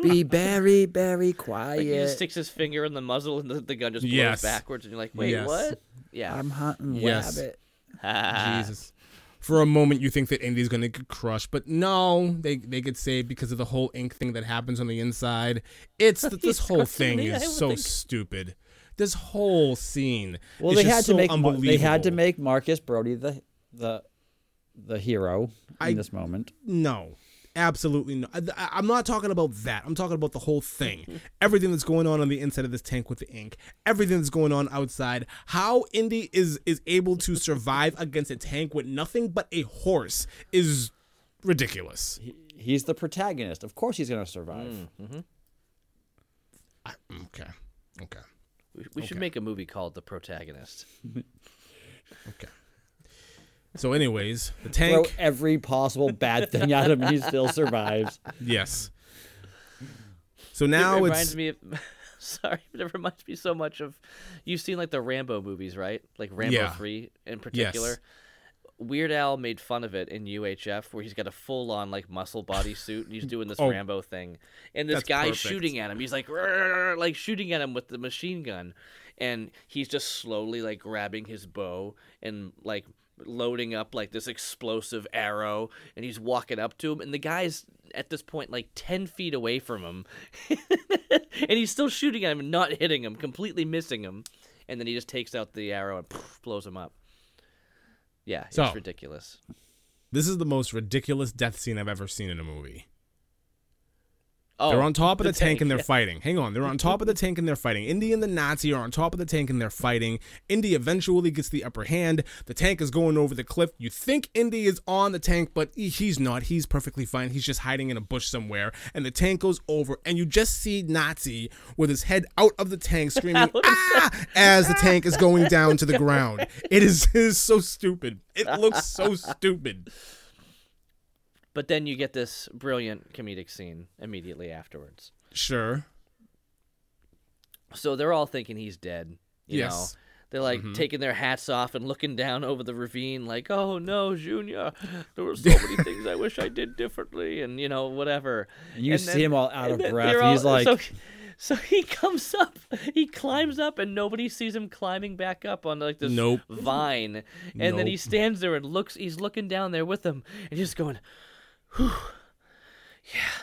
S3: Be very, very
S2: he just
S3: quiet.
S2: sticks his finger in the muzzle, and the, the gun just blows
S1: Yes.
S2: backwards, and you're like, wait,
S1: Yes.
S2: what? Yeah,
S3: hunting
S1: Yes. rabbit.
S2: Ah.
S1: Jesus. For a moment, you think that Indy's going to get crushed, but no, they they get saved because of the whole ink thing that happens on the inside. It's that this whole
S2: crushed in
S1: thing
S2: the eye, I
S1: is
S2: would
S1: so
S2: think.
S1: stupid. This whole scene.
S3: Well,
S1: is
S3: they
S1: just
S3: had
S1: so
S3: to make Mar- they had to
S1: unbelievable.
S3: make Marcus Brody the the the hero in
S1: I-
S3: this moment.
S1: No, absolutely no. I, I- I'm not talking about that. I'm talking about the whole thing. everything that's going on on the inside of this tank with the ink. Everything that's going on outside. How Indy is is able to survive against a tank with nothing but a horse is ridiculous.
S3: He's the protagonist. Of course, he's gonna survive.
S1: I- okay, okay,
S2: we, we should make a movie called The Protagonist.
S1: okay. So, anyways, the
S3: Throw
S1: tank.
S3: every possible bad thing at him, and he still survives.
S1: Yes. So
S2: it
S1: now
S2: reminds
S1: it's
S2: me of sorry but it reminds me so much of you've seen like the rambo movies right like rambo
S1: Yeah.
S2: 3 in particular weird al made fun of it in uhf where he's got a full-on like muscle body suit and he's doing this rambo thing and this
S1: Oh. that's
S2: guy's
S1: perfect.
S2: shooting at him he's like "Rrrr," like shooting at him with the machine gun and he's just slowly like grabbing his bow and like loading up like this explosive arrow and he's walking up to him and the guy's at this point like 10 feet away from him and he's still shooting at him and not hitting him, completely missing him. And then he just takes out the arrow and poof, blows him up. Yeah,
S1: So-
S2: it's ridiculous.
S1: this is the most ridiculous death scene I've ever seen in a movie.
S2: Oh,
S1: They're on top of the,
S2: the
S1: tank,
S2: tank,
S1: and they're fighting. Hang on, they're on top of the tank and they're fighting. Indy and the Nazi are on top of the tank and they're fighting. Indy eventually gets the upper hand. The tank is going over the cliff. You think Indy is on the tank, but he- he's not. He's perfectly fine. He's just hiding in a bush somewhere. And the tank goes over, and you just see Nazi with his head out of the tank screaming ah! as the tank is going down to the ground. It is, it is so stupid. It looks so stupid.
S2: but then you get this brilliant comedic scene immediately afterwards.
S1: Sure.
S2: So they're all thinking he's dead. You
S1: Yes.
S2: Know? They're like taking their hats off and looking down over the ravine, like, "Oh no, Junior! There were so many things I wish I did differently," and you know, whatever.
S3: And you
S2: And
S3: see
S2: then-
S3: him all out of
S2: And then
S3: breath.
S2: they're
S3: and he's
S2: all-
S3: like,
S2: so, so he comes up, he climbs up, and nobody sees him climbing back up on like this
S1: Nope.
S2: vine. And then he
S1: Nope.
S2: stands there and looks. He's looking down there with them, and just going, "Whew, yeah."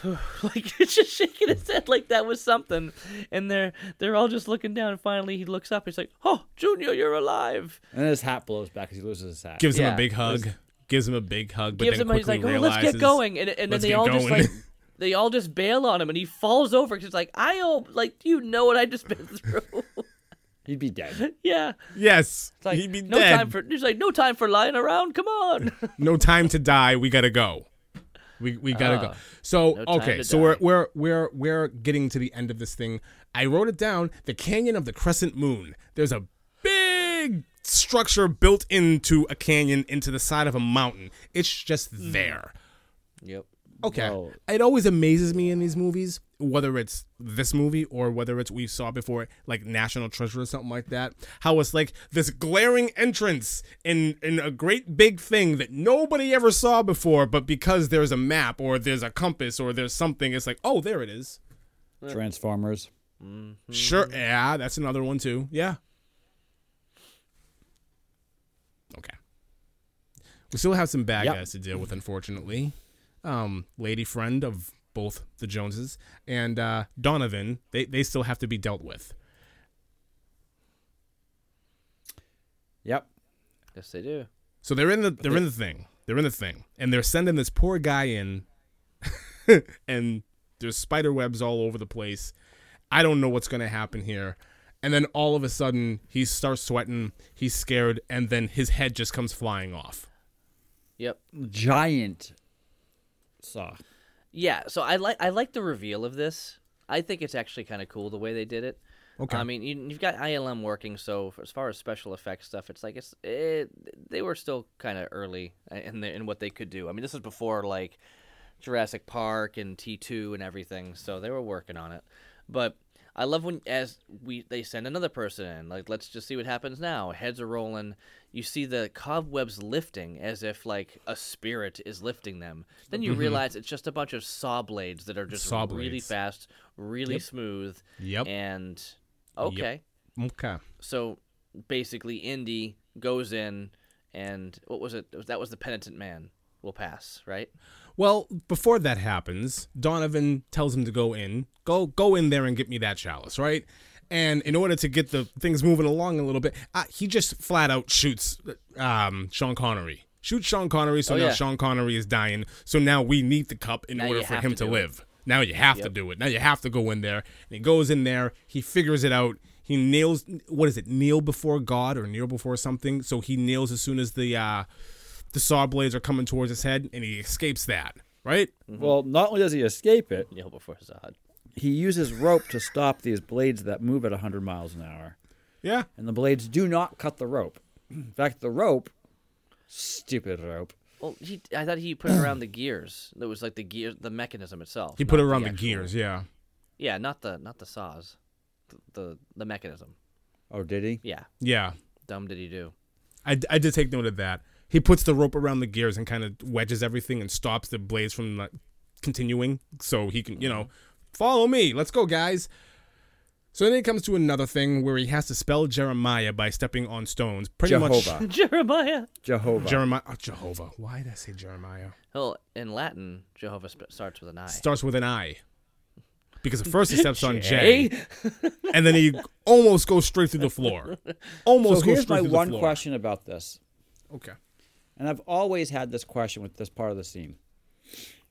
S2: whew," like just shaking his head like that was something, and they're they're all just looking down. And finally, he looks up. He's like, "Oh, Junior, you're alive!"
S3: and then his hat blows back because he loses his hat.
S1: Gives him a
S2: Yeah,
S1: big hug. Gives him a big hug, but
S2: Gives
S1: then
S2: him. A, he's
S1: quickly
S2: like, "Oh,
S1: realizes.
S2: let's get going!" And, and then
S1: "Let's
S2: they
S1: get
S2: all just
S1: going."
S2: like they all just bail on him, and he falls over because like I don't like do you know what I just been through.
S3: He'd be dead.
S2: Yeah.
S1: Yes,
S2: It's like
S1: he'd be
S2: no
S1: dead.
S2: time for there's like no time for lying around. Come on.
S1: no time to die. We gotta go. We, we gotta go. So
S2: Ah. time
S1: okay,
S2: to
S1: so we're
S2: die.
S1: we're we're we're getting to the end of this thing. I wrote it down. The Canyon of the Crescent Moon. There's a big structure built
S2: Hmm.
S1: into a canyon into the side of a mountain. It's just there.
S2: yep.
S1: Okay.
S3: No.
S1: It always amazes me in these movies, whether it's this movie or whether it's we saw before, like National Treasure or something like that, how it's like this glaring entrance in, in a great big thing that nobody ever saw before, but because there's a map or there's a compass or there's something, it's like, oh, there it is.
S3: Transformers.
S1: Sure. Yeah, that's another one too. Yeah. Okay. We still have some bad
S3: Yep.
S1: guys to deal with, unfortunately. Um, lady friend of both the Joneses and uh, Donovan, they, they still have to be dealt with.
S3: Yep.
S2: Yes, they do.
S1: So they're in the they're in the thing. They're in the thing, and they're sending this poor guy in, and there's spider webs all over the place. I don't know what's gonna happen here. And then all of a sudden, he starts sweating. He's scared, and then his head just comes flying off.
S3: Giant saw.
S2: Yeah, so I like I like the reveal of this. I think it's actually kind of cool the way they did it.
S1: Okay.
S2: I mean, you, you've got ILM working, so f- as far as special effects stuff, it's like it's eh, they were still kind of early uh, in the, in what they could do. I mean, this is before like Jurassic Park and T two and everything, so they were working on it. But I love when as we they send another person in, like let's just see what happens now. Heads are rolling. You see the cobwebs lifting as if like a spirit is lifting them. Then you realize it's just a bunch of saw blades that are just
S1: Mm-hmm. Saw
S2: really
S1: blades.
S2: fast, really smooth,
S1: Yep.
S2: Eh. and okay.
S1: Okay.
S2: So basically, Indy goes in, and what was it? That was the penitent man will pass, right?
S1: Well, before that happens, Donovan tells him to go in. Go go in there and get me that chalice, right? And in order to get the things moving along a little bit, uh, he just flat out shoots um, Sean Connery. Shoots Sean Connery, so now
S2: Oh, yeah.
S1: Sean Connery is dying. So now we need the cup in
S2: Now
S1: order
S2: you
S1: for
S2: have
S1: him
S2: to
S1: to,
S2: do it.
S1: live. Now you have to do it. Now you have to go in there. And he goes in there. He figures it out. He nails. What is it? Kneel before God or kneel before something. So he nails as soon as the uh, the saw blades are coming towards his head, and he escapes that. Right?
S3: Well, not only does he escape it,
S2: Neil before Zod.
S3: he uses rope to stop these blades that move at 100 miles an hour.
S1: Yeah.
S3: And the blades do not cut the rope. In fact, the rope, stupid rope,
S2: Well, he, I thought he put it around the gears. That was like the gear, the mechanism itself.
S1: He put it
S2: not
S1: around the,
S2: actual-
S1: gears. Yeah.
S2: Yeah, not the not the saws, Th- the the mechanism.
S3: Oh, did he?
S2: Yeah,
S1: Yeah.
S2: dumb did he do?
S1: I, I did take note of that. He puts the rope around the gears and kind of wedges everything and stops the blades from like, continuing so he can, you know, follow me. Let's go, guys. So then it comes to another thing where he has to spell Jeremiah by stepping on stones. Pretty much.
S3: Jehovah.
S2: Jeremiah.
S3: Jehovah.
S1: Jeremiah. Oh, Jehovah. Why did I say Jeremiah?
S2: Well, in Latin, Jehovah sp- starts with an I.
S1: Starts with an I. Because at first he steps on J, and then he almost goes straight through the floor. Almost goes
S3: so here's
S1: straight
S3: my
S1: through the
S3: one
S1: floor.
S3: question about this.
S1: Okay.
S3: And I've always had this question with this part of the scene.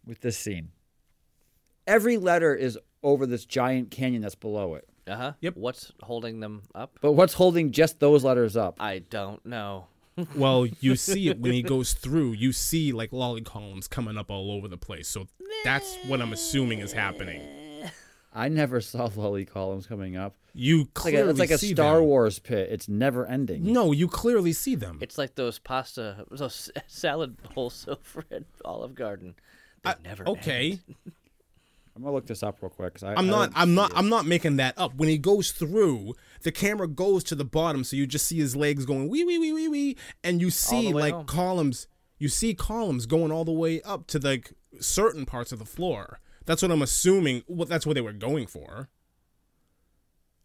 S3: With this scene. Every letter is over this giant canyon that's below it.
S2: Uh huh.
S1: Yep.
S2: What's holding them up?
S3: But what's holding just those letters up?
S2: I don't know.
S1: Well, you see it when he goes through. You see like lolly columns coming up all over the place. So that's what I'm assuming is happening.
S3: I never saw lolly columns coming up.
S1: You
S3: It's like a,
S1: clearly
S3: it's like a
S1: see
S3: Star
S1: them.
S3: Wars pit. It's never ending.
S1: No, you clearly see them.
S2: It's like those pasta, those s- salad bowls over at Olive Garden. They never.
S1: okay.
S2: end.
S3: I'm gonna look this up real quick. 'cause I,
S1: I'm
S3: I
S1: not
S3: don't
S1: I'm
S3: see
S1: not
S3: it.
S1: I'm not making that up. When he goes through, the camera goes to the bottom so you just see his legs going wee wee wee wee wee and you see
S2: way
S1: like
S2: home.
S1: columns you see columns going all the way up to like certain parts of the floor. That's what I'm assuming well, that's what they were going for.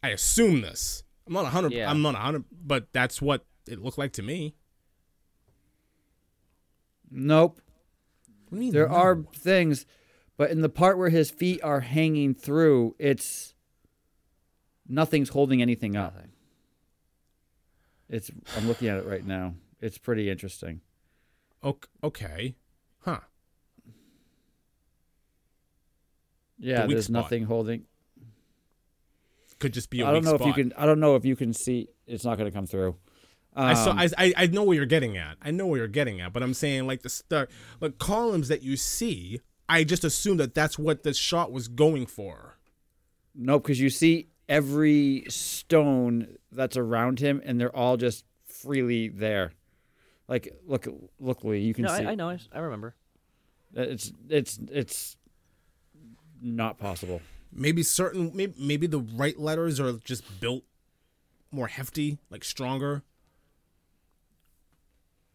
S1: I assume this. I'm not 100
S2: Yeah.
S1: I'm not 100 but that's what it looked like to me.
S3: Nope.
S1: What do you mean,
S3: There
S1: no?
S3: are things, but in the part where his feet are hanging through, it's nothing's holding anything up.
S2: Nothing.
S3: It's I'm looking at it right now. It's pretty interesting.
S1: Ok- okay. Huh.
S3: Yeah,
S1: The weak
S3: there's
S1: spot.
S3: nothing holding.
S1: Could just be a
S3: I don't
S1: weak
S3: know
S1: spot.
S3: if you can. I don't know if you can see. It's not going to come through. Um,
S1: I saw. I, I I know where you're getting at. I know where you're getting at. But I'm saying like the start, like columns that you see. I just assumed that that's what the shot was going for.
S3: nope, because you see every stone that's around him, and they're all just freely there. Like, look, look, Lee, you can
S2: No,
S3: see.
S2: I, I know. I, s- I remember.
S3: It's it's it's not possible.
S1: Maybe certain maybe, maybe the right letters are just built more hefty, like stronger.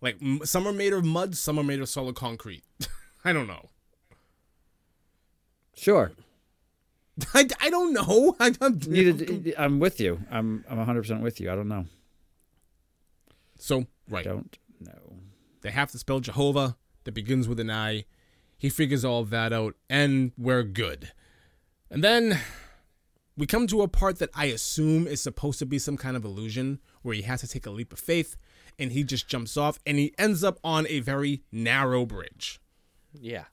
S1: Like m- some are made of mud, some are made of solid concrete. I don't know.
S3: Sure.
S1: I, I don't know. I, I'm,
S3: Neither d- I'm with you. I'm I'm 100% with you. I don't know.
S1: so right.
S3: Don't know.
S1: They have to spell Jehovah that begins with an I. He figures all that out, and we're good. And then we come to a part that I assume is supposed to be some kind of illusion where he has to take a leap of faith and he just jumps off and he ends up on a very narrow bridge.
S2: Yeah.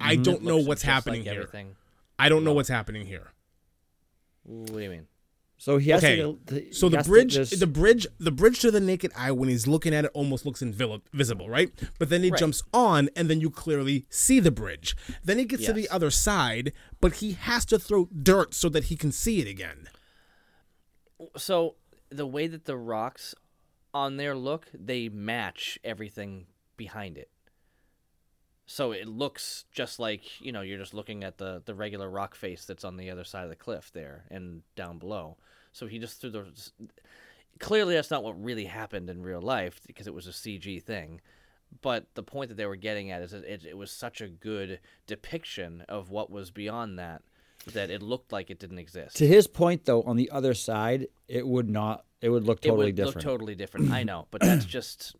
S1: I don't know
S2: Mm-hmm. Looks
S1: what's
S2: just
S1: happening
S2: like
S1: here.
S2: Everything.
S1: I don't know what's happening here.
S2: What do you mean?
S3: So he has
S1: Okay.
S3: to the,
S1: So
S3: he
S1: the
S3: has to
S1: bridge,
S3: just-
S1: the bridge, the bridge to the naked eye when he's looking at it almost looks invil- visible, right? But then he jumps on, and then you clearly see the bridge. Then he gets to the other side, but he has to throw dirt so that he can see it again.
S2: So the way that the rocks on there look, they match everything behind it. So it looks just like, you know, you're just looking at the, the regular rock face that's on the other side of the cliff there and down below. So he just threw those. Clearly, that's not what really happened in real life because it was a CG thing. But the point that they were getting at is that it, it was such a good depiction of what was beyond that that it looked like it didn't exist.
S3: to his point though, on the other side, it would not it would look totally
S2: it would
S3: different.
S2: look totally different. I know, but that's just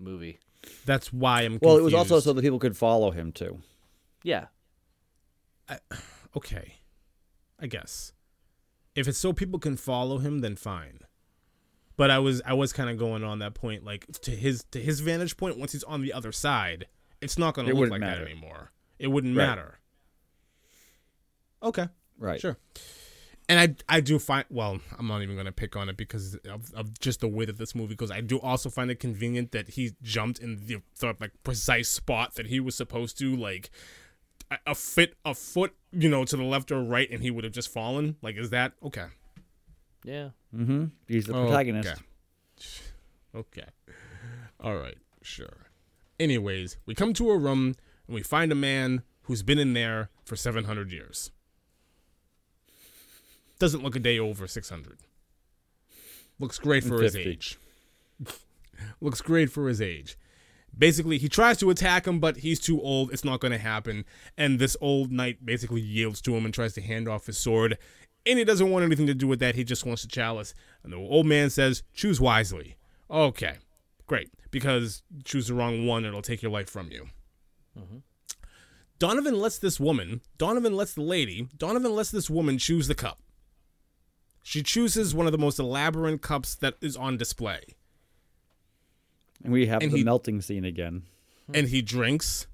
S2: movie.
S1: That's why I'm. Confused.
S3: well, it was also so that people could follow him too.
S2: Yeah,
S1: okay. I guess if it's so people can follow him, then fine. But I was I was kind of going on that point, like to his to his vantage point. Once he's on the other side, it's not going
S3: It
S1: to look
S3: wouldn't
S1: like
S3: matter.
S1: that anymore. It wouldn't
S3: Right.
S1: matter. Okay.
S3: Right.
S1: Sure. And I I do find well I'm not even gonna pick on it because of, of just the way that this movie goes. I do also find it convenient that he jumped in the, the like precise spot that he was supposed to like a, a fit a foot you know to the left or right and he would have just fallen. Like is that okay?
S2: yeah.
S3: Mm-hmm. He's
S1: Oh,
S3: the protagonist.
S1: Okay. All right. Sure. Anyways, we come to a room and we find a man who's been in there for 700 years. Doesn't look a day over 600. Looks great for his
S3: 50.
S1: age. Looks great for his age. Basically, he tries to attack him, but he's too old. It's not going to happen. And this old knight basically yields to him and tries to hand off his sword. And he doesn't want anything to do with that. He just wants the chalice. And the old man says, Choose wisely. Okay, great. Because choose the wrong one, it'll take your life from you. Donovan lets this woman, Donovan lets the lady, Donovan lets this woman choose the cup. She chooses one of the most elaborate cups that is on display.
S3: And we have
S1: And
S3: the
S1: he-
S3: melting scene again.
S2: Hmm.
S1: and he drinks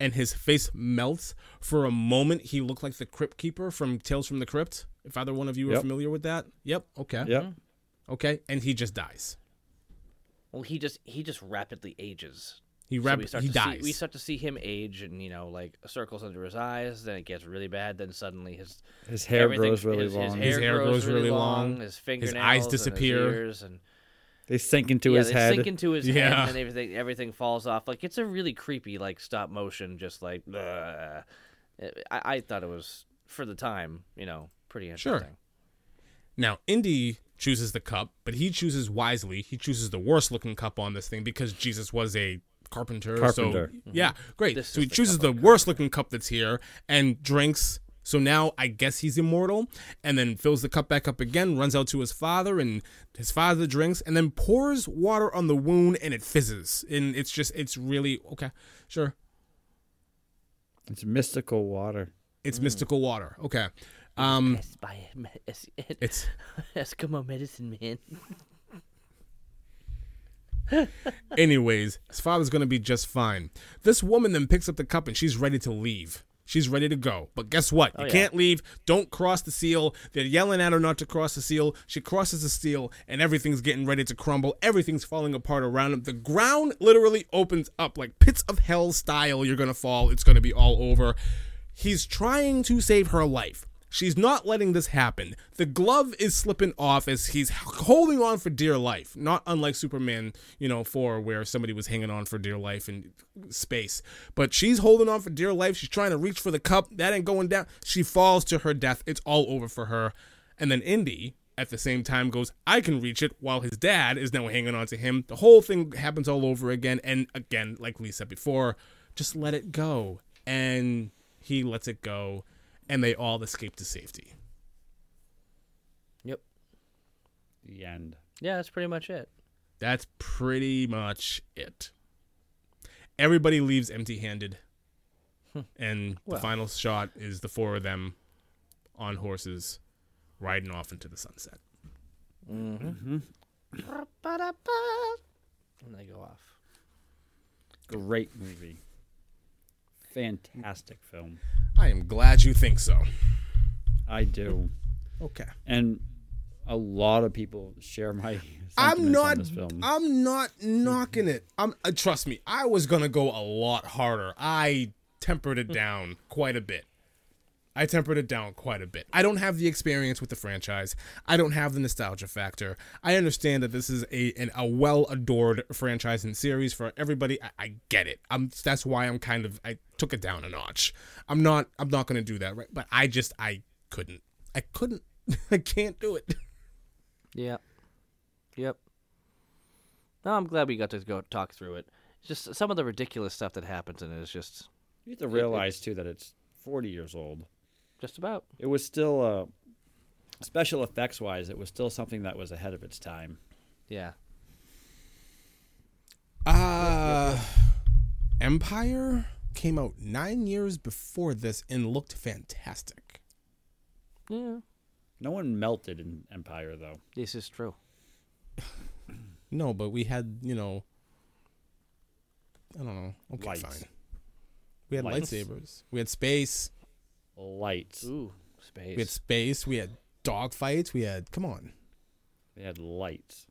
S1: and his face melts for a moment he looked like the crypt keeper from tales from the crypt if either one of you are
S3: Yep.
S1: familiar with that yep okay
S3: Yep.
S2: Mm-hmm.
S1: okay and he just dies
S2: Well, he just he just rapidly ages.
S1: he
S2: So
S1: rap-
S2: we start
S1: he
S2: to
S1: dies
S2: See, we start to see him age, and you know, like circles under his eyes. Then it gets really bad. Then suddenly his
S3: His hair
S2: everything-
S3: grows really
S2: his,
S3: long.
S2: His hair, grows, really long. His
S1: eyes
S2: fingernails, and
S1: disappear.
S2: his ears, and
S3: they sink into
S2: yeah,
S3: his
S2: they
S3: head.
S2: sink into his
S1: Yeah.
S2: head, and everything everything falls off. Like it's a really creepy, like stop motion, just like. bleh. I, I thought it was for the time, you know, pretty
S1: Sure.
S2: interesting.
S1: Now, Indy chooses the cup, but he chooses wisely. He chooses the worst looking cup on this thing because Jesus was a carpenter.
S3: Carpenter.
S1: So, yeah, great.
S2: Mm-hmm. This
S1: so he
S2: is the
S1: chooses the worst looking cup that's here and drinks. So now I guess he's immortal and then fills the cup back up again, runs out to his father, and his father drinks and then pours water on the wound and it fizzes. And it's just, it's really, okay, sure.
S3: It's mystical water.
S1: It's
S2: Mm.
S1: mystical water. Okay. Um,
S2: Yes, by es-
S1: it's
S2: Eskimo medicine man.
S1: Anyways, his father's gonna be just fine. This woman then picks up the cup and she's ready to leave. She's ready to go. But guess what? you can't leave. Don't cross the seal. They're yelling at her not to cross the seal. She crosses the seal and everything's getting ready to crumble. Everything's falling apart around him. The ground literally opens up like pits of hell style. You're gonna fall. It's gonna be all over. He's trying to save her life. She's not letting this happen. The glove is slipping off as he's holding on for dear life, not unlike Superman, you know, 4, where somebody was hanging on for dear life in space. But she's holding on for dear life. She's trying to reach for the cup. That ain't going down. She falls to her death. It's all over for her. And then Indy, at the same time goes, I can reach it, while his dad is now hanging on to him. The whole thing happens all over again. And again, like Lee said before, just let it go. And he lets it go, and they all escape to safety.
S2: Yep.
S5: The end.
S2: Yeah, that's pretty much it.
S1: That's pretty much it. Everybody leaves empty handed. And the final shot is the four of them on horses riding off into the sunset.
S2: And they go off.
S5: Great movie. Fantastic film.
S1: I am glad you think so.
S5: I do.
S1: Okay.
S5: And a lot of people share my sentiments
S1: I'm
S5: on
S1: not.
S5: this film.
S1: I'm not knocking it. I'm. Uh, trust me. I was gonna go a lot harder. I tempered it down quite a bit. I tempered it down quite a bit. I don't have the experience with the franchise. I don't have the nostalgia factor. I understand that this is a an, a well adored franchise and series for everybody. I, I get it. I'm that's why I'm kind of I took it down a notch. I'm not I'm not gonna do that right. But I just I couldn't. I couldn't. I can't do it.
S2: Yeah. Yep. No, I'm glad we got to go talk through it. It's Just some of the ridiculous stuff that happens in it is just,
S5: You have to realize too that it's 40 years old.
S2: just about.
S5: It was still uh, special effects wise. It was still something that was ahead of its time.
S2: Yeah.
S1: Uh, Empire came out nine years before this and looked fantastic.
S2: Yeah.
S5: No one melted in Empire though.
S2: This is true.
S1: No, but we had, you know, I don't know. Okay,
S5: Lights.
S1: fine. We had
S5: Lights.
S1: lightsabers. We had space.
S5: Lights.
S2: Ooh,
S1: We had
S2: space.
S1: space. We had dogfights. We had, come on.
S5: They had lights.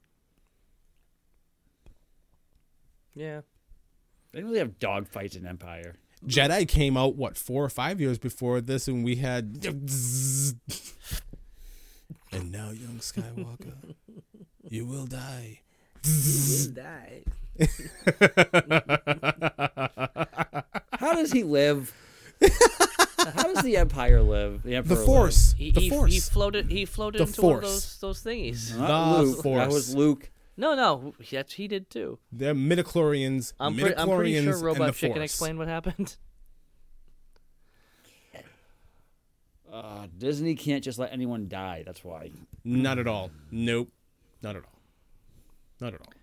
S2: Yeah.
S5: They didn't really have dogfights in Empire.
S1: Jedi came out, what, four or five years before this, and we had. And now, young Skywalker, you will die.
S2: Die.
S5: How does he live? How does the Empire live? The, Emperor
S1: The Force.
S2: He,
S1: the
S2: he,
S1: Force.
S2: he floated. He floated
S1: The
S2: into one of
S1: Force. Mm-hmm.
S2: those those thingies.
S5: Live. Not
S1: The
S5: Luke. That
S1: Force.
S5: was Luke.
S2: No, no, that's he did too.
S1: They're midichlorians.
S2: I'm, pre- I'm pretty
S1: midichlorians
S2: sure
S1: and
S2: Robot
S1: the
S2: Chicken
S1: Force.
S2: explained what happened.
S5: Uh, Disney can't just let anyone die. That's why.
S1: Not at all. Nope. Not at all. Not at all.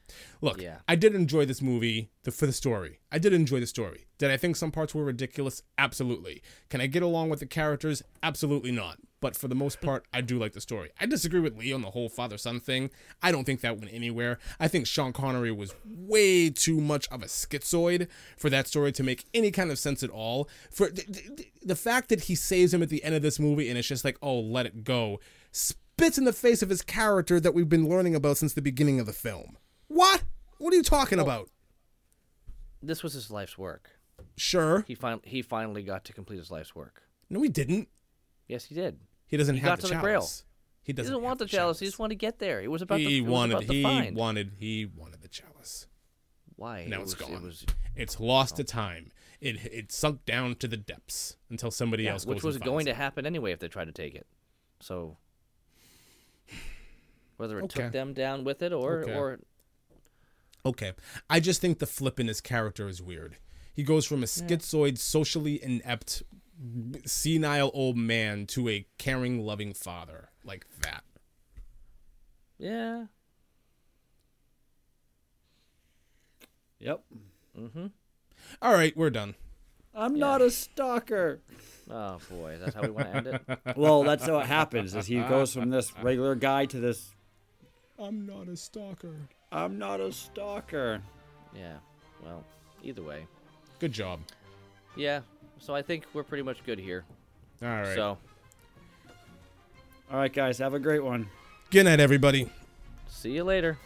S1: Look,
S2: Yeah.
S1: I did enjoy this movie the, for the story. I did enjoy the story. Did I think some parts were ridiculous? Absolutely. Can I get along with the characters? Absolutely not. But for the most part, I do like the story. I disagree with Lee on the whole father son thing. I don't think that went anywhere. I think Sean Connery was way too much of a schizoid for that story to make any kind of sense at all. For th- th- th- the fact that he saves him at the end of this movie and it's just like, oh, let it go, spits in the face of his character that we've been learning about since the beginning of the film. What? What are you talking about?
S2: This was his life's work.
S1: Sure.
S2: He fin- he finally got to complete his life's work.
S1: No, he didn't.
S2: Yes, he did.
S1: He doesn't
S2: He
S1: have
S2: got
S1: the
S2: to the
S1: chalice.
S2: grail.
S1: He
S2: He
S1: doesn't, have
S2: doesn't want the chalice. He just wanted to get there. It was about the
S1: He
S2: it was
S1: wanted.
S2: about the
S1: He
S2: find.
S1: wanted. He wanted the chalice.
S2: Why?
S1: Now
S2: it
S1: it's
S2: was,
S1: gone.
S2: It was,
S1: it's
S2: Oh.
S1: lost to time. It it sunk down to the depths until somebody
S2: yeah,
S1: else.
S2: which
S1: goes
S2: was
S1: and
S2: going
S1: finds
S2: to happen anyway if they tried to take it. So whether it
S1: Okay.
S2: took them down with it or
S1: Okay.
S2: or
S1: Okay. I just think the flip in his character is weird. He goes from a schizoid, socially inept, senile old man to a caring, loving father like that.
S2: yeah.
S5: Yep.
S1: All right, we're done.
S5: I'm not a stalker.
S2: Oh boy, that's how we want to end it.
S5: well, that's how it happens. Is he goes from this regular guy to this.
S1: I'm not a stalker.
S5: I'm not a stalker.
S2: Yeah. Well, either way.
S1: Good job.
S2: Yeah. So I think we're pretty much good here.
S1: All right.
S2: So
S5: All right, guys. Have a great one.
S1: Good night, everybody.
S2: see you later.